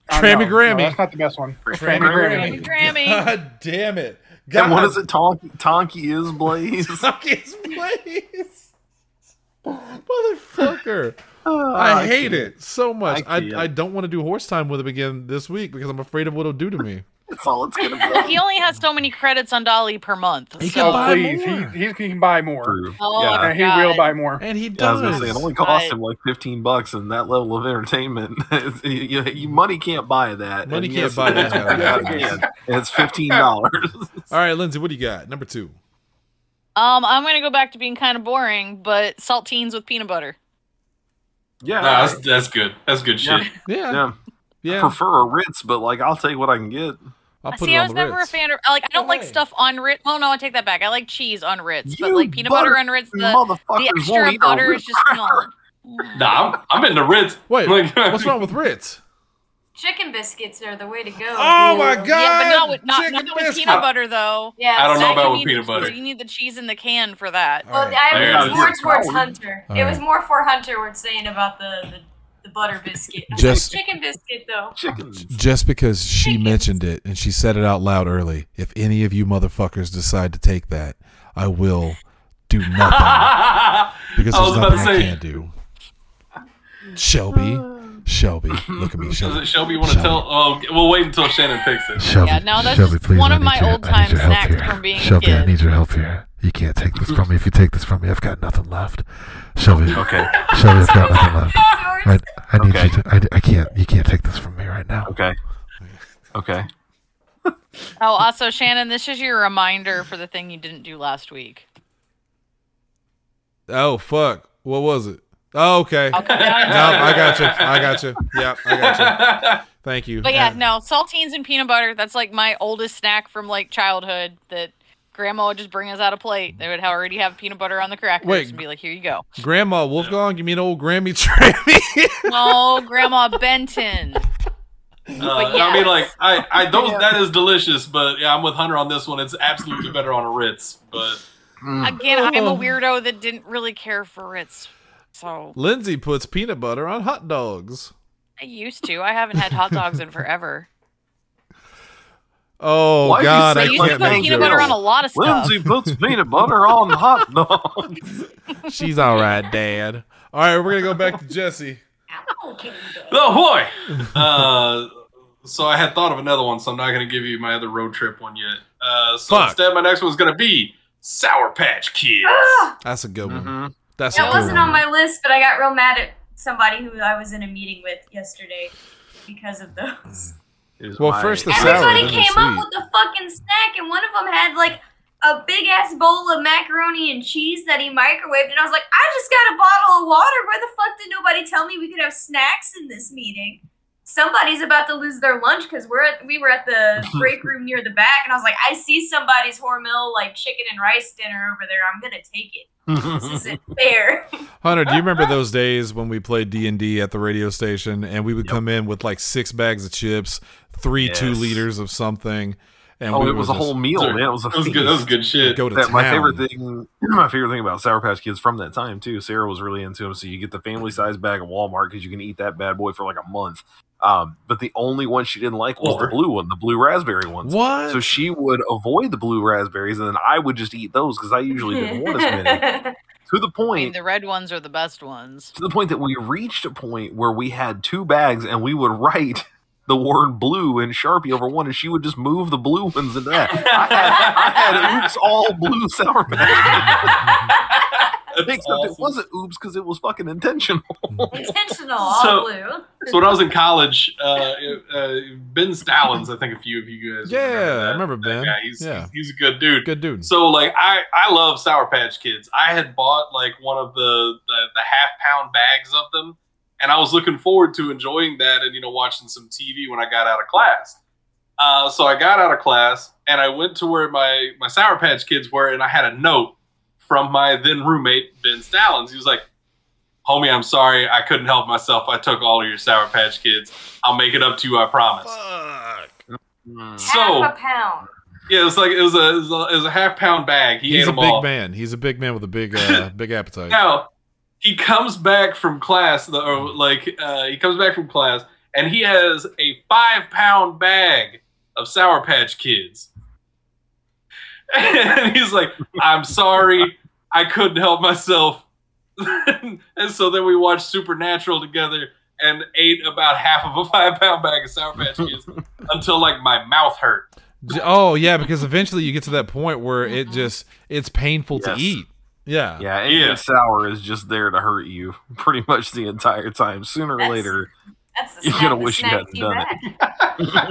Speaker 8: I
Speaker 3: Trammy
Speaker 8: know.
Speaker 3: Grammy.
Speaker 8: No, that's not the best one. Trammy
Speaker 4: Grammy.
Speaker 8: Grammy.
Speaker 5: Grammy.
Speaker 3: God damn it! God,
Speaker 4: And what is it? Tonki, Tonki is Blaze.
Speaker 3: Suck his place. Motherfucker.
Speaker 4: Oh,
Speaker 3: I hate it so much.
Speaker 4: I
Speaker 3: I,
Speaker 4: can't.
Speaker 3: I, don't want to do horse time with him again this week because I'm afraid of what it'll do to me.
Speaker 4: That's all it's gonna
Speaker 5: Well,
Speaker 4: be.
Speaker 5: he only has so many credits on Dolly per month.
Speaker 3: He can
Speaker 5: so-
Speaker 3: buy
Speaker 8: Oh, please,
Speaker 3: more.
Speaker 8: He, he can buy more.
Speaker 4: True.
Speaker 5: Oh,
Speaker 4: yeah.
Speaker 8: And he
Speaker 5: God.
Speaker 8: will buy more.
Speaker 3: And he
Speaker 4: Yeah, I was
Speaker 3: does.
Speaker 4: gonna say it only cost him like fifteen bucks, and that level of entertainment, it's- you, you- money can't buy that.
Speaker 3: Money
Speaker 4: And
Speaker 3: can't buy that.
Speaker 4: yeah, it can. It's fifteen dollars.
Speaker 3: All right, Lindsay, what do you got? Number two.
Speaker 5: Um, I'm gonna go back to being kind of boring, but saltines with peanut butter.
Speaker 4: yeah,
Speaker 6: Nah, that's, that's good. That's good
Speaker 4: Yeah.
Speaker 6: shit.
Speaker 3: Yeah,
Speaker 4: yeah.
Speaker 3: yeah.
Speaker 4: Prefer a Ritz, but like I'll take what I can get.
Speaker 3: I'll put
Speaker 5: See,
Speaker 3: it
Speaker 5: I
Speaker 3: on
Speaker 5: was
Speaker 3: the
Speaker 5: never
Speaker 3: Ritz.
Speaker 5: a fan of like I don't like
Speaker 3: way.
Speaker 5: stuff on Ritz. Oh no, I take that back. I like cheese on Ritz, but
Speaker 4: You
Speaker 5: like peanut butter,
Speaker 4: butter-
Speaker 5: on Ritz, the,
Speaker 4: Motherfuckers
Speaker 5: the
Speaker 4: won't
Speaker 5: extra
Speaker 4: eat a
Speaker 5: butter is
Speaker 4: Ritz
Speaker 5: just
Speaker 4: cracker.
Speaker 5: not.
Speaker 6: Nah, I'm, I'm in the Ritz.
Speaker 3: Wait,
Speaker 6: Like,
Speaker 3: what's wrong with Ritz?
Speaker 7: Chicken biscuits are the way to go.
Speaker 3: Oh my god!
Speaker 5: yeah, but not with not,
Speaker 3: Chicken
Speaker 5: not with
Speaker 3: biscuit.
Speaker 5: peanut butter though.
Speaker 7: Yeah,
Speaker 6: I don't
Speaker 5: That
Speaker 6: know
Speaker 7: so-
Speaker 6: about
Speaker 5: you
Speaker 6: with
Speaker 5: need
Speaker 6: peanut
Speaker 5: the-
Speaker 6: butter.
Speaker 5: You need the cheese in the can for that.
Speaker 3: All
Speaker 7: Well,
Speaker 3: right.
Speaker 6: There
Speaker 7: I
Speaker 6: it
Speaker 7: was
Speaker 6: is.
Speaker 7: more towards Hunter.
Speaker 2: All
Speaker 7: It
Speaker 2: right.
Speaker 7: was more for Hunter. We're saying about the the, the butter biscuit. I was
Speaker 2: Just-
Speaker 7: like, chicken biscuit though.
Speaker 4: Chickens.
Speaker 2: Just because she mentioned it and she said it out loud early, if any of you motherfuckers decide to take that, I will do nothing because
Speaker 6: I was
Speaker 2: there's
Speaker 6: about to
Speaker 2: nothing I
Speaker 6: say,
Speaker 2: can do. Shelby, Shelby, look at me,
Speaker 6: does
Speaker 2: Shelby.
Speaker 6: Shelby want to
Speaker 2: Shelby.
Speaker 6: tell? Oh, okay, we'll wait until Shannon picks it.
Speaker 9: Shelby,
Speaker 5: Yeah, no, that's
Speaker 9: Shelby,
Speaker 5: just
Speaker 9: please,
Speaker 5: one
Speaker 9: I
Speaker 5: of
Speaker 9: need
Speaker 5: my
Speaker 9: your- I need
Speaker 5: old-time
Speaker 9: your help
Speaker 5: snacks
Speaker 9: here.
Speaker 5: from being a
Speaker 9: Shelby, I
Speaker 5: kid.
Speaker 9: need your help here. You can't take this from me. If you take this from me, I've got nothing left. Shelby, okay. Shelby, I've got nothing left. I, I need
Speaker 4: Okay.
Speaker 9: you to. I, I can't. You can't take this from me right now.
Speaker 4: Okay. Okay.
Speaker 5: Oh, also Shannon, this is your reminder for the thing you didn't do last week.
Speaker 3: Oh fuck! What was it? Oh, okay.
Speaker 5: I'll come down and
Speaker 3: No, I got you. I got you. Yeah, I got you. Thank you.
Speaker 5: But yeah,
Speaker 3: Uh,
Speaker 5: no, saltines and peanut butter. That's like my oldest snack from like childhood that grandma would just bring us out a plate. They would already have peanut butter on the crackers
Speaker 3: Wait.
Speaker 5: and be like, here you go.
Speaker 3: Grandma Wolfgang, you mean old Grammy Trammy?
Speaker 5: No, Grandma Benton.
Speaker 6: Uh,
Speaker 5: yes.
Speaker 6: I mean, like, I, I those that is delicious, but yeah, I'm with Hunter on this one. It's absolutely better on a Ritz, but
Speaker 5: Again, I'm
Speaker 3: Oh.
Speaker 5: a weirdo that didn't really care for Ritz. So
Speaker 3: Lindsay puts peanut butter on hot dogs.
Speaker 5: I used to. I haven't had hot dogs in forever.
Speaker 3: Oh
Speaker 4: Why do you
Speaker 3: God,
Speaker 4: say
Speaker 5: I
Speaker 3: I
Speaker 5: used to
Speaker 3: can't
Speaker 5: put
Speaker 3: make
Speaker 5: peanut
Speaker 4: it.
Speaker 5: butter on a
Speaker 3: jokes.
Speaker 5: lot of stuff.
Speaker 4: Lindsay puts peanut butter on hot dogs.
Speaker 3: She's all right, Dad. All right, we're gonna go back to Jesse.
Speaker 6: oh boy. Uh, so I had thought of another one, so I'm not going to give you my other road trip one yet. Uh, so
Speaker 3: Fuck.
Speaker 6: instead, my next one's going to be Sour Patch Kids.
Speaker 7: Ah,
Speaker 3: That's a good one.
Speaker 4: Mhm.
Speaker 3: That's a
Speaker 7: that
Speaker 3: good
Speaker 7: wasn't
Speaker 3: one.
Speaker 7: on my list, but I got real mad at somebody who I was in a meeting with yesterday because of those.
Speaker 4: Is
Speaker 3: Well,
Speaker 4: my-
Speaker 3: first the sour,
Speaker 7: Everybody
Speaker 3: then
Speaker 7: came
Speaker 3: the
Speaker 7: up
Speaker 3: sweet.
Speaker 7: with a fucking snack, and one of them had like a big ass bowl of macaroni and cheese that he microwaved, and I was like, I just got a bottle of water. Where the fuck did nobody tell me we could have snacks in this meeting? Somebody's about to lose their lunch because we're at, we were at the break room near the back, and I was like, I see somebody's Hormel like chicken and rice dinner over there. I'm gonna take it. This isn't fair.
Speaker 3: Hunter, do you remember those days when we played D and D at the radio station, and we would come in with like six bags of chips, three
Speaker 4: Yes.
Speaker 3: two liters of something, and
Speaker 4: oh,
Speaker 3: we
Speaker 4: it
Speaker 3: would
Speaker 4: was a
Speaker 3: just
Speaker 4: whole meal,
Speaker 6: Sorry.
Speaker 4: man. It was a
Speaker 6: That was good. That was
Speaker 4: feast.
Speaker 6: good shit.
Speaker 3: Go to
Speaker 4: that
Speaker 3: town.
Speaker 4: my favorite thing my favorite thing about sour patch kids from that time too sarah was really into them so you get the family size bag at walmart because you can eat that bad boy for like a month um, but the only one she didn't like was
Speaker 6: Lord.
Speaker 4: the blue one the blue raspberry ones
Speaker 3: What?
Speaker 4: so she would avoid the blue raspberries and then i would just eat those because i usually didn't want as many to the
Speaker 5: I mean,
Speaker 4: point
Speaker 5: the red ones are the best ones.
Speaker 4: to the point that we reached a point where we had two bags and we would write the word blue in Sharpie over one, and she would just move the blue ones into that. I had, I had oops all blue sour patch.
Speaker 6: That's
Speaker 4: Except it
Speaker 6: awesome.
Speaker 4: wasn't oops because it was fucking intentional.
Speaker 7: Intentional, all
Speaker 6: So-
Speaker 7: blue.
Speaker 6: So when I was in college, uh, uh, Ben Stallings, I think a few of you guys.
Speaker 3: Yeah,
Speaker 6: remember that-
Speaker 3: I remember
Speaker 6: that
Speaker 3: Ben.
Speaker 6: guy. He's,
Speaker 3: Yeah.
Speaker 6: he's, he's a good dude.
Speaker 3: Good dude.
Speaker 6: So like I I love Sour Patch Kids. I had bought like one of the the, the half pound bags of them, and I was looking forward to enjoying that and you know watching some TV when I got out of class. Uh, so I got out of class and I went to where my my Sour Patch Kids were, and I had a note from my then roommate Ben Stallings. He was like. Homie, I'm sorry. I couldn't help myself. I took all of your Sour Patch Kids. I'll make it up to you. I promise. So-
Speaker 7: Half a pound.
Speaker 6: Yeah, it was like it was a it was a, it was a half pound bag. He
Speaker 3: He's
Speaker 6: ate
Speaker 3: a
Speaker 6: them
Speaker 3: big
Speaker 6: all.
Speaker 3: man. He's a big man with a big, uh, big appetite.
Speaker 6: Now he comes back from class, the- or like uh, he comes back from class, and he has a five pound bag of Sour Patch Kids. and he's like, "I'm sorry, I couldn't help myself." and so then we watched Supernatural together and ate about half of a five pound bag of Sour Patch Kids until like my mouth hurt.
Speaker 3: J- Oh yeah, because eventually you get to that point where it just it's painful
Speaker 4: Yes.
Speaker 3: to eat. Yeah.
Speaker 4: Yeah, anything
Speaker 6: Yeah.
Speaker 4: sour is just there to hurt you pretty much the entire time. Sooner or
Speaker 7: That's-
Speaker 4: later,
Speaker 7: That's the
Speaker 4: You're
Speaker 7: snack
Speaker 4: gonna
Speaker 7: that
Speaker 4: wish you hadn't
Speaker 7: snags
Speaker 4: done it.
Speaker 7: back.
Speaker 6: Yeah,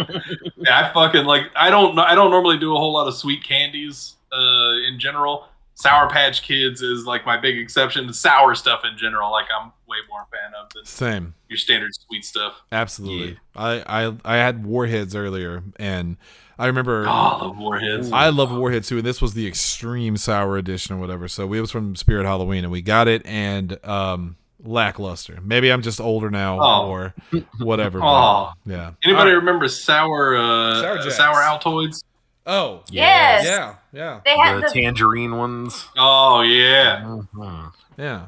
Speaker 6: I fucking like I don't I don't normally do a whole lot of sweet candies uh, in general. Sour Patch Kids is like my big exception. Sour stuff in general, like I'm way more a fan of than
Speaker 3: Same.
Speaker 6: your standard sweet stuff.
Speaker 3: Absolutely. I, I I had warheads earlier and I remember
Speaker 6: Oh, I love Warheads.
Speaker 3: I love Warhead too, and this was the extreme sour edition or whatever. So we was from Spirit Halloween, and we got it and um lackluster. Maybe I'm just older now
Speaker 6: Oh.
Speaker 3: or whatever. but
Speaker 6: Oh.
Speaker 3: yeah.
Speaker 6: Anybody remember sour uh,
Speaker 3: Sour
Speaker 6: sour,
Speaker 3: Jacks.
Speaker 6: sour Altoids?
Speaker 3: Oh
Speaker 7: Yes.
Speaker 3: yeah yeah
Speaker 7: They had
Speaker 4: the
Speaker 7: the,
Speaker 4: tangerine ones.
Speaker 6: Oh yeah.
Speaker 4: Mhm.
Speaker 3: yeah.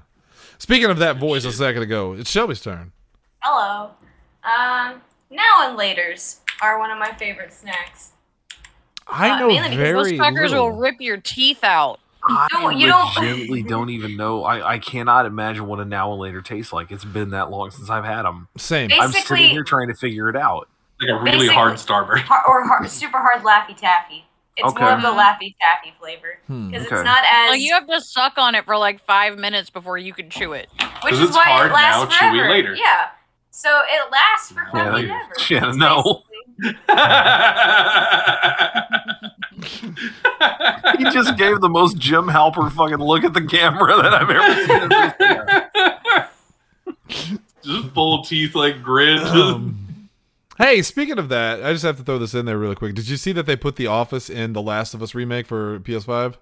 Speaker 3: Speaking of that voice a second ago, it's Shelby's turn.
Speaker 7: hello. Um, now and later's are one of my favorite snacks.
Speaker 3: I
Speaker 7: Uh,
Speaker 3: know
Speaker 7: mainly because
Speaker 5: Those
Speaker 3: Oh, very
Speaker 5: suckers
Speaker 3: little.
Speaker 5: will rip your teeth out.
Speaker 7: No,
Speaker 4: I
Speaker 7: you don't-
Speaker 4: legitimately don't even know. I, I cannot imagine what a now and later tastes like. It's been that long since I've had them.
Speaker 3: Same.
Speaker 7: They-
Speaker 4: I'm sitting
Speaker 7: Basically-
Speaker 4: here trying to figure it out.
Speaker 6: Like a really
Speaker 7: Basically-
Speaker 6: hard starter.
Speaker 7: Har or har super hard Laffy Taffy. It's
Speaker 4: Okay.
Speaker 7: more of the Laffy Taffy flavor
Speaker 3: Hmm.
Speaker 7: because
Speaker 4: Okay.
Speaker 7: it's not as
Speaker 5: Like you have to suck on it for like five minutes before you can chew it.
Speaker 7: which
Speaker 6: 'Cause
Speaker 7: is
Speaker 6: it's
Speaker 7: why
Speaker 6: hard
Speaker 7: it lasts
Speaker 6: now, chewy
Speaker 7: forever.
Speaker 6: later.
Speaker 7: Yeah, so it lasts for fucking
Speaker 4: Yeah,
Speaker 7: ever.
Speaker 4: yeah,
Speaker 7: It's
Speaker 4: no.
Speaker 7: basically-
Speaker 4: He just gave the most Jim Halper fucking look at the camera that I've ever seen. in this video.
Speaker 6: Just full teeth like grit.
Speaker 3: Um, hey, speaking of that, I just have to throw this in there really quick. Did you see that they put The Office in the Last of Us remake for PS5?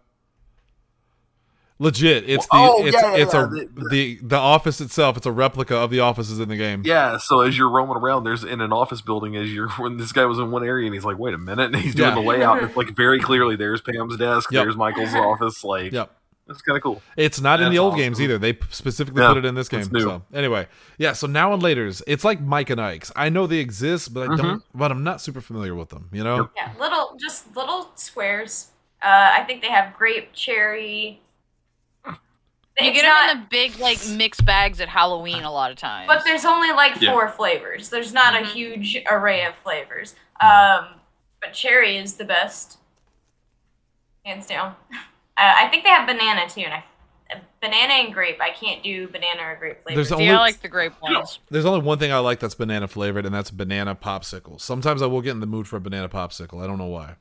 Speaker 3: Legit, it's the
Speaker 4: Oh,
Speaker 3: it's
Speaker 4: yeah, yeah,
Speaker 3: it's
Speaker 4: yeah,
Speaker 3: a
Speaker 4: the-
Speaker 3: the, the Office itself. It's a replica of the offices in the game.
Speaker 4: Yeah, so as you're roaming around, there's in an office building. As you're when this guy was in one area, and he's like, "Wait a minute!" And he's doing
Speaker 3: Yeah.
Speaker 4: the layout, and it's like very clearly there's Pam's desk,
Speaker 3: Yep.
Speaker 4: there's Michael's office. Like,
Speaker 3: Yep.
Speaker 4: that's kind of cool.
Speaker 3: It's not in the
Speaker 6: That's
Speaker 3: old
Speaker 6: awesome.
Speaker 3: games either. They p- specifically
Speaker 4: Yeah,
Speaker 3: put it in this game.
Speaker 4: that's new.
Speaker 3: So anyway, yeah. So now and later's, it's like Mike and Ike's. I know they exist, but I
Speaker 4: Mm-hmm.
Speaker 3: don't. But I'm not super familiar with them. You know.
Speaker 4: Yep.
Speaker 7: Yeah, little just little squares. Uh, I think they have grape cherry.
Speaker 5: You
Speaker 7: It's
Speaker 5: get
Speaker 7: not-
Speaker 5: them in the big like mixed bags at Halloween a lot of times.
Speaker 7: But there's only like
Speaker 6: Yeah.
Speaker 7: four flavors. There's not
Speaker 5: Mhm.
Speaker 7: a huge array of flavors. Um, but cherry is the best, hands down. Uh, I think they have banana too, and I, banana and grape. I can't do banana or grape flavors.
Speaker 3: There's
Speaker 5: yeah,
Speaker 3: only
Speaker 5: I like the grape ones.
Speaker 3: There's only one thing I like that's banana flavored, and that's banana popsicle. Sometimes I will get in the mood for a banana popsicle. I don't know why.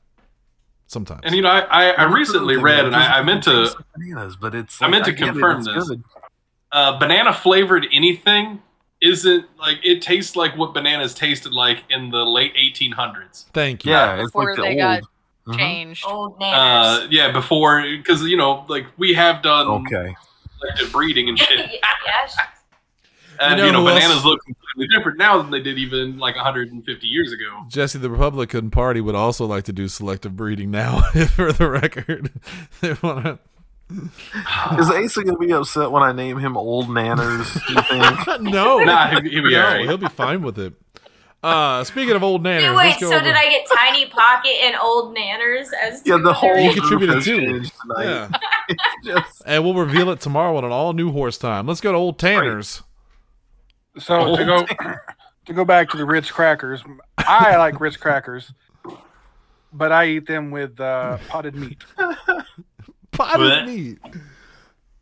Speaker 3: Sometimes.
Speaker 6: and you know, I, I, I recently read, and I, I meant to
Speaker 4: bananas, but it's
Speaker 6: Uh, I meant to
Speaker 4: get it,
Speaker 6: confirm
Speaker 4: it's
Speaker 6: this.
Speaker 4: good.
Speaker 6: uh, banana flavored anything isn't like it tastes like what bananas tasted like in the late 1800s.
Speaker 3: Thank you.
Speaker 4: Yeah, it's
Speaker 5: Before
Speaker 4: like the
Speaker 5: they
Speaker 4: old.
Speaker 5: got
Speaker 4: Mhm.
Speaker 5: Changed.
Speaker 7: Old
Speaker 6: Uh,
Speaker 7: nanners.
Speaker 6: yeah, before because you know, like we have done
Speaker 4: Okay,
Speaker 6: selective breeding and shit.
Speaker 7: yeah, sh-
Speaker 6: And
Speaker 3: You know
Speaker 6: you know,
Speaker 3: who
Speaker 6: bananas
Speaker 3: else-
Speaker 6: look completely different now than they did even like 150 years ago.
Speaker 3: Jesse, the Republican Party would also like to do selective breeding now, for the record. they want to.
Speaker 4: is Asa gonna be upset when I name him Old Nanners? You think?
Speaker 3: No,
Speaker 6: Nah, he'd be- he'd be
Speaker 3: No,
Speaker 6: alright.
Speaker 3: he'll be fine with it. Uh, speaking of old
Speaker 7: Dude,
Speaker 3: nanners,
Speaker 7: wait.
Speaker 3: let's go
Speaker 7: So
Speaker 3: over-
Speaker 7: did I get tiny pocket and old nanners as
Speaker 4: yeah,
Speaker 7: two
Speaker 4: the
Speaker 7: of their-
Speaker 4: whole
Speaker 3: You
Speaker 4: group
Speaker 3: contributed
Speaker 4: has
Speaker 3: too.
Speaker 4: changed tonight.
Speaker 3: Yeah.
Speaker 4: Just-
Speaker 3: and we'll reveal it tomorrow on an all new horse time. Let's go to old Tanners.
Speaker 8: So to go to go back to the Ritz crackers, I like Ritz crackers, but I eat them with uh, potted meat.
Speaker 3: Potted
Speaker 6: Blech.
Speaker 3: meat.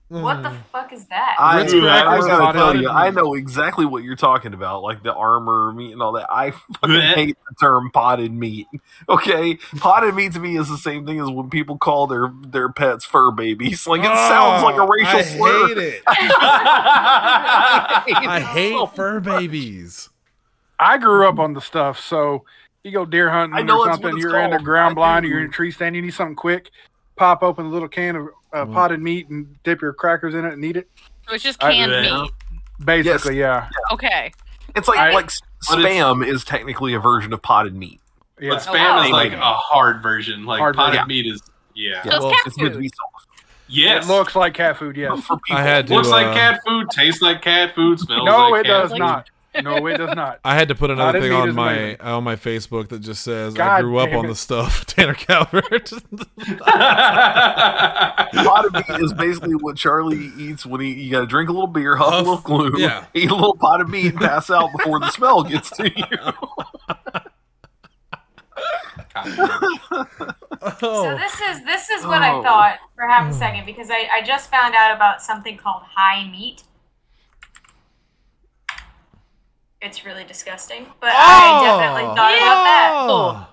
Speaker 7: What the fuck is that?
Speaker 4: I,
Speaker 3: Ritz
Speaker 4: I
Speaker 3: crackers,
Speaker 4: gotta tell
Speaker 3: potted
Speaker 4: you, I
Speaker 3: meat.
Speaker 4: know exactly what you're talking about, like the armor meat and all that. I fucking
Speaker 6: Blech.
Speaker 4: hate the term potted meat. Okay, potted meat to me is the same thing as when people call their their pets fur babies. Like it sounds like a racial
Speaker 3: Ah, Oh, I
Speaker 4: slur.
Speaker 3: hate it. I
Speaker 4: I
Speaker 3: hate fur babies.
Speaker 8: I grew up on the stuff, so you go deer
Speaker 4: I
Speaker 8: hunting
Speaker 4: know
Speaker 8: or
Speaker 4: that's
Speaker 8: something,
Speaker 4: what it's
Speaker 8: you're in a
Speaker 4: called. I
Speaker 8: ground blind or you're in a
Speaker 4: do.
Speaker 8: tree stand, you need something quick, pop open a little can of uh,
Speaker 3: Mm.
Speaker 8: potted meat and dip your crackers in it and eat it.
Speaker 5: So it's just
Speaker 8: I-
Speaker 5: canned
Speaker 6: yeah.
Speaker 5: meat.
Speaker 8: Basically, yeah.
Speaker 5: Okay.
Speaker 4: It's like
Speaker 8: I-
Speaker 4: like s-
Speaker 6: But it's-
Speaker 4: spam is technically a version of potted meat.
Speaker 8: Yeah.
Speaker 6: But spam is
Speaker 5: wow.
Speaker 6: like a hard version. Like
Speaker 8: Hard
Speaker 6: potted
Speaker 8: version.
Speaker 6: meat is yeah.
Speaker 5: So
Speaker 3: well,
Speaker 5: it's cat
Speaker 4: It's meant to
Speaker 5: food.
Speaker 4: be soft
Speaker 6: Yes.
Speaker 8: It looks like cat food, yes.
Speaker 4: for people.
Speaker 3: I had to.
Speaker 6: Looks like
Speaker 3: uh,
Speaker 6: cat food, tastes like cat food, smells
Speaker 8: No,
Speaker 6: like
Speaker 8: it
Speaker 6: cat
Speaker 8: does
Speaker 6: food.
Speaker 8: not. No, it does not.
Speaker 3: I had to put another
Speaker 8: if
Speaker 3: thing
Speaker 8: he
Speaker 3: on
Speaker 8: doesn't
Speaker 3: my
Speaker 8: like
Speaker 3: on my Facebook that just says I
Speaker 8: God
Speaker 3: grew up
Speaker 8: damn
Speaker 3: on
Speaker 8: it.
Speaker 3: the stuff Tanner Calvert. Oh.
Speaker 4: Pot of meat is basically what Charlie eats when he you gotta drink a little beer, huff a
Speaker 3: Huff,
Speaker 4: little glue,
Speaker 3: yeah.
Speaker 4: eat a little pot of meat, and pass out before the smell gets to you.
Speaker 7: So
Speaker 3: oh,
Speaker 7: this is this is what I
Speaker 8: Oh.
Speaker 7: thought for
Speaker 4: Hmm.
Speaker 7: half a second because I, I just found out about something called high meat. It's really disgusting, but
Speaker 4: Oh.
Speaker 7: I definitely thought about that.
Speaker 3: Oh,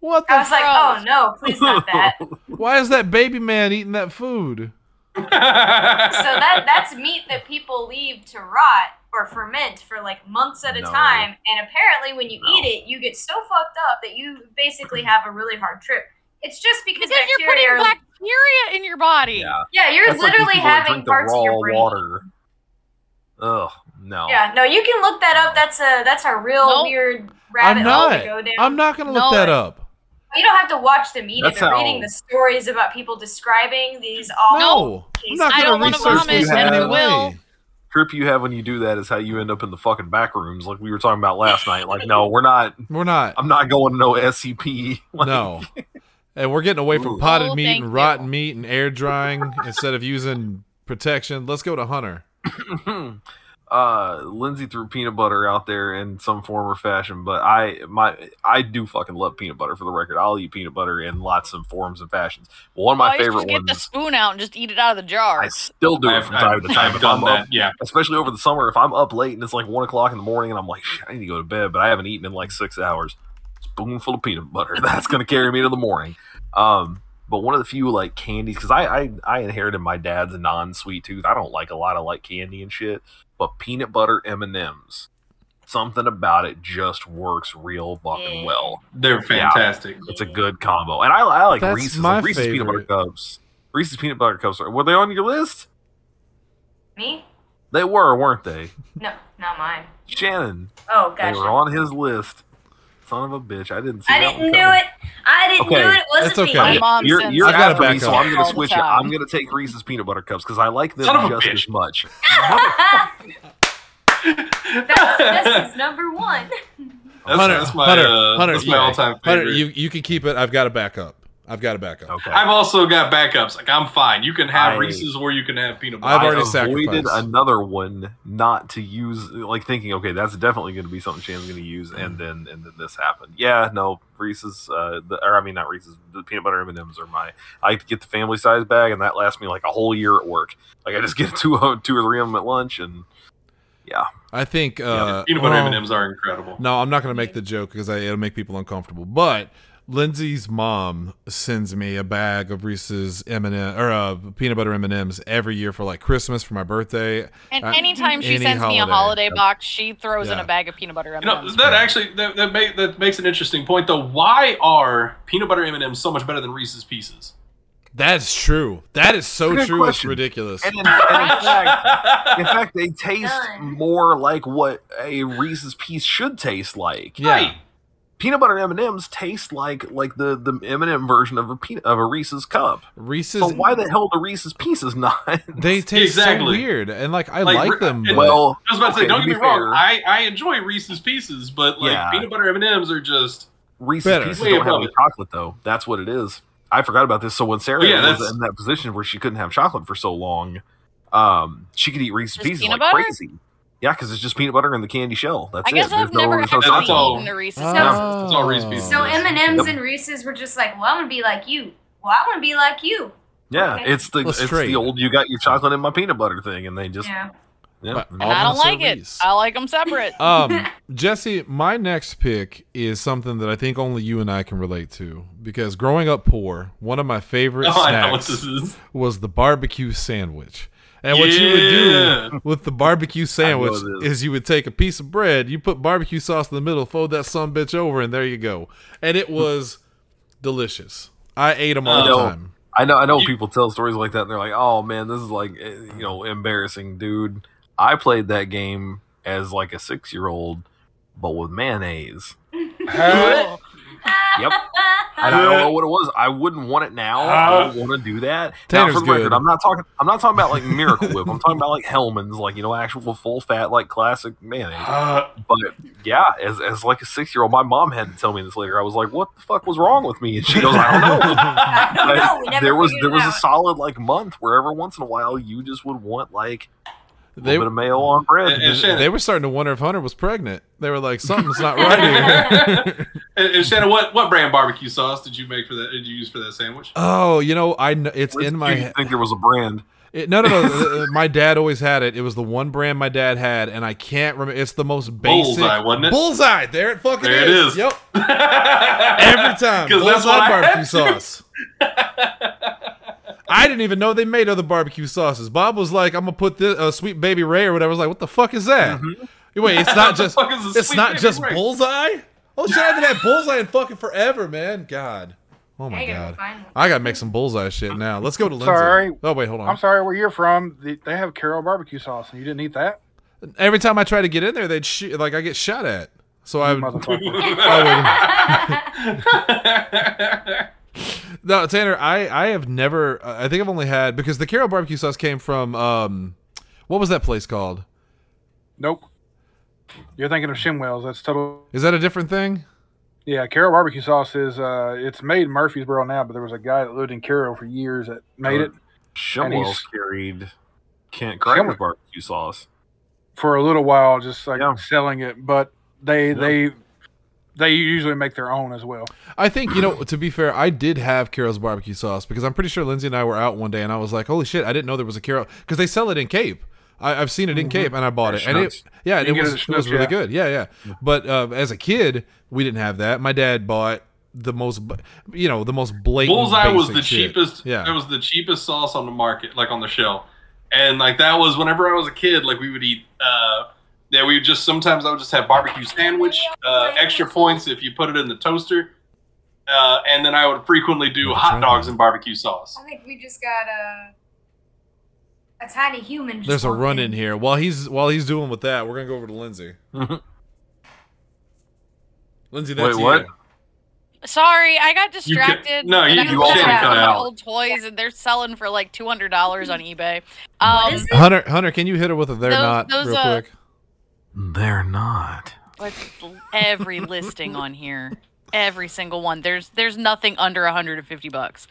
Speaker 3: what the?
Speaker 7: I was like,
Speaker 5: Gross.
Speaker 7: oh no, please not that. so
Speaker 3: Why is that baby man eating that food?
Speaker 7: that that's meat that people leave to rot or ferment for like months at a
Speaker 4: No.
Speaker 7: time, and apparently when you eat it, you get so fucked up that you basically have a really hard trip. It's just because,
Speaker 5: Because you're
Speaker 7: bacteria
Speaker 5: putting
Speaker 7: are-
Speaker 5: bacteria in your body.
Speaker 7: Yeah, you're
Speaker 4: That's like these
Speaker 7: literally
Speaker 4: people that
Speaker 7: having
Speaker 4: drink the
Speaker 7: parts of your
Speaker 4: raw
Speaker 7: brain.
Speaker 4: water. Ugh, no.
Speaker 7: Yeah, no, you can look that up. That's a that's a real
Speaker 5: Nope.
Speaker 7: weird rabbit
Speaker 3: I'm
Speaker 7: hole to
Speaker 3: not.
Speaker 7: go down.
Speaker 3: I'm not gonna look
Speaker 5: No,
Speaker 3: that
Speaker 5: I-
Speaker 3: up.
Speaker 7: You don't have to watch them eat it.
Speaker 4: That's
Speaker 7: They're
Speaker 4: how-
Speaker 7: reading the stories about people describing these all.
Speaker 3: No, I'm not
Speaker 5: I
Speaker 3: gonna
Speaker 5: don't wanna
Speaker 3: research
Speaker 4: vomit,
Speaker 3: this in
Speaker 4: but I
Speaker 3: any
Speaker 5: will.
Speaker 3: way.
Speaker 4: Trip you have when you do that is how you end up in the fucking back rooms, like we were talking about last night. Like, no, we're not.
Speaker 3: We're not.
Speaker 4: I'm not going to no SCP. Like,
Speaker 3: No. And we're getting away from potted
Speaker 5: Oh,
Speaker 3: meat
Speaker 5: thank
Speaker 3: and rotten meat and air drying instead of using protection. Let's go to Hunter.
Speaker 4: uh Lindsay threw peanut butter out there in some form or fashion, but I my I do fucking love peanut butter for the record. I'll eat peanut butter in lots of forms and fashions. One of my
Speaker 5: Always
Speaker 4: favorite
Speaker 5: just get the
Speaker 4: ones
Speaker 5: spoon out and just eat it out of the jar.
Speaker 4: I still do it
Speaker 6: I've,
Speaker 4: from time
Speaker 6: I've-
Speaker 4: to time.
Speaker 6: I've
Speaker 4: If
Speaker 6: done
Speaker 4: I'm up-
Speaker 6: that. Yeah.
Speaker 4: especially over the summer, if I'm up late and it's like one o'clock in the morning and I'm like, Shit, I need to go to bed, but I haven't eaten in like six hours. Spoonful of peanut butter. That's gonna carry me to the morning. Um, but one of the few like candies because I, I I inherited my dad's non-sweet tooth. I don't like a lot of like candy and shit, but peanut butter M and M's. Something about it just works real fucking
Speaker 7: Yeah.
Speaker 4: well.
Speaker 6: They're fantastic.
Speaker 4: It's a good combo, and I, I like
Speaker 3: That's
Speaker 4: Reese's.
Speaker 3: my
Speaker 4: Like, Reese's peanut butter
Speaker 3: favorite.
Speaker 4: cups. Reese's peanut butter cups are, were they on your list?
Speaker 7: Me?
Speaker 4: They were, weren't they?
Speaker 7: No, not mine.
Speaker 4: Shannon,
Speaker 7: Oh,
Speaker 4: they were
Speaker 7: gotcha.
Speaker 4: on his list. Son of a bitch! I didn't see.
Speaker 7: I
Speaker 4: that
Speaker 7: didn't
Speaker 4: one
Speaker 7: do
Speaker 4: coming.
Speaker 7: it. I didn't do
Speaker 4: Okay,
Speaker 7: it. It wasn't
Speaker 3: that's
Speaker 5: My
Speaker 3: okay.
Speaker 7: me.
Speaker 5: mom
Speaker 4: You're,
Speaker 5: sends
Speaker 4: you're
Speaker 5: me
Speaker 3: I've got a
Speaker 4: after me,
Speaker 5: things
Speaker 4: so
Speaker 3: backup.
Speaker 4: I'm going
Speaker 5: all
Speaker 4: to
Speaker 5: the
Speaker 4: switch it.
Speaker 5: time.
Speaker 4: I'm going to take Reese's peanut butter cups because I like them
Speaker 6: Son of a
Speaker 4: just
Speaker 6: bitch.
Speaker 4: as much.
Speaker 7: that's, that's his number one.
Speaker 6: That's,
Speaker 3: Hunter,
Speaker 6: that's my,
Speaker 3: Hunter,
Speaker 6: uh,
Speaker 3: Hunter,
Speaker 6: that's my
Speaker 3: you-
Speaker 6: all-time favorite.
Speaker 3: Hunter, you you can keep it. I've got a backup. I've got a backup.
Speaker 4: Okay.
Speaker 6: I've also got backups. Like I'm fine. You can have
Speaker 4: I-
Speaker 6: Reese's or you can have peanut butter.
Speaker 3: I've
Speaker 4: I
Speaker 3: already
Speaker 4: avoided
Speaker 3: sacrificed.
Speaker 4: another one not to use, like thinking, okay, that's definitely going to be something Shan's going to use, and then and then this happened. Yeah, no, Reese's, uh, the, or I mean not Reese's, the peanut butter M and M's are my. I like to get the family size bag, and that lasts me like a whole year at work. Like I just get two, of- two or three of them at lunch, and
Speaker 3: I think uh,
Speaker 6: peanut butter
Speaker 3: well,
Speaker 6: M&Ms are incredible.
Speaker 3: No, I'm not going to make the joke because it'll make people uncomfortable. But Lindsay's mom sends me a bag of Reese's M and M or uh, peanut butter M and M's every year for like Christmas for my birthday.
Speaker 5: And
Speaker 3: Uh,
Speaker 5: anytime she
Speaker 3: any
Speaker 5: sends me a
Speaker 3: holiday.
Speaker 5: holiday box, she throws in
Speaker 3: Yeah.
Speaker 5: a bag of peanut butter
Speaker 6: You know
Speaker 5: M&Ms.
Speaker 6: that actually that that, make, that makes an interesting point though. Why are peanut butter M&Ms so much better than Reese's Pieces?
Speaker 3: That's true. That is so
Speaker 4: Good
Speaker 3: true. It's
Speaker 4: question.
Speaker 3: ridiculous.
Speaker 4: and in, and in fact, In fact, they taste
Speaker 7: Done.
Speaker 4: more like what a Reese's piece should taste like.
Speaker 3: yeah,
Speaker 6: Right.
Speaker 4: Peanut butter M and M's taste like like the the M and m version of a peanut of a Reese's cup.
Speaker 3: Reese's.
Speaker 4: So why the hell the Reese's pieces not?
Speaker 3: they taste so
Speaker 6: Exactly.
Speaker 3: weird and like I
Speaker 6: Like,
Speaker 3: like,
Speaker 6: re-
Speaker 3: them.
Speaker 6: and-
Speaker 3: but-
Speaker 4: well,
Speaker 6: I was about to
Speaker 4: okay,
Speaker 6: say, don't
Speaker 4: to
Speaker 6: get me
Speaker 4: be
Speaker 6: wrong.
Speaker 4: fair,
Speaker 6: I, I enjoy Reese's Pieces, but like
Speaker 4: Yeah.
Speaker 6: peanut butter M&Ms are just
Speaker 4: Reese's
Speaker 3: better.
Speaker 4: pieces
Speaker 6: Way
Speaker 4: don't have
Speaker 6: above
Speaker 4: any
Speaker 6: it.
Speaker 4: chocolate though. That's what it is. I forgot about this. So when Sarah
Speaker 6: Well, yeah,
Speaker 4: was
Speaker 6: that's-
Speaker 4: in that position where she couldn't have chocolate for so long, um, she could eat Reese's
Speaker 5: Just
Speaker 4: pieces like
Speaker 5: peanut butter?
Speaker 4: crazy. Yeah, because it's just peanut butter and the candy shell. That's
Speaker 5: I guess
Speaker 4: it. There's
Speaker 5: I've
Speaker 4: no-
Speaker 5: never
Speaker 4: there's no
Speaker 5: actually
Speaker 6: That's all.
Speaker 5: eaten a Reese's
Speaker 3: Oh.
Speaker 5: cup.
Speaker 6: It's all Reese's Pieces.
Speaker 7: So M and
Speaker 4: Yep.
Speaker 7: M's and Reese's were just like, well, I'm gonna be like you. Well, I want to be like you.
Speaker 4: Yeah,
Speaker 7: Okay.
Speaker 4: it's the
Speaker 3: Let's
Speaker 4: it's
Speaker 3: trade.
Speaker 4: the old you got your chocolate in my peanut butter thing, and they just yeah.
Speaker 7: Yeah.
Speaker 3: But
Speaker 5: And I don't
Speaker 3: Alvin
Speaker 5: like it.
Speaker 3: Cerise.
Speaker 5: I like them separate.
Speaker 3: um, Jesse, my next pick is something that I think only you and I can relate to because growing up poor, one of my favorite
Speaker 6: oh, I know what
Speaker 3: snacks
Speaker 6: this is.
Speaker 3: was the barbecue sandwich. And what you would do with the barbecue sandwich
Speaker 4: this.
Speaker 3: is you would take a piece of bread, you put barbecue sauce in the middle, fold that some bitch over, and there you go. And it was delicious. I ate them all
Speaker 4: You know,
Speaker 3: the time.
Speaker 4: I know I know
Speaker 6: You-
Speaker 4: people tell stories like that, and they're like, "Oh man, this is like eh, you know embarrassing, dude." I played that game as like a six year old, but with mayonnaise.
Speaker 8: Huh?
Speaker 4: Yep, I don't know what it was. I wouldn't want it now.
Speaker 7: Uh-huh.
Speaker 4: I don't want to do that.
Speaker 3: Tanner's
Speaker 4: now, for the record,
Speaker 3: good.
Speaker 4: I'm not talking. I'm not talking about like Miracle Whip. I'm talking about like Hellman's, like you know, actual full fat, like classic mayonnaise.
Speaker 6: Uh,
Speaker 4: But yeah, as, as like a six year old, my mom had to tell me this later. I was like, "What the fuck was wrong with me?" And she goes, "I don't know."
Speaker 7: I don't know. We
Speaker 4: Like,
Speaker 7: never
Speaker 4: there was there
Speaker 7: figured it
Speaker 4: was a
Speaker 7: out.
Speaker 4: solid like month where every once in a while you just would want like a
Speaker 3: They-
Speaker 4: little bit of mayo on bread.
Speaker 6: And- and
Speaker 4: Just-
Speaker 6: shit.
Speaker 3: They were starting to wonder if Hunter was pregnant. They were like, something's not right here.
Speaker 6: And, and Shannon, what, what brand barbecue sauce did you make for that? Did you use for that sandwich?
Speaker 3: oh, you know, I kn- it's in my
Speaker 4: you
Speaker 3: head.
Speaker 4: think there was a brand?
Speaker 3: It, no, no, no. uh, my dad always had it. It was the one brand my dad had, and I can't remember. It's the most basic.
Speaker 6: Bullseye, wasn't it?
Speaker 3: Bullseye. There it fucking
Speaker 6: There it
Speaker 3: is.
Speaker 6: is.
Speaker 3: Yep. Every
Speaker 6: Every
Speaker 3: time.
Speaker 6: because that's
Speaker 3: Bullseye
Speaker 6: what I
Speaker 3: barbecue
Speaker 6: had.
Speaker 3: sauce. I didn't even know they made other barbecue sauces. Bob was like, "I'm gonna put this uh, sweet baby Ray or whatever." I was like, "What the fuck is that?" Wait, it's
Speaker 6: What
Speaker 3: not
Speaker 6: the
Speaker 3: just
Speaker 6: fuck is a
Speaker 3: it's
Speaker 6: Sweet
Speaker 3: not
Speaker 6: Baby
Speaker 3: just
Speaker 6: Ray?
Speaker 3: bullseye. Oh shit! I haven't had bullseye in fucking forever, man. God. Oh my
Speaker 7: I gotta
Speaker 3: god.
Speaker 7: find one.
Speaker 3: I gotta make some bullseye shit now. Let's go to Lindsay.
Speaker 8: Sorry.
Speaker 3: Oh wait, hold on.
Speaker 8: I'm sorry, where you're from, they, they have Carol barbecue sauce, and you didn't eat that,
Speaker 3: Every time I try to get in there, they'd shoot like I get shot at. So I would,
Speaker 8: motherfucker.
Speaker 3: I would- no Tanner. I I have never. I think I've only had because the Carol barbecue sauce came from um, what was that place called?
Speaker 8: nope. You're thinking of Shimwell's. That's total.
Speaker 3: Is that a different thing?
Speaker 8: Yeah, Carol barbecue sauce is. Uh, it's made in Murfreesboro now, but there was a guy that lived in Carol for years that made it
Speaker 4: Shumwell
Speaker 8: he's-
Speaker 4: carried Kent Crackers
Speaker 8: Shumwell-
Speaker 4: barbecue sauce.
Speaker 8: for a little while, just like
Speaker 4: Yeah.
Speaker 8: selling it. But they
Speaker 4: Yeah.
Speaker 8: they they usually make their own as well.
Speaker 3: I think you know. To be fair, I did have Carol's barbecue sauce because I'm pretty sure Lindsay and I were out one day, and I was like, "Holy shit! I didn't know there was a Carol because they sell it in Cape. I, I've seen it in Cape, and I bought it, and it
Speaker 4: Schnucks.
Speaker 3: yeah, and
Speaker 8: You
Speaker 3: it
Speaker 8: can get
Speaker 3: was,
Speaker 8: it
Speaker 3: it
Speaker 8: at
Speaker 3: was
Speaker 8: Schnucks,
Speaker 3: really
Speaker 8: yeah.
Speaker 3: good. Yeah, yeah. But uh, as a kid, we didn't have that. My dad bought the most, bu- you know, the most blatant.
Speaker 6: Bullseye was
Speaker 3: basic
Speaker 6: the
Speaker 3: shit.
Speaker 6: cheapest.
Speaker 3: Yeah,
Speaker 6: it was the cheapest sauce on the market, like on the shelf. And like that was whenever I was a kid. Like we would eat. uh Yeah, we would just sometimes I would just have barbecue sandwich, uh, extra points if you put it in the toaster. Uh, and then I would frequently do
Speaker 3: Never
Speaker 6: hot
Speaker 3: tried
Speaker 6: dogs
Speaker 3: that.
Speaker 6: and barbecue sauce.
Speaker 7: I think we just got a a tiny human. Just
Speaker 3: there's a
Speaker 7: walked
Speaker 3: run in here. While he's while he's doing with that, we're gonna go over to Lindsay. Lindsay, that's
Speaker 4: Wait, what?
Speaker 3: you.
Speaker 5: Sorry, I got
Speaker 6: You ca-
Speaker 5: distracted.
Speaker 6: no,
Speaker 5: and
Speaker 6: you-
Speaker 5: I
Speaker 4: you
Speaker 5: looked
Speaker 4: can't
Speaker 5: at
Speaker 6: cut
Speaker 5: my
Speaker 6: out.
Speaker 5: old toys, and they're selling for like two hundred dollars on eBay. Um,
Speaker 7: is
Speaker 3: Hunter, Hunter, can you hit her with a "They're
Speaker 5: Those-
Speaker 3: not"
Speaker 5: those,
Speaker 3: real
Speaker 5: uh,
Speaker 3: quick?
Speaker 1: They're not.
Speaker 5: like every listing on here every single one there's there's nothing under 150 bucks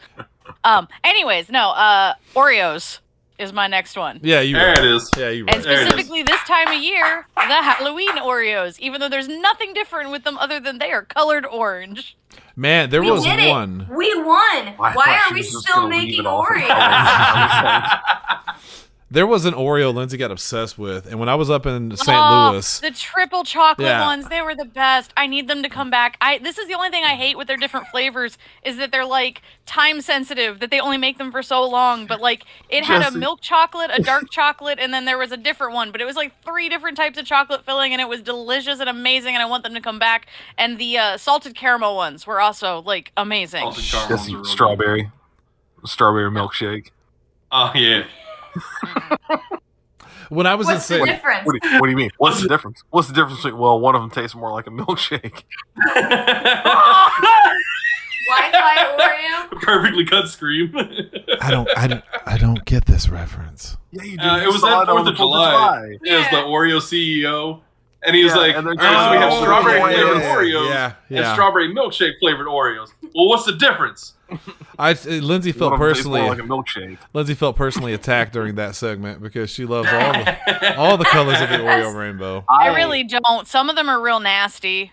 Speaker 5: um anyways no uh oreos is my next one
Speaker 3: Yeah, you.
Speaker 6: There
Speaker 3: right.
Speaker 6: it is.
Speaker 3: Yeah, you.
Speaker 5: and
Speaker 3: Right.
Speaker 6: There it is.
Speaker 5: specifically this time of year the halloween oreos even though there's nothing different with them other than they are colored orange
Speaker 3: Man, there
Speaker 7: We
Speaker 3: was
Speaker 7: did it.
Speaker 3: one.
Speaker 7: We won.
Speaker 4: I
Speaker 7: Why
Speaker 4: thought
Speaker 7: are
Speaker 4: she
Speaker 7: we
Speaker 4: was just
Speaker 7: still
Speaker 4: gonna leave
Speaker 7: making
Speaker 4: it all for
Speaker 7: Oreos?
Speaker 4: college.
Speaker 3: There was an Oreo Lindsay got obsessed with, and when I was up in St.
Speaker 5: Oh,
Speaker 3: Louis,
Speaker 5: the triple chocolate
Speaker 3: Yeah.
Speaker 5: ones they were the best i need them to come back i this is the only thing i hate with their different flavors is that they're like time sensitive that they only make them for so long but like it had a
Speaker 4: Jesse.
Speaker 5: milk chocolate a dark chocolate and then there was a different one but it was like three different types of chocolate filling and it was delicious and amazing and i want them to come back and the uh, salted caramel ones were also like amazing
Speaker 6: Salted caramels
Speaker 4: Jesse,
Speaker 6: are real good.
Speaker 4: strawberry, strawberry milkshake.
Speaker 6: Oh yeah.
Speaker 3: when I was in
Speaker 7: What's the
Speaker 3: St.
Speaker 7: difference?
Speaker 4: What do, you, what do you mean? What's the difference? What's the difference? Between, well, one of them tastes more like a milkshake.
Speaker 7: Wi-Fi Oreo.
Speaker 6: Perfectly cut scream.
Speaker 2: I don't, I don't, I don't get this reference.
Speaker 4: Yeah, you do.
Speaker 6: Uh, it
Speaker 4: You
Speaker 6: was
Speaker 4: saw
Speaker 6: that
Speaker 4: on
Speaker 6: Fourth of July. As
Speaker 7: Yeah.
Speaker 6: the Oreo CEO, and he was
Speaker 4: Yeah,
Speaker 6: like,
Speaker 4: and
Speaker 6: "All
Speaker 4: they're
Speaker 6: right, so we have
Speaker 4: just-
Speaker 6: strawberry
Speaker 4: Oh,
Speaker 6: flavored
Speaker 4: yeah,
Speaker 6: Oreos
Speaker 3: yeah,
Speaker 6: and
Speaker 3: yeah.
Speaker 6: strawberry milkshake flavored Oreos." Well, what's the difference?
Speaker 3: I uh, Lindsay
Speaker 4: One
Speaker 3: felt
Speaker 4: of them tastes more
Speaker 3: personally
Speaker 4: like a milkshake.
Speaker 3: Lindsay felt personally attacked during that segment because she loves all the all the colors of the Oreo rainbow.
Speaker 4: Oh,
Speaker 5: i really don't some of them are real nasty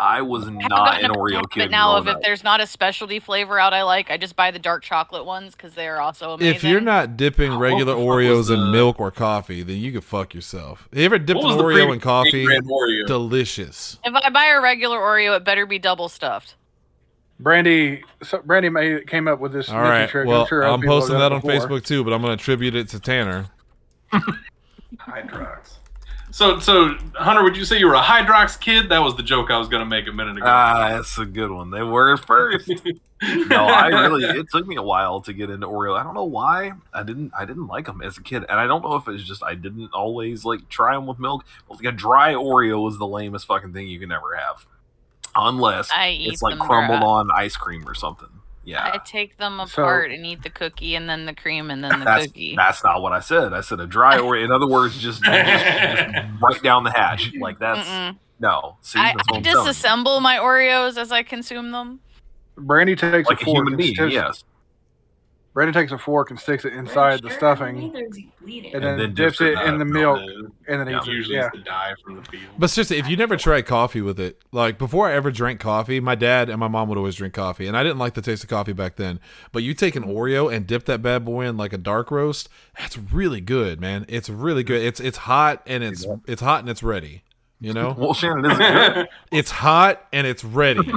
Speaker 4: I was
Speaker 5: I've
Speaker 4: not
Speaker 5: gotten
Speaker 4: an
Speaker 5: a
Speaker 4: Oreo
Speaker 5: habit
Speaker 4: kid.
Speaker 5: now of
Speaker 4: growing
Speaker 5: if
Speaker 4: up.
Speaker 5: there's not a specialty flavor out I like, I just buy the dark chocolate ones because they are also amazing.
Speaker 3: If you're not dipping regular
Speaker 6: the fuck was
Speaker 3: Oreos in
Speaker 6: the-
Speaker 3: milk or coffee, then you could fuck yourself. You ever dipped an
Speaker 6: What was the
Speaker 3: Oreo
Speaker 6: premium
Speaker 3: in coffee?
Speaker 6: brand Oreo?
Speaker 3: Delicious.
Speaker 5: if I buy a regular Oreo, it better be double stuffed.
Speaker 8: Brandy, so Brandy made, came up with this.
Speaker 3: All
Speaker 8: Mickey
Speaker 3: right.
Speaker 8: trick.
Speaker 3: Well,
Speaker 8: other
Speaker 3: I'm
Speaker 8: people have
Speaker 3: posting
Speaker 8: done
Speaker 3: that
Speaker 8: it
Speaker 3: on
Speaker 8: before.
Speaker 3: Facebook too, but I'm going to attribute it to Tanner.
Speaker 6: Hydrox. So, so Hunter, would you say you were a Hydrox kid? That was the joke I was going to make a minute ago.
Speaker 4: Ah, that's a good one. They were first. no, I really. It took me a while to get into Oreo. I don't know why. I didn't. I didn't like them as a kid, and I don't know if it's just I didn't always like try them with milk. Like a dry Oreo is the lamest fucking thing you can ever have. unless
Speaker 5: I eat
Speaker 4: it's like
Speaker 5: them raw.
Speaker 4: crumbled on ice cream or something. Yeah,
Speaker 5: I take them
Speaker 8: So-
Speaker 5: apart and eat the cookie and then the cream and then the
Speaker 4: that's
Speaker 5: cookie.
Speaker 4: that's not what I said. I said a dry or in other words, just, just, just right down the hatch. Like that's
Speaker 5: Mm-mm.
Speaker 4: no. See,
Speaker 5: I,
Speaker 4: that's
Speaker 5: I
Speaker 4: what I'm telling you.
Speaker 5: disassemble my Oreos as I consume them.
Speaker 8: Brandy takes
Speaker 4: like
Speaker 8: a
Speaker 4: a
Speaker 8: fork
Speaker 4: human
Speaker 8: and
Speaker 4: being.
Speaker 8: sticks,
Speaker 4: Yes,
Speaker 8: Brandy takes a fork and sticks it inside the stuffing, and
Speaker 7: Bleeding.
Speaker 8: then,
Speaker 4: dips
Speaker 8: dips it in the milk, and then
Speaker 4: Yeah.
Speaker 8: eats it.
Speaker 6: Usually
Speaker 8: Yeah,
Speaker 6: it's the dye from the field.
Speaker 3: But seriously, if you never tried coffee with it, like before I ever drank coffee, my dad and my mom would always drink coffee, and I didn't like the taste of coffee back then. But you take an Oreo and dip that bad boy in like a dark roast, that's really good, man. It's really good. It's it's hot and it's it's hot and it's ready. You know,
Speaker 4: well, Shannon this is good.
Speaker 3: it's hot and it's ready.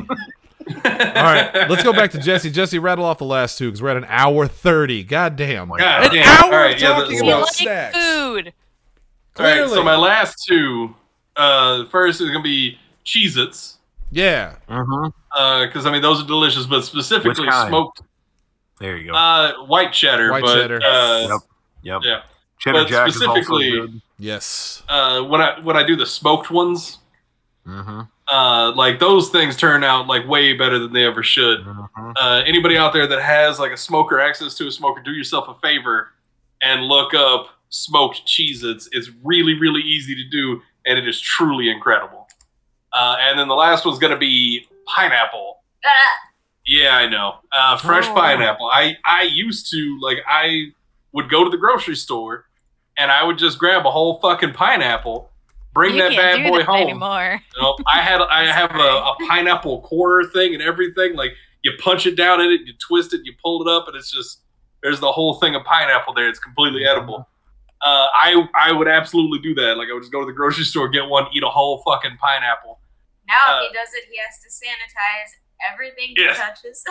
Speaker 3: All right, let's go back to Jesse. Jesse, rattle off the last two because we're at an hour thirty. God damn, like
Speaker 6: God
Speaker 3: an
Speaker 6: damn.
Speaker 3: hour
Speaker 6: All right,
Speaker 3: of
Speaker 6: yeah,
Speaker 3: talking
Speaker 6: that's-
Speaker 5: You
Speaker 3: about
Speaker 5: like
Speaker 3: snacks.
Speaker 5: food.
Speaker 6: All right,
Speaker 3: Clearly.
Speaker 6: so my last two. Uh, first is gonna be Cheez-Its.
Speaker 3: Yeah,
Speaker 4: Mhm.
Speaker 6: because I mean those are delicious, but specifically
Speaker 4: kind?
Speaker 6: smoked
Speaker 4: There you go.
Speaker 6: uh, white cheddar.
Speaker 3: White
Speaker 6: but,
Speaker 3: cheddar.
Speaker 6: Uh,
Speaker 4: Yep. yep.
Speaker 6: Yeah.
Speaker 4: Cheddar
Speaker 6: but
Speaker 4: Jack is also
Speaker 6: specifically-
Speaker 4: good.
Speaker 3: yes.
Speaker 6: Uh, when I when I do the smoked ones,
Speaker 4: Mhm.
Speaker 6: uh, like those things turn out like way better than they ever should.
Speaker 4: Mhm.
Speaker 6: Uh, anybody out there that has like a smoker access to a smoker, do yourself a favor and look up smoked cheese. It's it's really really easy to do, and it is truly incredible. Uh, and then the last one's gonna be pineapple.
Speaker 7: uh,
Speaker 6: Yeah, I know. Uh, fresh
Speaker 5: Oh.
Speaker 6: pineapple. I I used to like I would go to the grocery store and I would just grab a whole fucking pineapple, bring
Speaker 5: you
Speaker 6: that
Speaker 5: can't
Speaker 6: bad
Speaker 5: do
Speaker 6: boy
Speaker 5: that
Speaker 6: home.
Speaker 5: anymore.
Speaker 6: You know, I had I have a, a pineapple quarter thing and everything. Like you punch it down in it, you twist it, you pull it up, and it's just there's the whole thing of pineapple there. It's completely edible. Uh, I I would absolutely do that. Like I would just go to the grocery store, get one, eat a whole fucking pineapple.
Speaker 7: Now,
Speaker 6: Uh,
Speaker 7: if he does it, he has to sanitize everything he
Speaker 6: Yes.
Speaker 7: touches.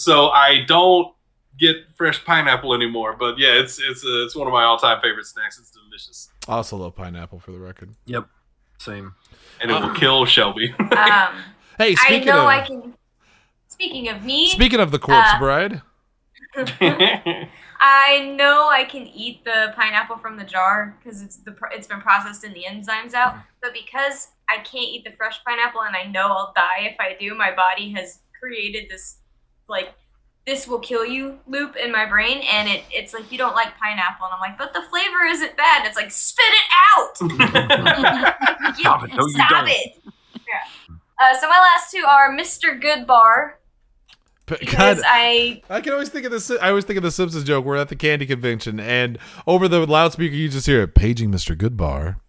Speaker 6: so I don't get fresh pineapple anymore. But yeah, it's it's uh, it's one of my all time favorite snacks. It's delicious,
Speaker 3: I also love pineapple for the record.
Speaker 4: Same.
Speaker 6: and it will kill Shelby.
Speaker 7: um,
Speaker 3: Hey,
Speaker 7: I
Speaker 3: speaking
Speaker 7: know
Speaker 3: of
Speaker 7: I can. Speaking of me,
Speaker 3: speaking of the corpse
Speaker 7: uh,
Speaker 3: bride,
Speaker 7: I know I can eat the pineapple from the jar because it's the pr- it's been processed and the enzymes out.
Speaker 4: Mm-hmm.
Speaker 7: But because I can't eat the fresh pineapple and I know I'll die if I do, my body has created this like this will kill you loop in my brain, and it it's like you don't like pineapple, and I'm like, but the flavor isn't bad. It's like spit it out.
Speaker 4: Stop it. No, you
Speaker 7: Stop
Speaker 4: don't.
Speaker 7: it. Yeah. Uh, so my last two are Mr. Goodbar
Speaker 3: P-
Speaker 7: because
Speaker 3: God,
Speaker 7: I
Speaker 3: I can always think of the. Sim- I always think of the Simpsons joke. We're at the candy convention, and over the loudspeaker, you just hear paging Mister Goodbar.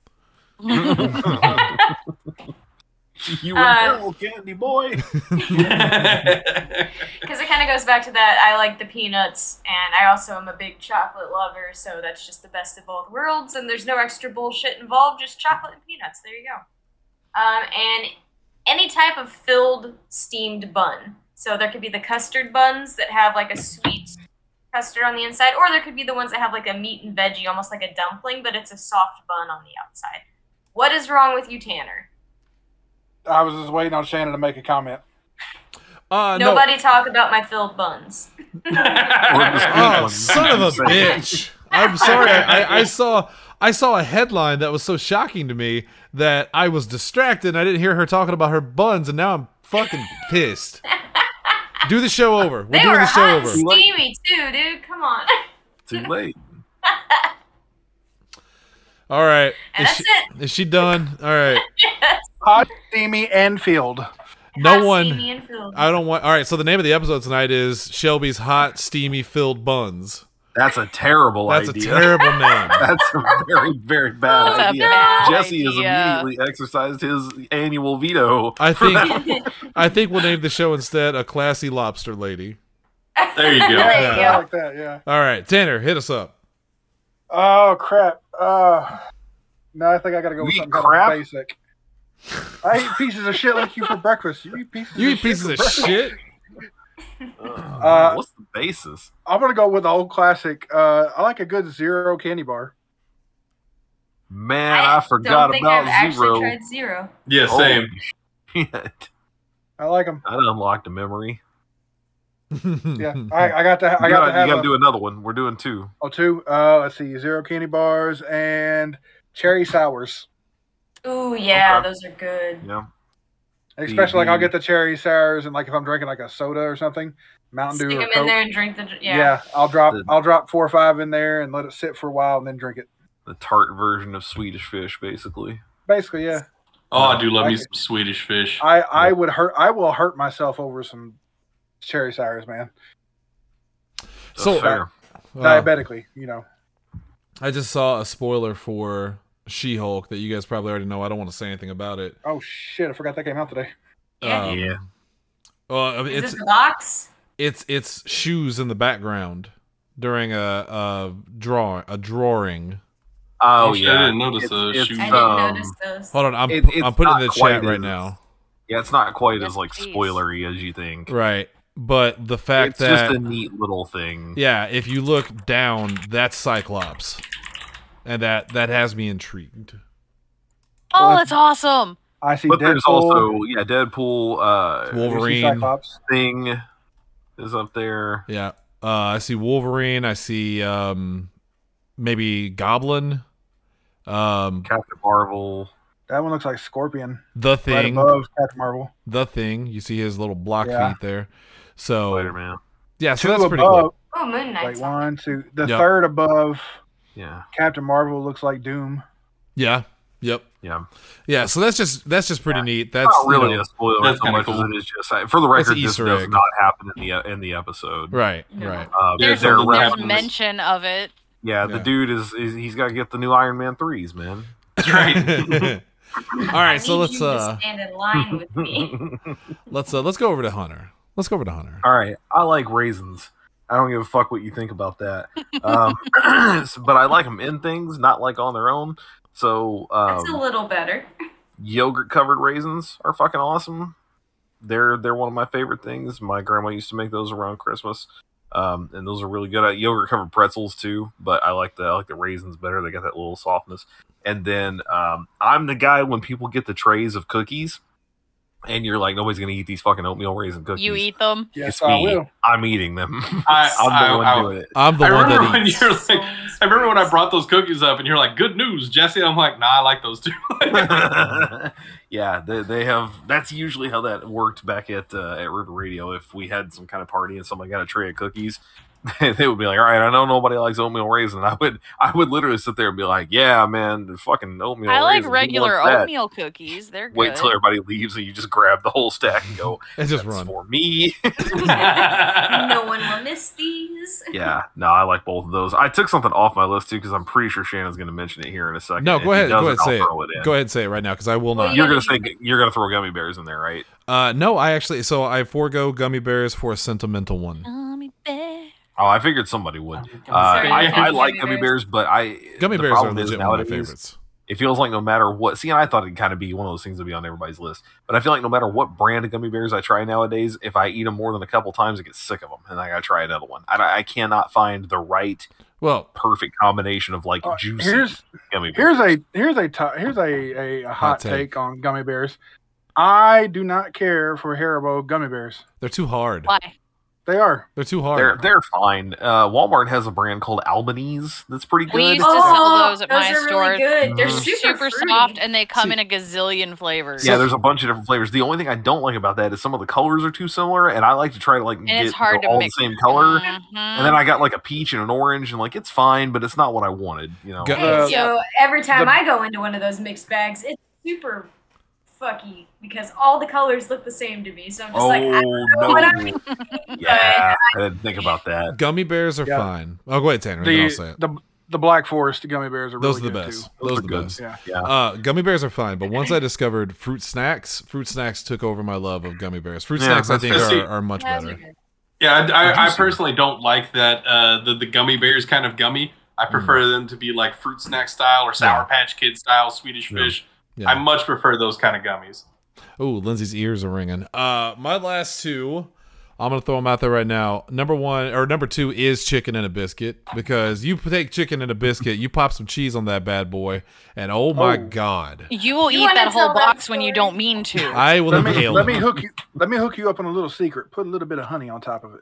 Speaker 4: You
Speaker 7: Uh,
Speaker 4: rebel candy boy.
Speaker 7: because it kind of goes back to that I like the peanuts and I also am a big chocolate lover, so that's just the best of both worlds. And there's no extra bullshit involved, just chocolate and peanuts. There you go. Um, and any type of filled steamed bun. So there could be the custard buns that have like a sweet custard on the inside, or there could be the ones that have like a meat and veggie, almost like a dumpling, but it's a soft bun on the outside. What is wrong with you, Tanner?
Speaker 8: I was just waiting on Shannon to make a comment.
Speaker 3: Uh, no.
Speaker 7: Nobody talk about my filled buns.
Speaker 3: Oh, son of a bitch! I'm sorry. I, I, I saw I saw a headline that was so shocking to me that I was distracted. and I didn't hear her talking about her buns, and now I'm fucking pissed. Do the show over. We're
Speaker 7: They
Speaker 3: doing
Speaker 7: were
Speaker 3: the show
Speaker 7: hot and
Speaker 3: over.
Speaker 7: steamy too, dude. Come on.
Speaker 4: Too late.
Speaker 3: All right. Is
Speaker 7: And that's
Speaker 3: she,
Speaker 7: it.
Speaker 3: is she done? All right.
Speaker 8: Hot, steamy, and filled.
Speaker 3: No
Speaker 7: Hot,
Speaker 3: one.
Speaker 7: steamy, and filled.
Speaker 3: I don't want. All right, so the name of the episode tonight is Shelby's hot, steamy, filled buns.
Speaker 4: That's a terrible
Speaker 3: That's
Speaker 4: idea.
Speaker 3: a terrible name.
Speaker 4: That's a very, very
Speaker 5: That's a
Speaker 4: bad idea.
Speaker 5: bad
Speaker 4: Jesse has
Speaker 5: idea.
Speaker 4: immediately exercised his annual veto.
Speaker 3: I think. I think we'll name the show instead "A Classy Lobster Lady."
Speaker 6: there you go.
Speaker 7: There you
Speaker 8: I
Speaker 7: go.
Speaker 8: like that. Yeah.
Speaker 3: All right, Tanner, hit us up.
Speaker 8: Oh crap. Uh, no, I think I gotta go with
Speaker 4: You eat
Speaker 8: something kind
Speaker 4: crap?
Speaker 8: of basic. I eat pieces of shit like you for breakfast. You eat pieces.
Speaker 3: You
Speaker 8: of
Speaker 3: eat
Speaker 8: shit
Speaker 3: pieces
Speaker 8: for
Speaker 3: of
Speaker 8: breakfast.
Speaker 3: shit.
Speaker 4: Uh, What's the basis?
Speaker 8: I'm gonna go with the old classic. Uh, I like a good zero candy bar.
Speaker 4: Man, I, forgot
Speaker 7: don't think I've
Speaker 4: about
Speaker 7: actually
Speaker 4: zero. Oh,
Speaker 7: tried zero.
Speaker 6: Yeah, same.
Speaker 4: Holy shit.
Speaker 8: I like them.
Speaker 4: That unlocked a memory.
Speaker 8: Yeah, I, I got to. I
Speaker 4: you
Speaker 8: got
Speaker 4: gotta,
Speaker 8: to have
Speaker 4: you gotta
Speaker 8: a,
Speaker 4: do another one. We're doing two.
Speaker 8: oh two. Uh, let's see, zero candy bars and cherry sours.
Speaker 7: Ooh yeah,
Speaker 4: Okay.
Speaker 7: those are good.
Speaker 4: Yeah.
Speaker 8: Especially
Speaker 3: Mm-hmm.
Speaker 8: like I'll get the cherry sours and like if I'm drinking like a soda or something, Mountain
Speaker 7: Stick
Speaker 8: Dew
Speaker 7: them
Speaker 8: or
Speaker 7: in
Speaker 8: Coke.
Speaker 7: there and drink the. dr-
Speaker 8: yeah.
Speaker 7: Yeah.
Speaker 8: I'll drop
Speaker 4: The-
Speaker 8: I'll drop four or five in there and let it sit for a while and then drink it.
Speaker 4: the tart version of Swedish fish, basically.
Speaker 8: Basically, yeah.
Speaker 6: Oh, I do love
Speaker 8: I
Speaker 6: me
Speaker 8: could-
Speaker 6: some Swedish fish.
Speaker 8: I I would hurt I will hurt myself over some cherry sours, man.
Speaker 4: That's
Speaker 3: So-
Speaker 4: fair.
Speaker 3: Uh,
Speaker 8: Diabetically, you know.
Speaker 3: I just saw a spoiler for She Hulk that you guys probably already know. I don't want to say anything about it.
Speaker 8: Oh shit! I forgot that came out today.
Speaker 7: Yeah.
Speaker 3: Um,
Speaker 4: Yeah.
Speaker 3: Well, I mean,
Speaker 7: Is
Speaker 3: it's
Speaker 7: this box?
Speaker 3: it's it's shoes in the background during a a draw a drawing.
Speaker 4: Oh,
Speaker 6: shit, I
Speaker 4: yeah.
Speaker 6: didn't notice
Speaker 4: It's-
Speaker 6: the
Speaker 4: it's,
Speaker 6: shoes.
Speaker 7: I didn't
Speaker 4: um,
Speaker 7: notice those.
Speaker 3: Hold on, I'm
Speaker 4: It- it's
Speaker 3: I'm putting it in the
Speaker 4: not quite
Speaker 3: chat right
Speaker 4: as-
Speaker 3: now.
Speaker 4: Yeah, it's not quite
Speaker 5: Yes,
Speaker 4: as like
Speaker 5: please.
Speaker 4: spoilery as you think.
Speaker 3: Right, but the fact
Speaker 4: It's
Speaker 3: that
Speaker 4: just a neat little thing.
Speaker 3: yeah, if you look down, that's Cyclops, and that that has me intrigued.
Speaker 4: Uh,
Speaker 5: Oh,
Speaker 8: Well,
Speaker 5: that's awesome.
Speaker 8: I see
Speaker 4: But
Speaker 8: Deadpool.
Speaker 4: there's also yeah, Deadpool uh
Speaker 8: I see
Speaker 3: Wolverine,
Speaker 8: Cyclops.
Speaker 4: thing is up there.
Speaker 3: yeah. Uh, I see Wolverine. I see um, maybe Goblin, um,
Speaker 4: Captain Marvel.
Speaker 8: That one looks like Scorpion.
Speaker 3: the
Speaker 8: Right
Speaker 3: thing,
Speaker 8: above Captain Marvel.
Speaker 3: the thing. You see his little block
Speaker 8: Yeah.
Speaker 3: feet there. So
Speaker 4: Spider Man.
Speaker 3: yeah, so
Speaker 8: Two
Speaker 3: that's pretty
Speaker 8: above,
Speaker 3: cool.
Speaker 7: Oh, Moon
Speaker 8: like
Speaker 7: Knight.
Speaker 8: one, two. The
Speaker 3: Yep.
Speaker 8: third above
Speaker 4: Yeah.
Speaker 8: Captain Marvel looks like Doom.
Speaker 3: Yeah. Yep.
Speaker 4: Yeah.
Speaker 3: Yeah. So that's just that's just pretty neat. That's
Speaker 4: not really
Speaker 3: you know,
Speaker 4: a spoiler
Speaker 6: that's
Speaker 4: so
Speaker 6: kinda
Speaker 4: much
Speaker 6: cool.
Speaker 4: as it is just I- for the
Speaker 3: That's an
Speaker 4: record this
Speaker 3: Easter
Speaker 4: does
Speaker 3: egg.
Speaker 4: not happen in the in the episode.
Speaker 3: right.
Speaker 7: No.
Speaker 3: Right.
Speaker 4: Uh,
Speaker 6: There's
Speaker 4: they're
Speaker 6: something
Speaker 5: There's
Speaker 6: Perhaps-
Speaker 4: referencing-
Speaker 5: mention of it.
Speaker 4: yeah, the
Speaker 3: Yeah.
Speaker 4: dude is, is he's got to get the new Iron Man threes, man.
Speaker 6: That's right.
Speaker 3: All right. So
Speaker 7: I need
Speaker 3: let's
Speaker 7: you to
Speaker 3: uh
Speaker 7: stand in line with me.
Speaker 3: let's uh let's go over to Hunter. Let's go over to Hunter.
Speaker 4: All right, I like raisins. I don't give a fuck what you think about that, um, but I like them in things, not like on their own. So um,
Speaker 7: That's a little better.
Speaker 4: yogurt covered raisins are fucking awesome. They're they're one of my favorite things. My grandma used to make those around Christmas, um, and those are really good. Uh, Yogurt covered pretzels too, but I like the I like the raisins better. They got that little softness. And then um, I'm the guy when people get the trays of cookies, and you're like, nobody's gonna eat these fucking oatmeal raisin cookies.
Speaker 5: You eat them.
Speaker 8: Yes,
Speaker 4: It's
Speaker 8: I
Speaker 4: me.
Speaker 8: will.
Speaker 4: I'm eating them.
Speaker 6: I,
Speaker 4: I'm the one
Speaker 6: I- I-
Speaker 4: doing it.
Speaker 3: I'm the
Speaker 6: I
Speaker 3: one
Speaker 6: remember
Speaker 3: that
Speaker 6: when
Speaker 3: eats.
Speaker 6: you're like, I remember when I brought those cookies up, and you're like, "Good news, Jesse." I'm like, "Nah, I like those too."
Speaker 4: yeah, they, they have. That's usually how that worked back at uh, at River Radio. If we had some kind of party and somebody got a tray of cookies, they would be like, "All right, I know nobody likes oatmeal raisin." I would I would literally sit there and be like, "Yeah, man, the fucking oatmeal."
Speaker 5: I
Speaker 4: raisin,
Speaker 5: like
Speaker 4: who
Speaker 5: regular
Speaker 4: wants that?"
Speaker 5: oatmeal cookies. They're good.
Speaker 4: Wait till everybody leaves and you just grab the whole stack and go.
Speaker 3: It's just
Speaker 4: That's
Speaker 3: run.
Speaker 4: for me.
Speaker 7: No one will miss these.
Speaker 4: yeah, no, I like both of those. I took something off my list too because I'm pretty sure Shannon's going to mention it here in a second.
Speaker 3: No,
Speaker 4: If
Speaker 3: go
Speaker 4: he
Speaker 3: ahead, go ahead,
Speaker 4: doesn't, I'll
Speaker 3: say it.
Speaker 4: throw in.
Speaker 3: Go ahead and say it right now because I will
Speaker 7: Well,
Speaker 3: not.
Speaker 7: you-
Speaker 4: You're gonna say you're gonna throw gummy bears in there, right?
Speaker 3: Uh, no, I actually. So I forego gummy bears for a sentimental one.
Speaker 7: Uh,
Speaker 5: Gummy bear.
Speaker 4: Oh, I figured somebody would. Uh,
Speaker 7: Sorry,
Speaker 4: I,
Speaker 7: gummy
Speaker 4: I like
Speaker 7: bears.
Speaker 4: gummy bears, but I
Speaker 3: Gummy
Speaker 4: the
Speaker 3: bears are
Speaker 4: problem is
Speaker 3: legit one of my
Speaker 4: nowadays,
Speaker 3: favorites.
Speaker 4: It feels like no matter what. See, and I thought it'd kind of be one of those things that be on everybody's list, but I feel like no matter what brand of gummy bears I try nowadays, if I eat them more than a couple times, I get sick of them, and I gotta try another one. I, I cannot find the right
Speaker 3: Well,
Speaker 4: perfect combination of like
Speaker 8: Uh,
Speaker 4: juicy
Speaker 8: here's
Speaker 4: gummy bears.
Speaker 8: here's a here's a to- here's a a, a hot,
Speaker 3: take.
Speaker 8: take. on gummy bears. I do not care for Haribo gummy bears.
Speaker 3: they're too hard.
Speaker 5: Why?
Speaker 8: They are.
Speaker 3: They're too
Speaker 4: They're
Speaker 3: hard.
Speaker 4: they're fine. Uh, Walmart has a brand called Albanese that's pretty
Speaker 5: We
Speaker 4: good.
Speaker 5: used to sell those at my
Speaker 7: Oh, are
Speaker 5: store.
Speaker 7: really good. They're
Speaker 4: Mhm.
Speaker 7: Mm-hmm. super,
Speaker 5: Super
Speaker 7: fruity.
Speaker 5: soft, and they come
Speaker 3: See-
Speaker 5: in a gazillion flavors.
Speaker 4: Yeah, there's a bunch of different flavors. The only thing I don't like about that is some of the colors are too similar, and I like to try to like get
Speaker 5: it's hard
Speaker 4: you know,
Speaker 5: to
Speaker 4: all
Speaker 5: mix
Speaker 4: the same color.
Speaker 5: Mhm.
Speaker 4: And then I got like a peach and an orange, and like it's fine, but it's not what I wanted. You know,
Speaker 3: Go-
Speaker 7: Hey,
Speaker 8: Uh,
Speaker 7: so every time
Speaker 8: the-
Speaker 7: I go into one of those mixed bags, it's super fucky because all the colors look the same to me. So I'm just
Speaker 4: oh
Speaker 7: like, I don't know what I'm
Speaker 4: no, yeah, I didn't think about that.
Speaker 3: Gummy bears are
Speaker 8: Yeah.
Speaker 3: fine. Oh, go ahead, Tanner. and then I'll say
Speaker 8: The
Speaker 3: it.
Speaker 8: the the Black Forest gummy bears are
Speaker 3: Those are
Speaker 8: really
Speaker 3: the
Speaker 8: good,
Speaker 3: best.
Speaker 8: too.
Speaker 3: Those,
Speaker 4: Those
Speaker 3: are
Speaker 4: are
Speaker 3: the
Speaker 4: good.
Speaker 3: best.
Speaker 8: Yeah.
Speaker 3: Uh, gummy bears are fine, but once I discovered fruit snacks, fruit snacks took over my love of gummy bears. Fruit
Speaker 4: Yeah,
Speaker 3: snacks, I
Speaker 4: that's
Speaker 3: think,
Speaker 6: fair.
Speaker 3: are,
Speaker 6: See,
Speaker 3: are much
Speaker 5: Those are
Speaker 3: better.
Speaker 5: good.
Speaker 6: yeah, I, I, I
Speaker 4: Interesting.
Speaker 6: personally don't like that uh, the the gummy bears kind of gummy. I prefer them to be like fruit snack style or Sour
Speaker 3: Yeah.
Speaker 6: Patch Kid style, Swedish
Speaker 4: Yeah.
Speaker 6: Fish.
Speaker 3: Yeah.
Speaker 6: I much prefer those kind of gummies.
Speaker 3: Oh, Lindsay's ears are ringing. Uh, my last two, I'm gonna throw them out there right now. Number one or number two is chicken and a biscuit because you take chicken and a biscuit, you pop some cheese on that bad boy, and oh my
Speaker 8: Oh.
Speaker 3: god,
Speaker 5: You will
Speaker 7: You
Speaker 5: eat
Speaker 7: wanna
Speaker 5: that whole
Speaker 7: tell that
Speaker 5: box when you
Speaker 7: story?
Speaker 5: don't mean to.
Speaker 3: I will
Speaker 8: Let me
Speaker 3: inhale
Speaker 8: let
Speaker 3: it.
Speaker 8: me hook you let me hook you up on a little secret. Put a little bit of honey on top of it.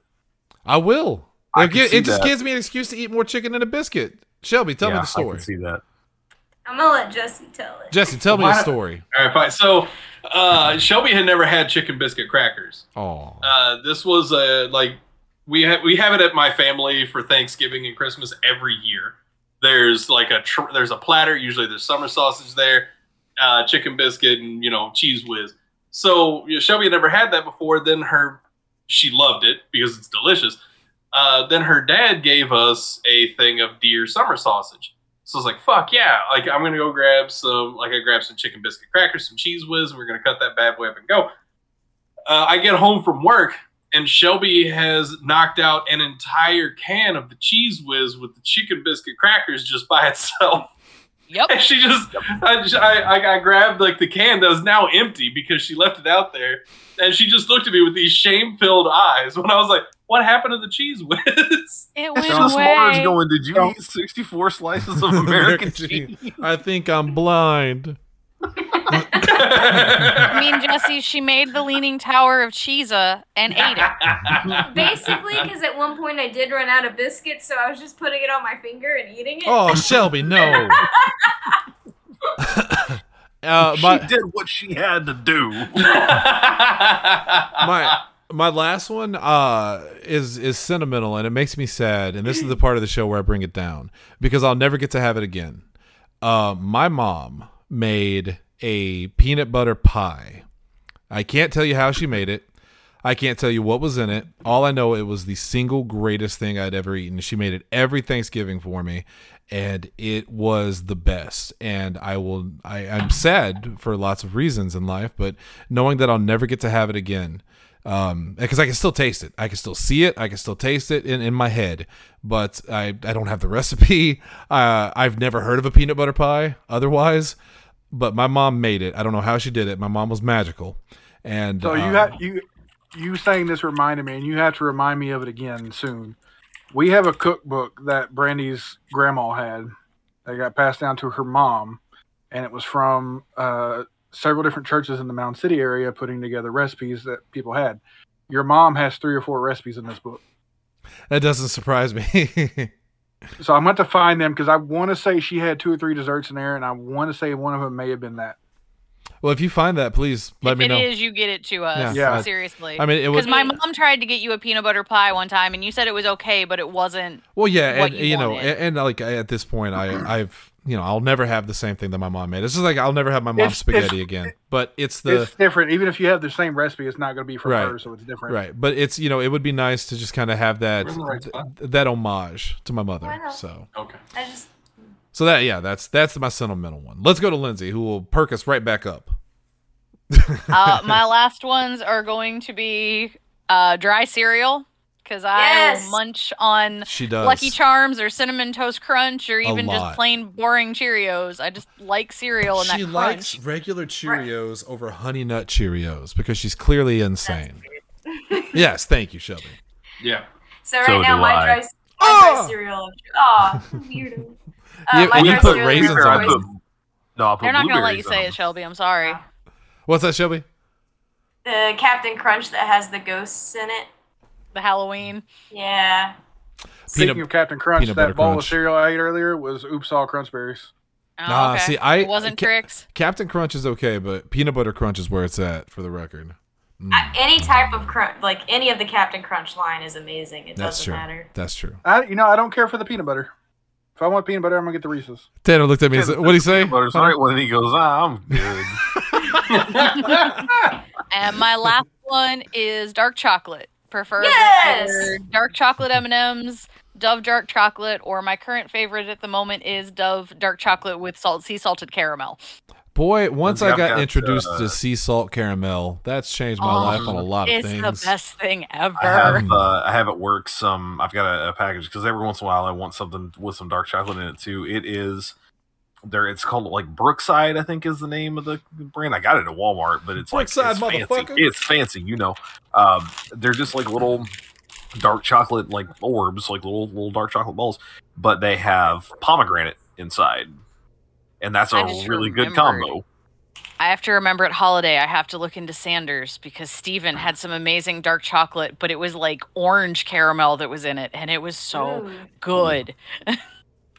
Speaker 3: I will.
Speaker 4: I
Speaker 3: it
Speaker 4: can
Speaker 3: gi-
Speaker 4: see
Speaker 3: it just
Speaker 4: that.
Speaker 3: gives me an excuse to eat more chicken and a biscuit. Shelby, tell
Speaker 4: yeah,
Speaker 3: me the
Speaker 4: I
Speaker 3: story.
Speaker 4: can see that.
Speaker 7: I'm gonna let Jesse tell it.
Speaker 3: Jesse, tell me
Speaker 6: Why
Speaker 3: a
Speaker 6: not?
Speaker 3: story.
Speaker 6: All right, fine. So uh, Shelby had never had chicken biscuit crackers.
Speaker 2: Oh,
Speaker 6: Uh, this was a like we ha- we have it at my family for Thanksgiving and Christmas every year. There's like a tr- there's a platter. Usually there's summer sausage there, uh, chicken biscuit, and you know cheese whiz. So you know, Shelby had never had that before. Then her she loved it because it's delicious. Uh, then her dad gave us a thing of deer summer sausage. So I was like, fuck yeah. Like, I'm going to go grab some, like, I grabbed some chicken biscuit crackers, some cheese whiz, and we're going to cut that bad boy up and go. Uh, I get home from work, and Shelby has knocked out an entire can of the cheese whiz with the chicken biscuit crackers just by itself.
Speaker 5: Yep.
Speaker 6: And she just, I, just- I, I, I grabbed, like, the can that was now empty because she left it out there. And she just looked at me with these shame filled eyes when I was like, what happened to the cheese whiz?
Speaker 5: It
Speaker 4: It's
Speaker 5: went
Speaker 4: just Mars
Speaker 5: away.
Speaker 4: going, did you eat 64 slices of American cheese?
Speaker 3: I think I'm blind.
Speaker 5: I mean, Jesse, she made the Leaning Tower of Cheesa and ate it.
Speaker 7: Basically, because at one point I did run out of biscuits, so I was just putting it on my finger and eating it.
Speaker 3: Oh, Shelby, no. uh,
Speaker 4: she
Speaker 3: my
Speaker 4: did what she had to do.
Speaker 3: my my last one uh, is is sentimental and it makes me sad. And this is the part of the show where I bring it down because I'll never get to have it again. Uh, my mom made a peanut butter pie. I can't tell you how she made it. I can't tell you what was in it. All I know it was the single greatest thing I'd ever eaten. She made it every Thanksgiving for me, and it was the best. And I will I, I'm sad for lots of reasons in life, but knowing that I'll never get to have it again. Um, because I can still taste it. I can still see it. I can still taste it in, in my head, but I, I don't have the recipe. Uh, I've never heard of a peanut butter pie otherwise, but my mom made it. I don't know how she did it. My mom was magical. And
Speaker 8: So
Speaker 3: um,
Speaker 8: you had you you saying this reminded me, and you have to remind me of it again soon. We have a cookbook that Brandy's grandma had that got passed down to her mom, and it was from uh, several different churches in the Mound City area putting together recipes that people had. Your mom has three or four recipes in this book,
Speaker 3: That doesn't surprise me.
Speaker 8: so I'm going to find them because I want to say she had two or three desserts in there, and I want to say one of them may have been that.
Speaker 3: well, if you find that, please let
Speaker 5: if
Speaker 3: me
Speaker 5: it
Speaker 3: know.
Speaker 5: is, you get it to us.
Speaker 8: Yeah. Yeah.
Speaker 5: Seriously.
Speaker 3: I mean, it was
Speaker 5: because my mom tried to get you a peanut butter pie one time, and you said it was okay, but it wasn't.
Speaker 3: well, yeah,
Speaker 5: what
Speaker 3: and
Speaker 5: you
Speaker 3: you, know,
Speaker 5: wanted.
Speaker 3: and, and like at this point, I, I've you know, I'll never have the same thing that my mom made. It's just like I'll never have my mom's
Speaker 8: It's- it's-
Speaker 3: spaghetti again. But it's the
Speaker 8: it's different, even if you have the same recipe, it's not going to be from
Speaker 3: Right.
Speaker 8: her, so it's different.
Speaker 3: right, but it's you know, it would be nice to just kind of have that
Speaker 6: We're in the right
Speaker 3: th-
Speaker 6: spot.
Speaker 3: that homage to my mother.
Speaker 7: Wow.
Speaker 3: So,
Speaker 6: okay.
Speaker 7: I just
Speaker 3: so that yeah, that's that's my sentimental one. Let's go to Lindsay, who will perk us right back up.
Speaker 5: Uh, my last ones are going to be uh, dry cereal because I
Speaker 7: Yes.
Speaker 5: will munch on
Speaker 3: She does.
Speaker 5: Lucky Charms or Cinnamon Toast Crunch or
Speaker 3: A
Speaker 5: even just
Speaker 3: lot.
Speaker 5: plain boring Cheerios. I just like cereal and
Speaker 3: she
Speaker 5: that
Speaker 3: likes
Speaker 5: crunch.
Speaker 3: regular Cheerios over Honey Nut Cheerios because she's clearly insane. yes, thank you, Shelby.
Speaker 6: Yeah.
Speaker 7: so right
Speaker 1: So
Speaker 7: now
Speaker 1: do
Speaker 7: my
Speaker 1: I.
Speaker 7: dry, my
Speaker 3: Ah!
Speaker 7: dry cereal. Oh, weirdo. Uh,
Speaker 3: Yeah,
Speaker 7: my
Speaker 3: we
Speaker 7: dry
Speaker 3: put
Speaker 7: cereal
Speaker 3: raisins
Speaker 7: is
Speaker 3: on
Speaker 7: always-
Speaker 3: it.
Speaker 4: no, I put
Speaker 5: They're not going to let you
Speaker 4: blueberries
Speaker 5: say
Speaker 4: on
Speaker 5: it, Shelby. I'm sorry.
Speaker 3: What's that, Shelby?
Speaker 7: The Captain Crunch that has the ghosts in it.
Speaker 5: The Halloween.
Speaker 7: Yeah.
Speaker 8: Speaking
Speaker 3: Peanut-
Speaker 8: of Captain Crunch,
Speaker 3: peanut butter
Speaker 8: that bowl
Speaker 3: crunch.
Speaker 8: of cereal I ate earlier was Oops All Crunch Berries.
Speaker 5: Oh,
Speaker 3: Nah,
Speaker 5: okay.
Speaker 3: see, I-
Speaker 5: it wasn't
Speaker 3: ca-
Speaker 5: tricks.
Speaker 3: Captain Crunch is okay, but peanut butter crunch is where it's at for the record. Mm,
Speaker 7: I- Any type of crunch, like any of the Captain Crunch line, is amazing. It
Speaker 3: that's
Speaker 7: doesn't
Speaker 3: true.
Speaker 7: matter.
Speaker 3: That's true.
Speaker 8: I, you know, I don't care for the peanut butter. If I want peanut butter, I'm gonna get the Reese's.
Speaker 3: Tanner looked at me and said, What'd he say?
Speaker 4: them. But it's all right when he goes, ah, I'm good.
Speaker 5: And my last one is dark chocolate. Preferably
Speaker 7: Yes!
Speaker 5: either dark chocolate M&Ms, Dove dark chocolate, or my current favorite at the moment is Dove dark chocolate with salt sea salted caramel.
Speaker 3: Boy, once I
Speaker 4: I've
Speaker 3: got
Speaker 4: got,
Speaker 3: introduced
Speaker 4: uh,
Speaker 3: to sea salt caramel, that's changed my
Speaker 5: Oh,
Speaker 3: life on a lot of
Speaker 5: It's
Speaker 3: things.
Speaker 5: the best thing
Speaker 4: I have
Speaker 5: ever.
Speaker 4: uh, I have at work some I've got a, a package because every once in a while I want something with some dark chocolate in it too. It is there. It's called like Brookside, I think is the name of the brand. I got it at Walmart, but it's
Speaker 3: Brookside,
Speaker 4: like it's
Speaker 3: motherfucker.
Speaker 4: fancy. It's fancy, you know. Um, they're just like little dark chocolate like orbs, like little little dark chocolate balls, but they have pomegranate inside, and that's a
Speaker 5: I just
Speaker 4: really good
Speaker 5: remembered.
Speaker 4: combo.
Speaker 5: I have to remember at holiday, I have to look into Sanders because Steven had some amazing dark chocolate, but it was like orange caramel that was in it, and it was so
Speaker 7: Ooh.
Speaker 5: good.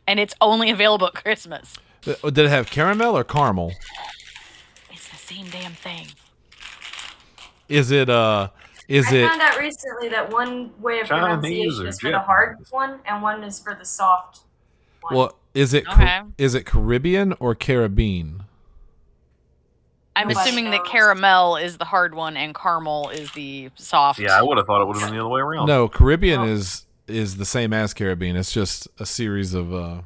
Speaker 5: and it's only available at Christmas.
Speaker 3: Th- oh, Did it have caramel or caramel?
Speaker 5: It's the same damn thing.
Speaker 3: Is it uh? Is
Speaker 7: I
Speaker 3: it
Speaker 7: found out recently that one way of
Speaker 4: Chinese
Speaker 7: pronunciation
Speaker 4: or
Speaker 7: is for the hard one, and one is for the soft one.
Speaker 3: well? Is it Ca-
Speaker 5: Okay.
Speaker 3: is it Caribbean or Caribbean?
Speaker 5: I'm
Speaker 7: It's-
Speaker 5: assuming that caramel is the hard one and caramel is the soft.
Speaker 4: Yeah, I would have thought it would have been the other way around.
Speaker 3: No, Caribbean
Speaker 7: Oh.
Speaker 3: is is the same as Caribbean. It's just a series of. uh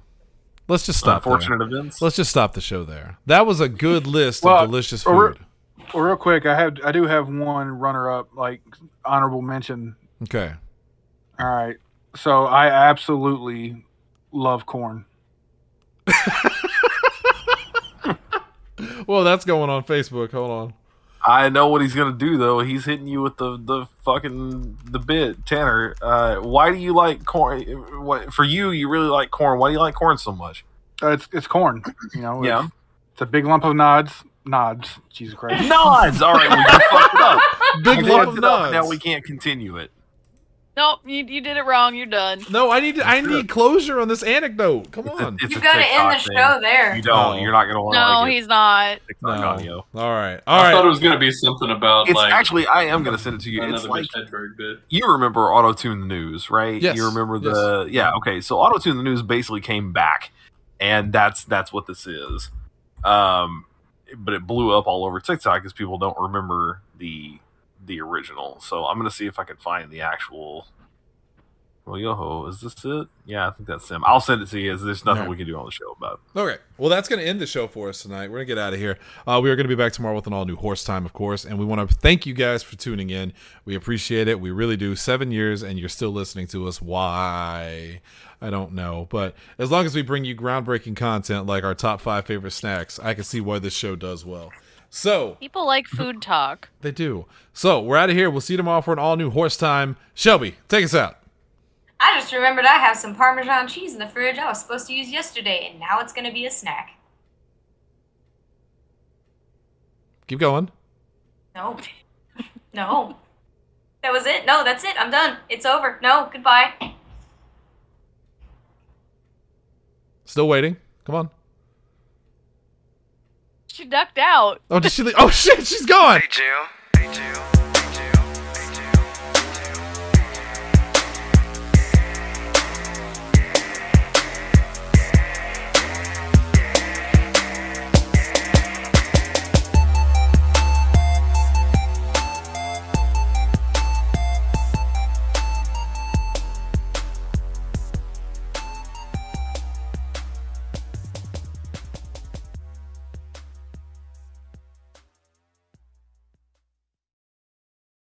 Speaker 3: Let's just stop. there.
Speaker 4: Unfortunate events.
Speaker 3: Let's just stop the show there. That was a good list
Speaker 8: Well,
Speaker 3: of delicious
Speaker 8: or-
Speaker 3: food.
Speaker 8: Well, real quick, I have I do have one runner up, like honorable mention.
Speaker 3: Okay.
Speaker 8: All right, so I absolutely love corn.
Speaker 3: Well, that's going on Facebook. Hold on.
Speaker 4: I know what he's gonna do though. He's hitting you with the the fucking the bit, Tanner. Uh, why do you like corn? What for you? You really like corn. Why do you like corn so much?
Speaker 8: Uh, it's it's corn, you know.
Speaker 4: Yeah.
Speaker 8: It's, it's a big lump of nods, nods. Jesus Christ.
Speaker 4: Nods. All right, well, you fucked it up.
Speaker 3: Big
Speaker 4: You
Speaker 3: lump
Speaker 4: fucked
Speaker 3: of
Speaker 4: it up,
Speaker 3: nuts.
Speaker 4: Now we can't continue it.
Speaker 5: Nope, you, you did it wrong. You're done.
Speaker 3: No, I need I need closure on this anecdote. Come on.
Speaker 4: It's
Speaker 7: You've
Speaker 4: a
Speaker 7: got to end the
Speaker 4: TikTok thing.
Speaker 7: show there.
Speaker 4: You don't.
Speaker 3: No.
Speaker 4: You're not gonna want to
Speaker 5: No,
Speaker 4: like it.
Speaker 5: he's not.
Speaker 4: TikTok
Speaker 3: No.
Speaker 4: audio.
Speaker 3: All right.
Speaker 6: I
Speaker 3: All
Speaker 6: thought it
Speaker 3: right.
Speaker 6: was gonna be something about
Speaker 4: It's
Speaker 6: like
Speaker 4: actually I am gonna send it to you.
Speaker 6: another
Speaker 4: It's
Speaker 6: Mitch
Speaker 4: like
Speaker 6: Hedberg bit.
Speaker 4: you remember auto tune the news, right?
Speaker 3: Yes.
Speaker 4: You remember the yeah. Okay, so auto tune the news basically came back, and that's that's what this is. Um, but it blew up all over TikTok because people don't remember the the original. So I'm gonna see if I can find the actual. Well, yoho, is this it? Yeah, I think that's him. I'll send it to you. There's nothing
Speaker 3: Alright.
Speaker 4: we can do on the show about. it.
Speaker 3: Okay. Well, that's going to end the show for us tonight. We're going to get out of here. Uh, we are going to be back tomorrow with an all new horse time, of course. And we want to thank you guys for tuning in. We appreciate it. We really do. Seven years, and you're still listening to us. Why? I don't know. But as long as we bring you groundbreaking content like our top five favorite snacks, I can see why this show does well. So
Speaker 5: People like food talk.
Speaker 3: they do. So we're out of here. We'll see you tomorrow for an all new horse time. Shelby, take us out.
Speaker 7: I just remembered I have some Parmesan cheese in the fridge I was supposed to use yesterday, and now it's going to be a snack.
Speaker 3: Keep going.
Speaker 7: No. No. That was it. No, that's it. I'm done. It's over. No, goodbye.
Speaker 3: Still waiting. Come on.
Speaker 5: She ducked out.
Speaker 3: Oh, did she leave? Oh, shit. She's gone.
Speaker 10: Hey Jill. Hey Jill.